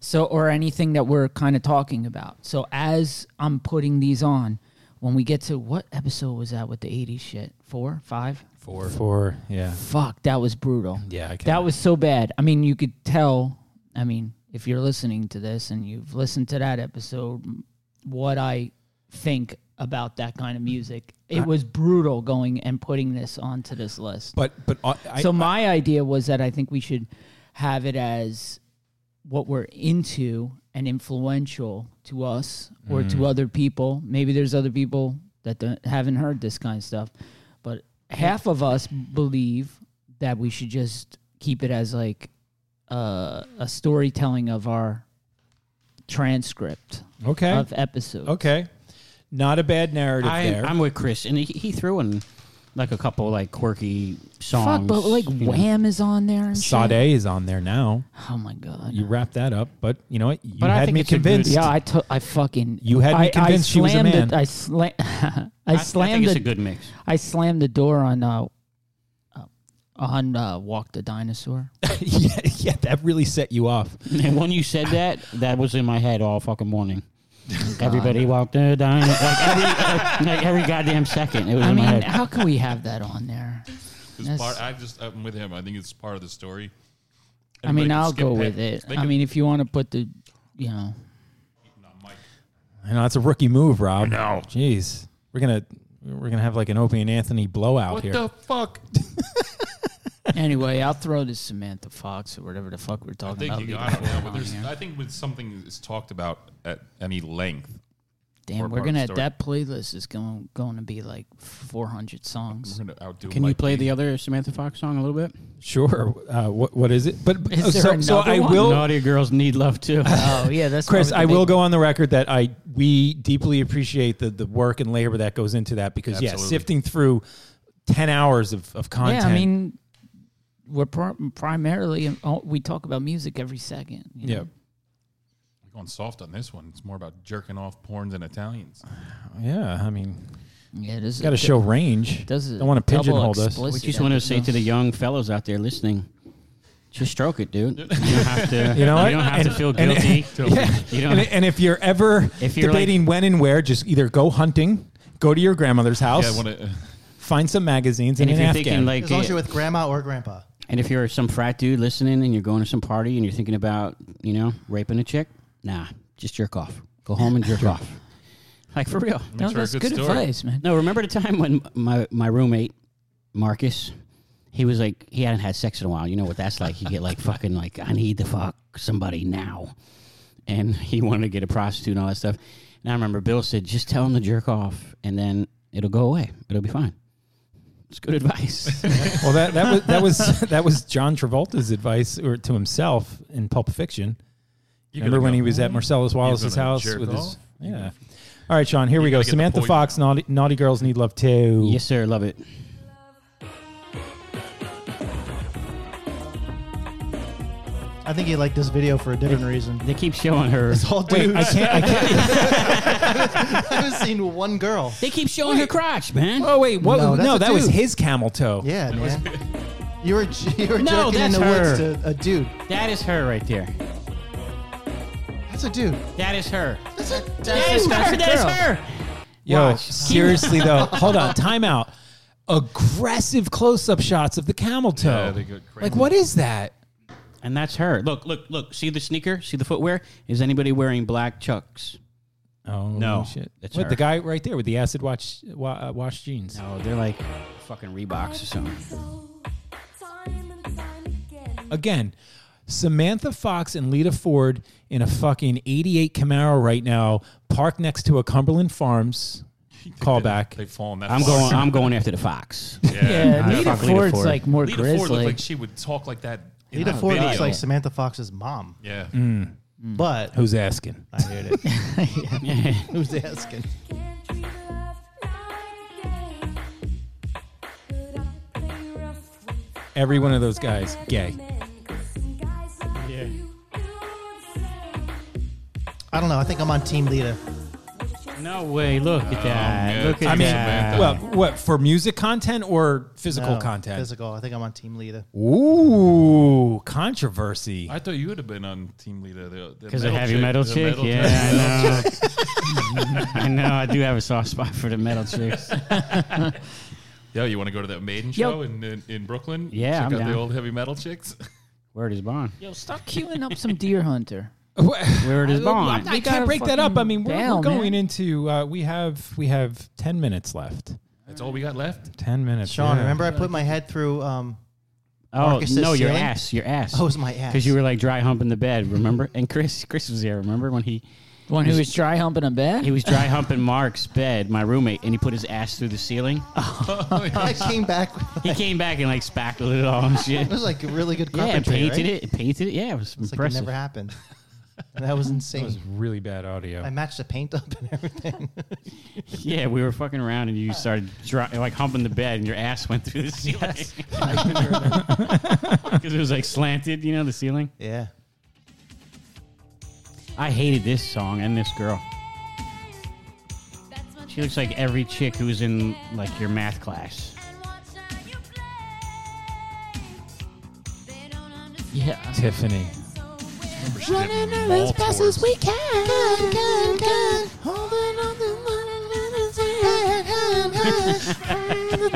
S6: So, or anything that we're kind of talking about. So, as I'm putting these on, when we get to what episode was that with the 80s shit? Four, five?
S1: Four. Four, yeah.
S6: Fuck, that was brutal.
S1: Yeah, I
S6: that was so bad. I mean, you could tell. I mean, if you're listening to this and you've listened to that episode, m- what I think about that kind of music. It
S1: I-
S6: was brutal going and putting this onto this list.
S1: But but uh, I,
S6: so my idea was that I think we should have it as what we're into and influential to us or
S1: Mm.
S6: to other people. Maybe there's other people that don't, haven't heard this kind of stuff, but half of us believe that we should just keep it as like uh, a storytelling of our transcript
S1: okay
S6: of episodes.
S1: Okay, not a bad narrative
S2: I,
S1: there.
S2: am with Chris, and he, he threw in like a couple like quirky
S6: Fuck,
S2: songs.
S6: but like
S2: you know.
S6: Wham is on there. And shit.
S1: Sade is on there now.
S6: Oh my god!
S1: You wrap that up, but you know what? You
S6: But I
S1: had
S6: think
S1: me
S6: it's a good-
S1: convinced.
S6: Yeah, I took. I fucking.
S1: You had
S6: I-
S1: me
S6: I
S1: convinced she was a
S6: slammed
S1: man.
S6: It, I, sla- I
S2: I
S6: slammed.
S2: think it's
S6: the-
S2: a good mix.
S6: I slammed the door on uh, on uh, Walk the Dinosaur.
S1: yeah, yeah, that really set you off.
S2: And when you said that, that was in my head all fucking morning. Everybody walked the dino. Like every, like every goddamn second, it was
S6: I
S2: in
S6: mean,
S2: my head.
S6: how can we have that on there?
S4: It's
S6: That's-
S4: part, I just I'm with him. I think it's part of the story.
S6: I mean,
S4: Everybody can
S6: I'll
S4: skip
S6: go
S4: pa-
S6: with it.
S4: they
S6: I
S4: can-
S6: mean, if you want to put the, you know,
S1: I know that's a rookie move, Rob. No, jeez, we're gonna we're gonna have like an Opie and Anthony blowout here.
S4: fuck?
S6: anyway, I'll throw this Samantha Fox or whatever the fuck we're
S4: I
S6: talking
S4: think
S6: about.
S4: Oh, you,
S6: legal
S4: I don't know,
S6: porn
S4: but
S6: on
S4: there's,
S6: here.
S4: I think when something is talked about at any length,
S6: Damn,
S4: or
S6: we're
S4: part of
S6: gonna
S4: the story-
S6: that playlist is going going to be like 400 songs.
S4: We're gonna outdo.
S2: Can you play the other Samantha Fox song a little bit?
S1: Sure. Uh, what what is it? But oh,
S6: Is there
S1: so, so
S6: another
S1: I
S6: one?
S1: will.
S2: Naughty girls need love too.
S6: Oh yeah, that's
S1: Chris,
S6: probably
S1: I
S6: the big
S1: will go on the record that I we deeply appreciate the, the work and labor that goes into that because yeah,
S6: Absolutely.
S1: sifting through ten hours of, of content.
S6: Yeah, I mean, we're pr- primarily we talk about music every second. you know?
S4: We're going soft on this one. It's more about jerking off porns and Italians.
S1: yeah, I mean,
S6: yeah, this
S1: got to show range. Don't want to pigeonhole this.
S2: We just want to say to the young fellows out there listening, just stroke it, dude. You don't have to.
S1: You know what?
S2: don't have to
S1: And-
S2: feel
S1: and-
S2: guilty.
S1: yeah.
S2: You don't.
S1: and, and if you're ever
S2: If you're
S1: debating when and where, just either go hunting, go to your grandmother's house,
S2: Yeah, I wanna- uh,
S1: find some magazines, and,
S2: And if
S1: an
S2: you're
S1: Afghan.
S2: thinking, like,
S5: as long as you're with grandma or grandpa.
S2: and if you're some frat dude listening and you're going to some party and you're thinking about, you know, raping a chick, nah, just jerk off. Go home and jerk off. Like for real.
S6: No, that's good advice, man.
S2: No, remember the time when my, my roommate, Marcus, he was like, he hadn't had sex in a while. You know what that's like. You get like fucking like, I need to fuck somebody now. And he wanted to get a prostitute and all that stuff. And I remember Bill said, just tell him to jerk off and then it'll go away. It'll be fine. It's good advice.
S1: well, that, that was that was that was John Travolta's advice or to himself in Pulp Fiction.
S4: You
S1: Remember
S4: gotta
S1: when
S4: go,
S1: he was at
S4: "Mm,
S1: Marcellus
S4: you
S1: Wallace's
S4: gonna
S1: house
S4: jerk
S1: with his
S4: off? You
S1: yeah.
S4: gonna-
S1: All right, Sean, here we
S4: You
S1: go.
S4: gotta get the
S1: Samantha
S4: point
S1: Fox, naughty, naughty Girls Need Love Too. Yes,
S2: sir, love it.
S5: I think he liked this video for a different reason.
S2: They keep showing her.
S5: This whole
S2: Wait,
S5: dude.
S2: I can't- I
S5: can't. I haven't seen one girl.
S2: They keep showing her crotch, man.
S1: Oh wait, what? No,
S5: that's a
S1: that was
S5: dude.
S1: his camel toe.
S5: Yeah, man. You were j- you were
S2: No,
S5: jerking in
S2: that's
S5: the woods
S2: her.
S5: to a dude.
S2: That is her right there.
S5: That's a dude.
S2: That is her.
S5: That's a, that's
S2: That is
S5: a- that's
S2: her.
S5: a
S2: That is
S5: girl.
S2: her.
S1: Yo,
S2: Watch.
S1: seriously though, hold on, time out. Aggressive close-up shots of the camel toe.
S2: Yeah, they go crazy.
S1: like, what is that?
S2: And that's her. Look, look, look. See the sneaker? See the footwear? Is anybody wearing black chucks?
S1: Oh
S2: no,
S1: shit!
S2: That's
S1: What,
S2: her.
S1: the guy right there with the acid watch wa- uh, wash jeans.
S2: No, they're like fucking Reeboks or something.
S1: Again, Samantha Fox and Lita Ford in a fucking '88 Camaro right now, parked next to a Cumberland Farms. Callback.
S4: They've fallen that
S2: I'm
S4: far.
S2: going. I'm going after the fox.
S1: Yeah,
S2: I
S1: Lita
S2: fuck
S1: Ford's like more
S4: Lita Ford looked
S1: grizzly.
S4: like she would talk like that. in
S5: Lita
S4: that
S5: Ford
S4: video.
S5: looks like Samantha Fox's mom.
S4: Yeah.
S1: Mm.
S5: But
S1: Who's asking?
S5: I heard it. Who's asking?
S1: Every one of those guys gay.
S5: Yeah. I don't know. I think I'm on Team Lita.
S2: No way. Look at that.
S5: man.
S2: Look at
S5: I mean,
S2: that.
S1: Well, what for music content or physical
S5: No,
S1: content?
S5: Physical. I think I'm on Team Lita.
S1: Ooh, controversy.
S4: I thought you would have been on Team Leader. the- the
S2: 'Cause of
S4: metal
S2: heavy
S4: chick-
S2: metal
S4: the
S2: chick?
S4: metal
S2: Yeah,
S4: chick.
S2: I know. I do have a soft spot for the metal chicks.
S4: Yo, you want to go to that Maiden
S2: Yo.
S4: show in, in, in Brooklyn?
S2: Yeah,
S4: Check
S2: I'm
S4: out
S2: down.
S4: the old heavy metal chicks.
S2: Word is bond.
S6: Yo, stop queuing up some Deer Hunter.
S2: Word is bond.
S1: I can't break that up. I mean, we're,
S6: down,
S1: we're going
S6: man.
S1: into uh, we have we have ten minutes left.
S4: That's all we got left.
S1: Ten minutes.
S5: Sean,
S1: yeah.
S5: remember I put my head through. Um,
S2: Oh
S5: Marcus's
S2: no, your
S5: ceiling?
S2: ass, your ass.
S5: Oh, it was my ass.
S2: Because you were like dry humping the bed, remember? And Chris, Chris was there. Remember when he,
S6: The one who was dry humping a bed?
S2: he was dry humping Mark's bed, my roommate, and he put his ass through the ceiling.
S5: I came back.
S2: he came back and like spackled it all and shit.
S5: It was like a really good
S2: yeah, and
S5: carpentry,
S2: painted
S5: right?
S2: it, painted it. Yeah, it was
S5: It's like it
S2: impressive.
S5: never happened. And that was insane.
S1: really bad audio.
S5: I matched the paint up and everything.
S2: yeah, we were fucking around and you started dry, like humping the bed, and your ass went through the ceiling because it was like slanted, you know, the ceiling.
S5: Yeah.
S2: I hated this song and this girl. She looks like every chick who's in like your math class.
S6: Yeah.
S1: Tiffany.
S23: Running our race fast as we can. Gun, gun, gun. Holding on to my
S10: The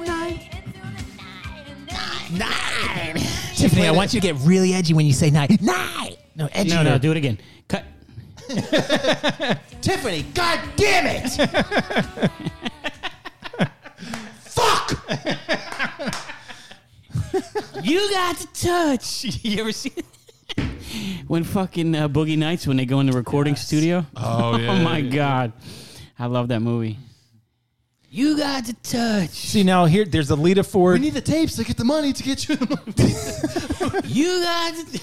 S10: night and night.
S2: Tiffany, I want you to get really edgy when you say night. Night. No, edgy. No, no, do it again. Cut.
S10: Tiffany, god damn it! Fuck!
S2: you got to touch. you ever see when fucking uh, Boogie Nights when they go in the recording studio?
S4: Oh, yeah,
S2: my
S4: yeah, yeah.
S2: god, I love that movie. You got to touch. See
S1: now here, there's a Lita Ford.
S5: the tapes to get the money to get you the movie.
S2: you guys.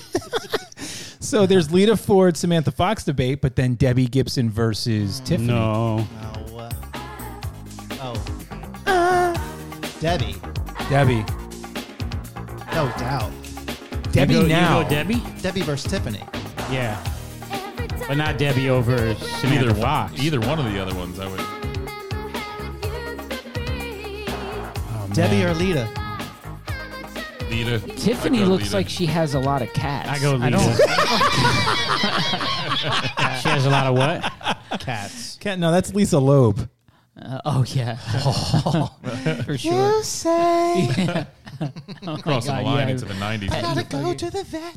S1: so there's Lita Ford, Samantha Fox debate, but then Debbie Gibson versus Tiffany.
S2: No,
S5: uh, oh. Debbie.
S1: Debbie.
S5: No doubt.
S1: Debbie go- you now. go
S2: Debbie?
S5: Debbie versus Tiffany.
S2: yeah, but not Debbie over Samantha
S4: Either
S2: Fox.
S4: one, either one of the other ones, I would.
S5: Debbie or Lita?
S4: Lita.
S6: Tiffany
S4: I'd go
S6: looks
S4: Lita.
S6: like she has a lot of cats.
S2: I go Lita. she has a lot of what?
S5: Cats.
S1: Cat, no, that's Lisa Loeb.
S6: Uh, oh yeah, for sure.
S10: You say.
S6: Yeah.
S10: my
S4: Crossing the
S10: God,
S4: line
S10: yeah.
S4: into the 90s.
S10: I gotta go to the vet.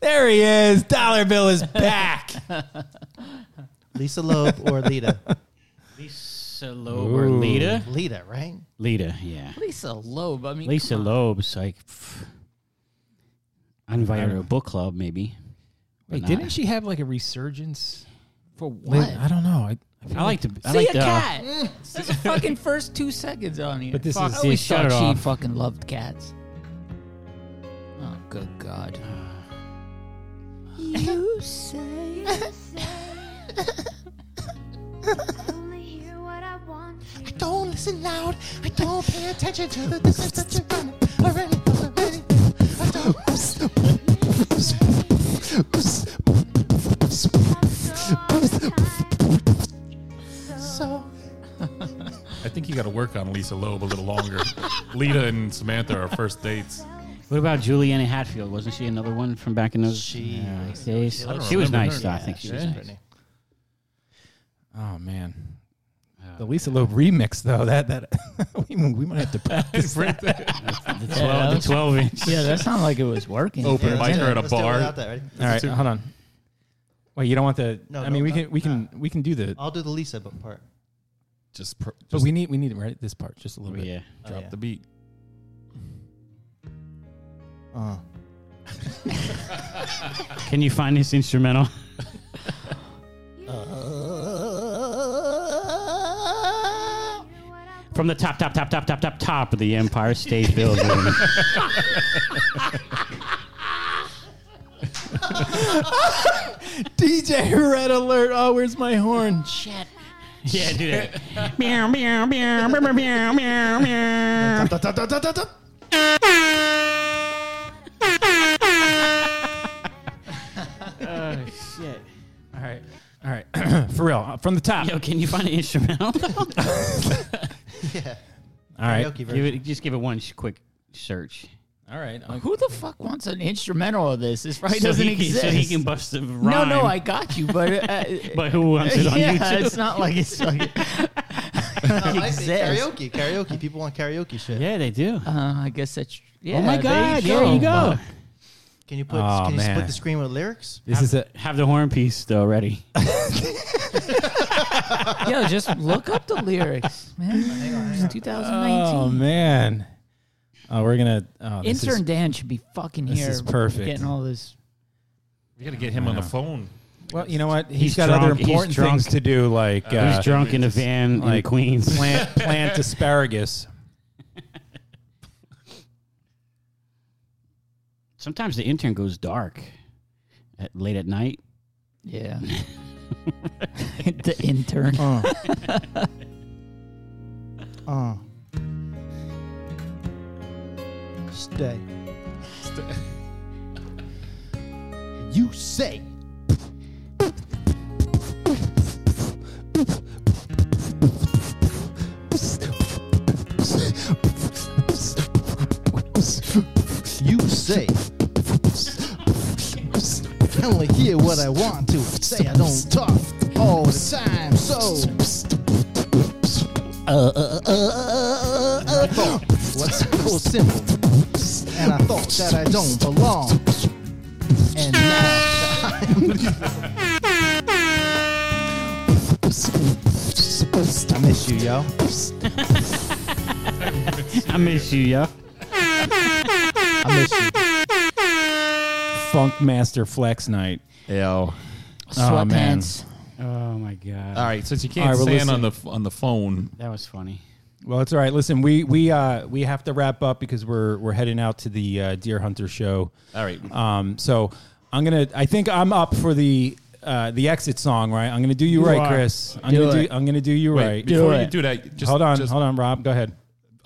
S1: there he is. Dollar Bill is back.
S5: Lisa Loeb or Lita?
S2: Lisa Loeb or Lita?
S5: Lita, right?
S2: Lita, yeah.
S6: Lisa Loeb. I mean,
S2: Lisa Loeb's like. pff, I invited her to a book club, maybe.
S1: Wait,
S2: But
S1: didn't
S2: not-
S1: she have like a resurgence?
S6: For what?
S1: I don't know. I,
S2: I like to. I
S6: See
S2: like
S6: a
S2: the, uh,
S6: cat.
S10: Eh.
S6: That's the fucking first two seconds on here.
S1: But this
S6: Fuck,
S1: is-
S6: I always
S1: see, shut
S6: thought
S1: it
S6: she
S1: off.
S6: fucking loved cats. Oh, good God.
S10: You say. I don't listen loud. I don't pay attention to the distance that you're running. I run already. I don't. So
S4: I think you got to work on Lisa Loeb a little longer. Lita and Samantha are first dates.
S2: What about Juliana Hatfield? Wasn't she another one from back in those
S5: she,
S2: uh, days?
S5: I don't
S2: She was
S5: remember
S2: nice,
S5: her.
S2: though. I
S5: Yeah,
S2: think she
S5: she
S2: was
S5: was
S2: nice.
S5: pretty.
S1: Oh man. The Lisa Loeb remix, though that that we, we might have to practice that.
S2: uh, The 12 the 12 inch.
S6: Yeah, that sounded like it was working.
S1: Open
S6: Yeah,
S1: mic
S6: yeah.
S1: or at a
S5: Let's do it without that, ready?
S1: All right,
S5: Two.
S1: hold on. Wait, you don't want the?
S5: No,
S1: I
S5: no,
S1: mean, we
S5: no.
S1: can we can we can do the.
S5: I'll do the Lisa bu- part.
S4: Just, pr-
S1: but we need we need right this part just a little bit.
S2: Yeah.
S5: Oh,
S4: drop
S5: yeah.
S4: the beat.
S5: Uh,
S2: Can you find this instrumental? From the top, top, top, top, top, top, top of the Empire State Building.
S1: DJ Red Alert! Oh, where's my horn?
S6: Shit.
S2: yeah, do that. meow, meow, meow, meow, meow, meow, meow. Oh, shit.
S1: All right, all right. For real, uh, from the top.
S2: Yo, can you find an instrumental?
S5: yeah.
S1: All right.
S5: Karaoke
S2: Give it, just give it one sh- quick search.
S1: All right. I'll-
S6: Who the fuck wants an instrumental of this? This probably
S2: So
S6: doesn't
S2: he can-
S6: exist.
S2: So he can bust the rhyme.
S6: no, no, I got you, but uh,
S2: But who wants it on
S6: yeah,
S2: YouTube?
S6: It's not like it's like
S5: No, I
S6: Exist.
S5: say karaoke, karaoke. People want karaoke shit.
S2: Yeah, they do.
S6: Uh, I guess that's. Yeah,
S2: oh my
S6: there
S2: God! Oh There you go.
S5: Can you put?
S1: Oh,
S5: can you
S1: man.
S5: split the screen with lyrics?
S1: This is a
S2: Have the horn piece though ready.
S6: Yo, just look up the lyrics, man. It's 2019.
S1: Oh man. Oh, we're gonna. Oh, this
S6: Intern
S1: is-
S6: Dan should be fucking
S1: this
S6: here.
S1: is perfect.
S6: Getting all this.
S4: We got to get him
S1: I
S4: on the
S1: know.
S4: phone.
S1: well, you know what?
S2: He's
S1: he's got
S2: drunk,
S1: other
S2: he's
S1: important
S2: drunk.
S1: things to do, like
S2: He
S1: uh,
S2: was drunk in a van
S1: like-
S2: in Queens.
S1: plant plant asparagus.
S2: Sometimes the intern goes dark at, late at night.
S6: Yeah. the intern.
S1: Oh.
S5: Uh. Stay. You say. say. I only hear what I want to say. I don't talk all the time, so. Uh, uh, uh, uh, uh, uh, what's so simple? And I thought that I don't belong. And now I miss you, yo.
S2: I miss you, yo.
S5: I miss you.
S1: Funk Master Flex Night.
S4: Yo.
S1: Sweatpants.
S2: Oh my god!
S4: All right, since you can't stand on the on the phone,
S2: that was funny.
S1: Well, it's all right. Listen, we we uh we have to wrap up because we're we're heading out to the uh, Deer Hunter show.
S4: All right.
S1: Um. So I'm gonna. I think I'm up for the uh the exit song. Right. I'm gonna do you, right,
S4: are.
S1: Chris. I'm
S4: Do
S1: gonna
S4: it.
S1: do. I'm gonna do you
S4: Wait,
S1: right.
S4: before you do that, just-
S1: hold on.
S4: just-
S1: hold on, Rob. Go ahead.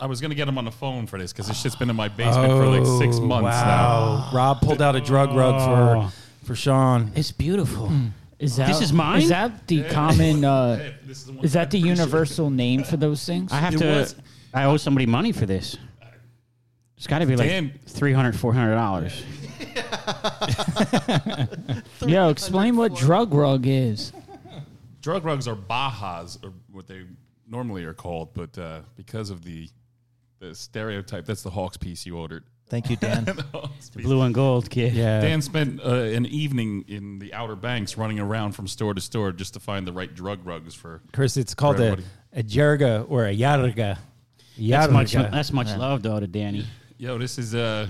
S4: I was gonna get him on the phone for this because this shit's been in my basement for like six
S1: Oh,
S4: months
S1: wow. Rob pulled out a drug rug
S4: Oh.
S1: for for Sean.
S2: It's beautiful.
S6: Is that
S2: This is mine?
S6: Is that the
S2: Yeah.
S6: common? Uh,
S2: Yeah, this is the one
S6: is
S2: I'm
S6: that the
S2: pretty sure.
S6: universal name for those things?
S2: I have to. I owe somebody money for this. It's got to be like
S6: Damn.
S2: three hundred, four hundred dollars.
S6: Yo, explain what drug rug is.
S4: now. Drug rugs are bajas, or what they normally are called, but uh, because of the the stereotype, that's the Hawks piece you ordered.
S5: Thank you, Dan.
S4: The Hawks piece.
S2: Blue and gold kid.
S1: Yeah.
S4: Dan spent uh, an evening in the Outer Banks running around from store to store just to find the right drug rugs for
S1: Chris, it's
S4: for
S1: called a,
S4: everybody.
S1: a jerga or a yarga.
S2: That's much.
S1: Yarga.
S2: That's much
S1: Yeah.
S2: love though to Danny.
S4: Yo, this is uh,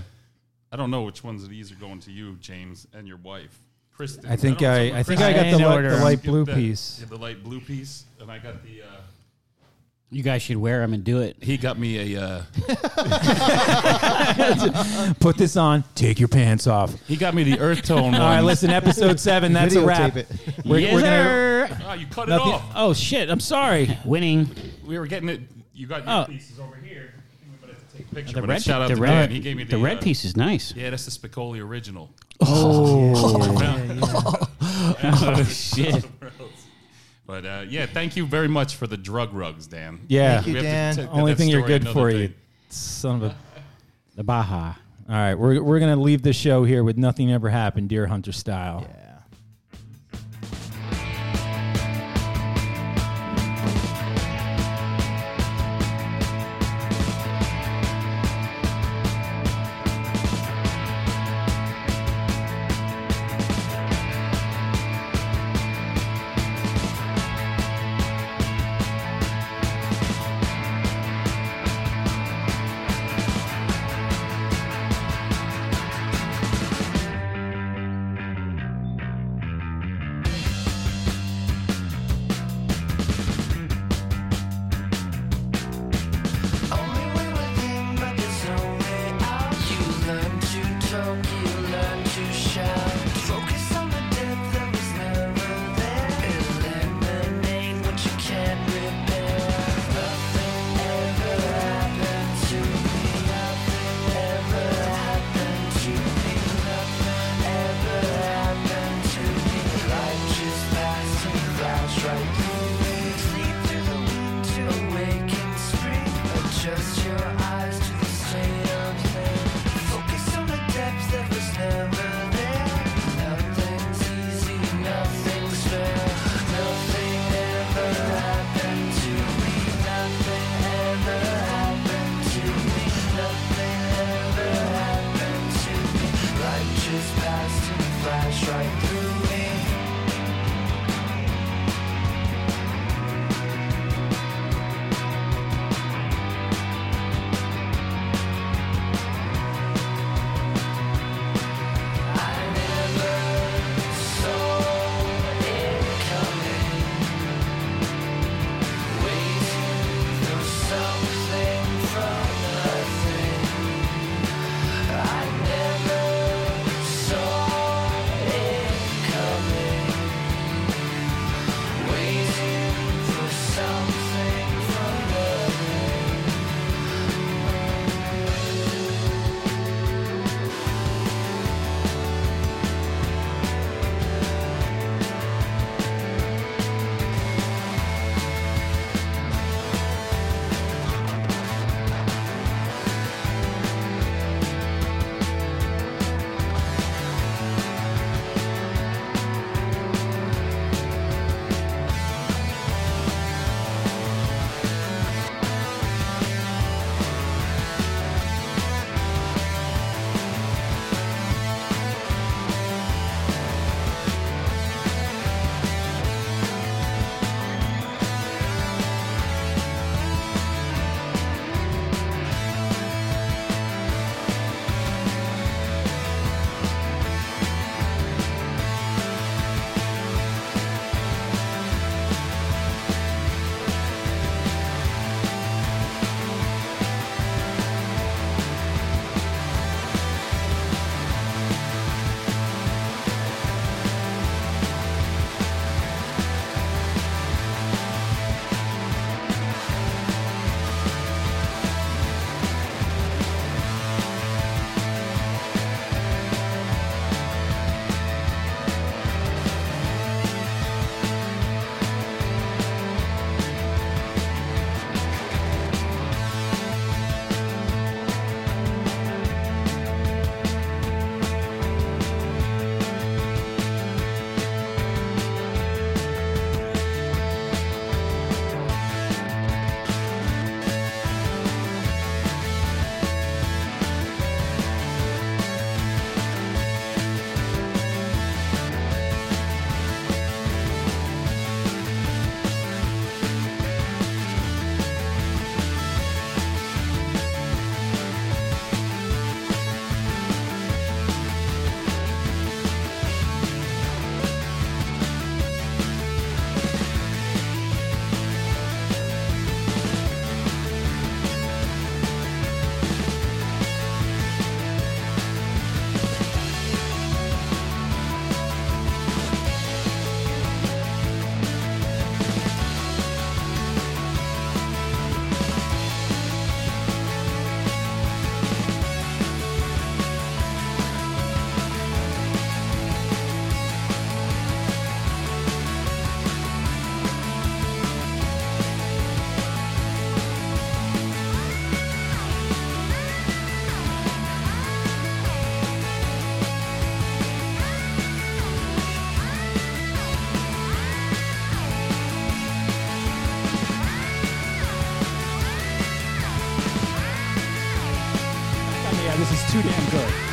S4: I don't know which ones of these are going to you, James, and your wife, Kristen.
S1: I think
S4: don't know
S1: I-
S4: if
S1: I think
S4: Kristen-
S1: I got I the didn't light- order the them. light blue
S4: Yeah,
S1: piece.
S4: Yeah, the light blue piece, and I got the. Uh,
S2: You guys should wear them and do it.
S4: He got me a. Uh,
S1: Put this on. Take your pants off.
S4: He got me the earth tone.
S1: All right, listen. Episode seven. That's a wrap.
S4: yes,
S1: gonna-
S4: sir. Ah, you cut
S1: Nothing-
S4: it off.
S1: Oh shit! I'm sorry.
S2: Winning.
S4: We were getting it. You got your pieces over here. I think we might have to take a picture.
S2: Oh. The
S4: but
S2: red-
S4: shout out
S2: the
S4: to
S2: red-
S4: Dan. He gave me
S2: the
S4: the, uh,
S2: red piece is nice.
S4: Yeah, that's the Spicoli original.
S2: Oh.
S4: Yeah.
S2: Oh, shit.
S4: But uh, yeah, thank you very much for the drug rugs, Dan.
S1: Yeah.
S4: We have to take- get
S1: Only
S4: that
S1: thing you're
S4: story
S1: good
S4: another
S1: for,
S4: day.
S1: you son of a.
S2: The Baja.
S1: All right, we're we're gonna leave the show here with nothing ever happened, Deer Hunter style.
S5: Yeah.
S1: Yeah, this is too damn good.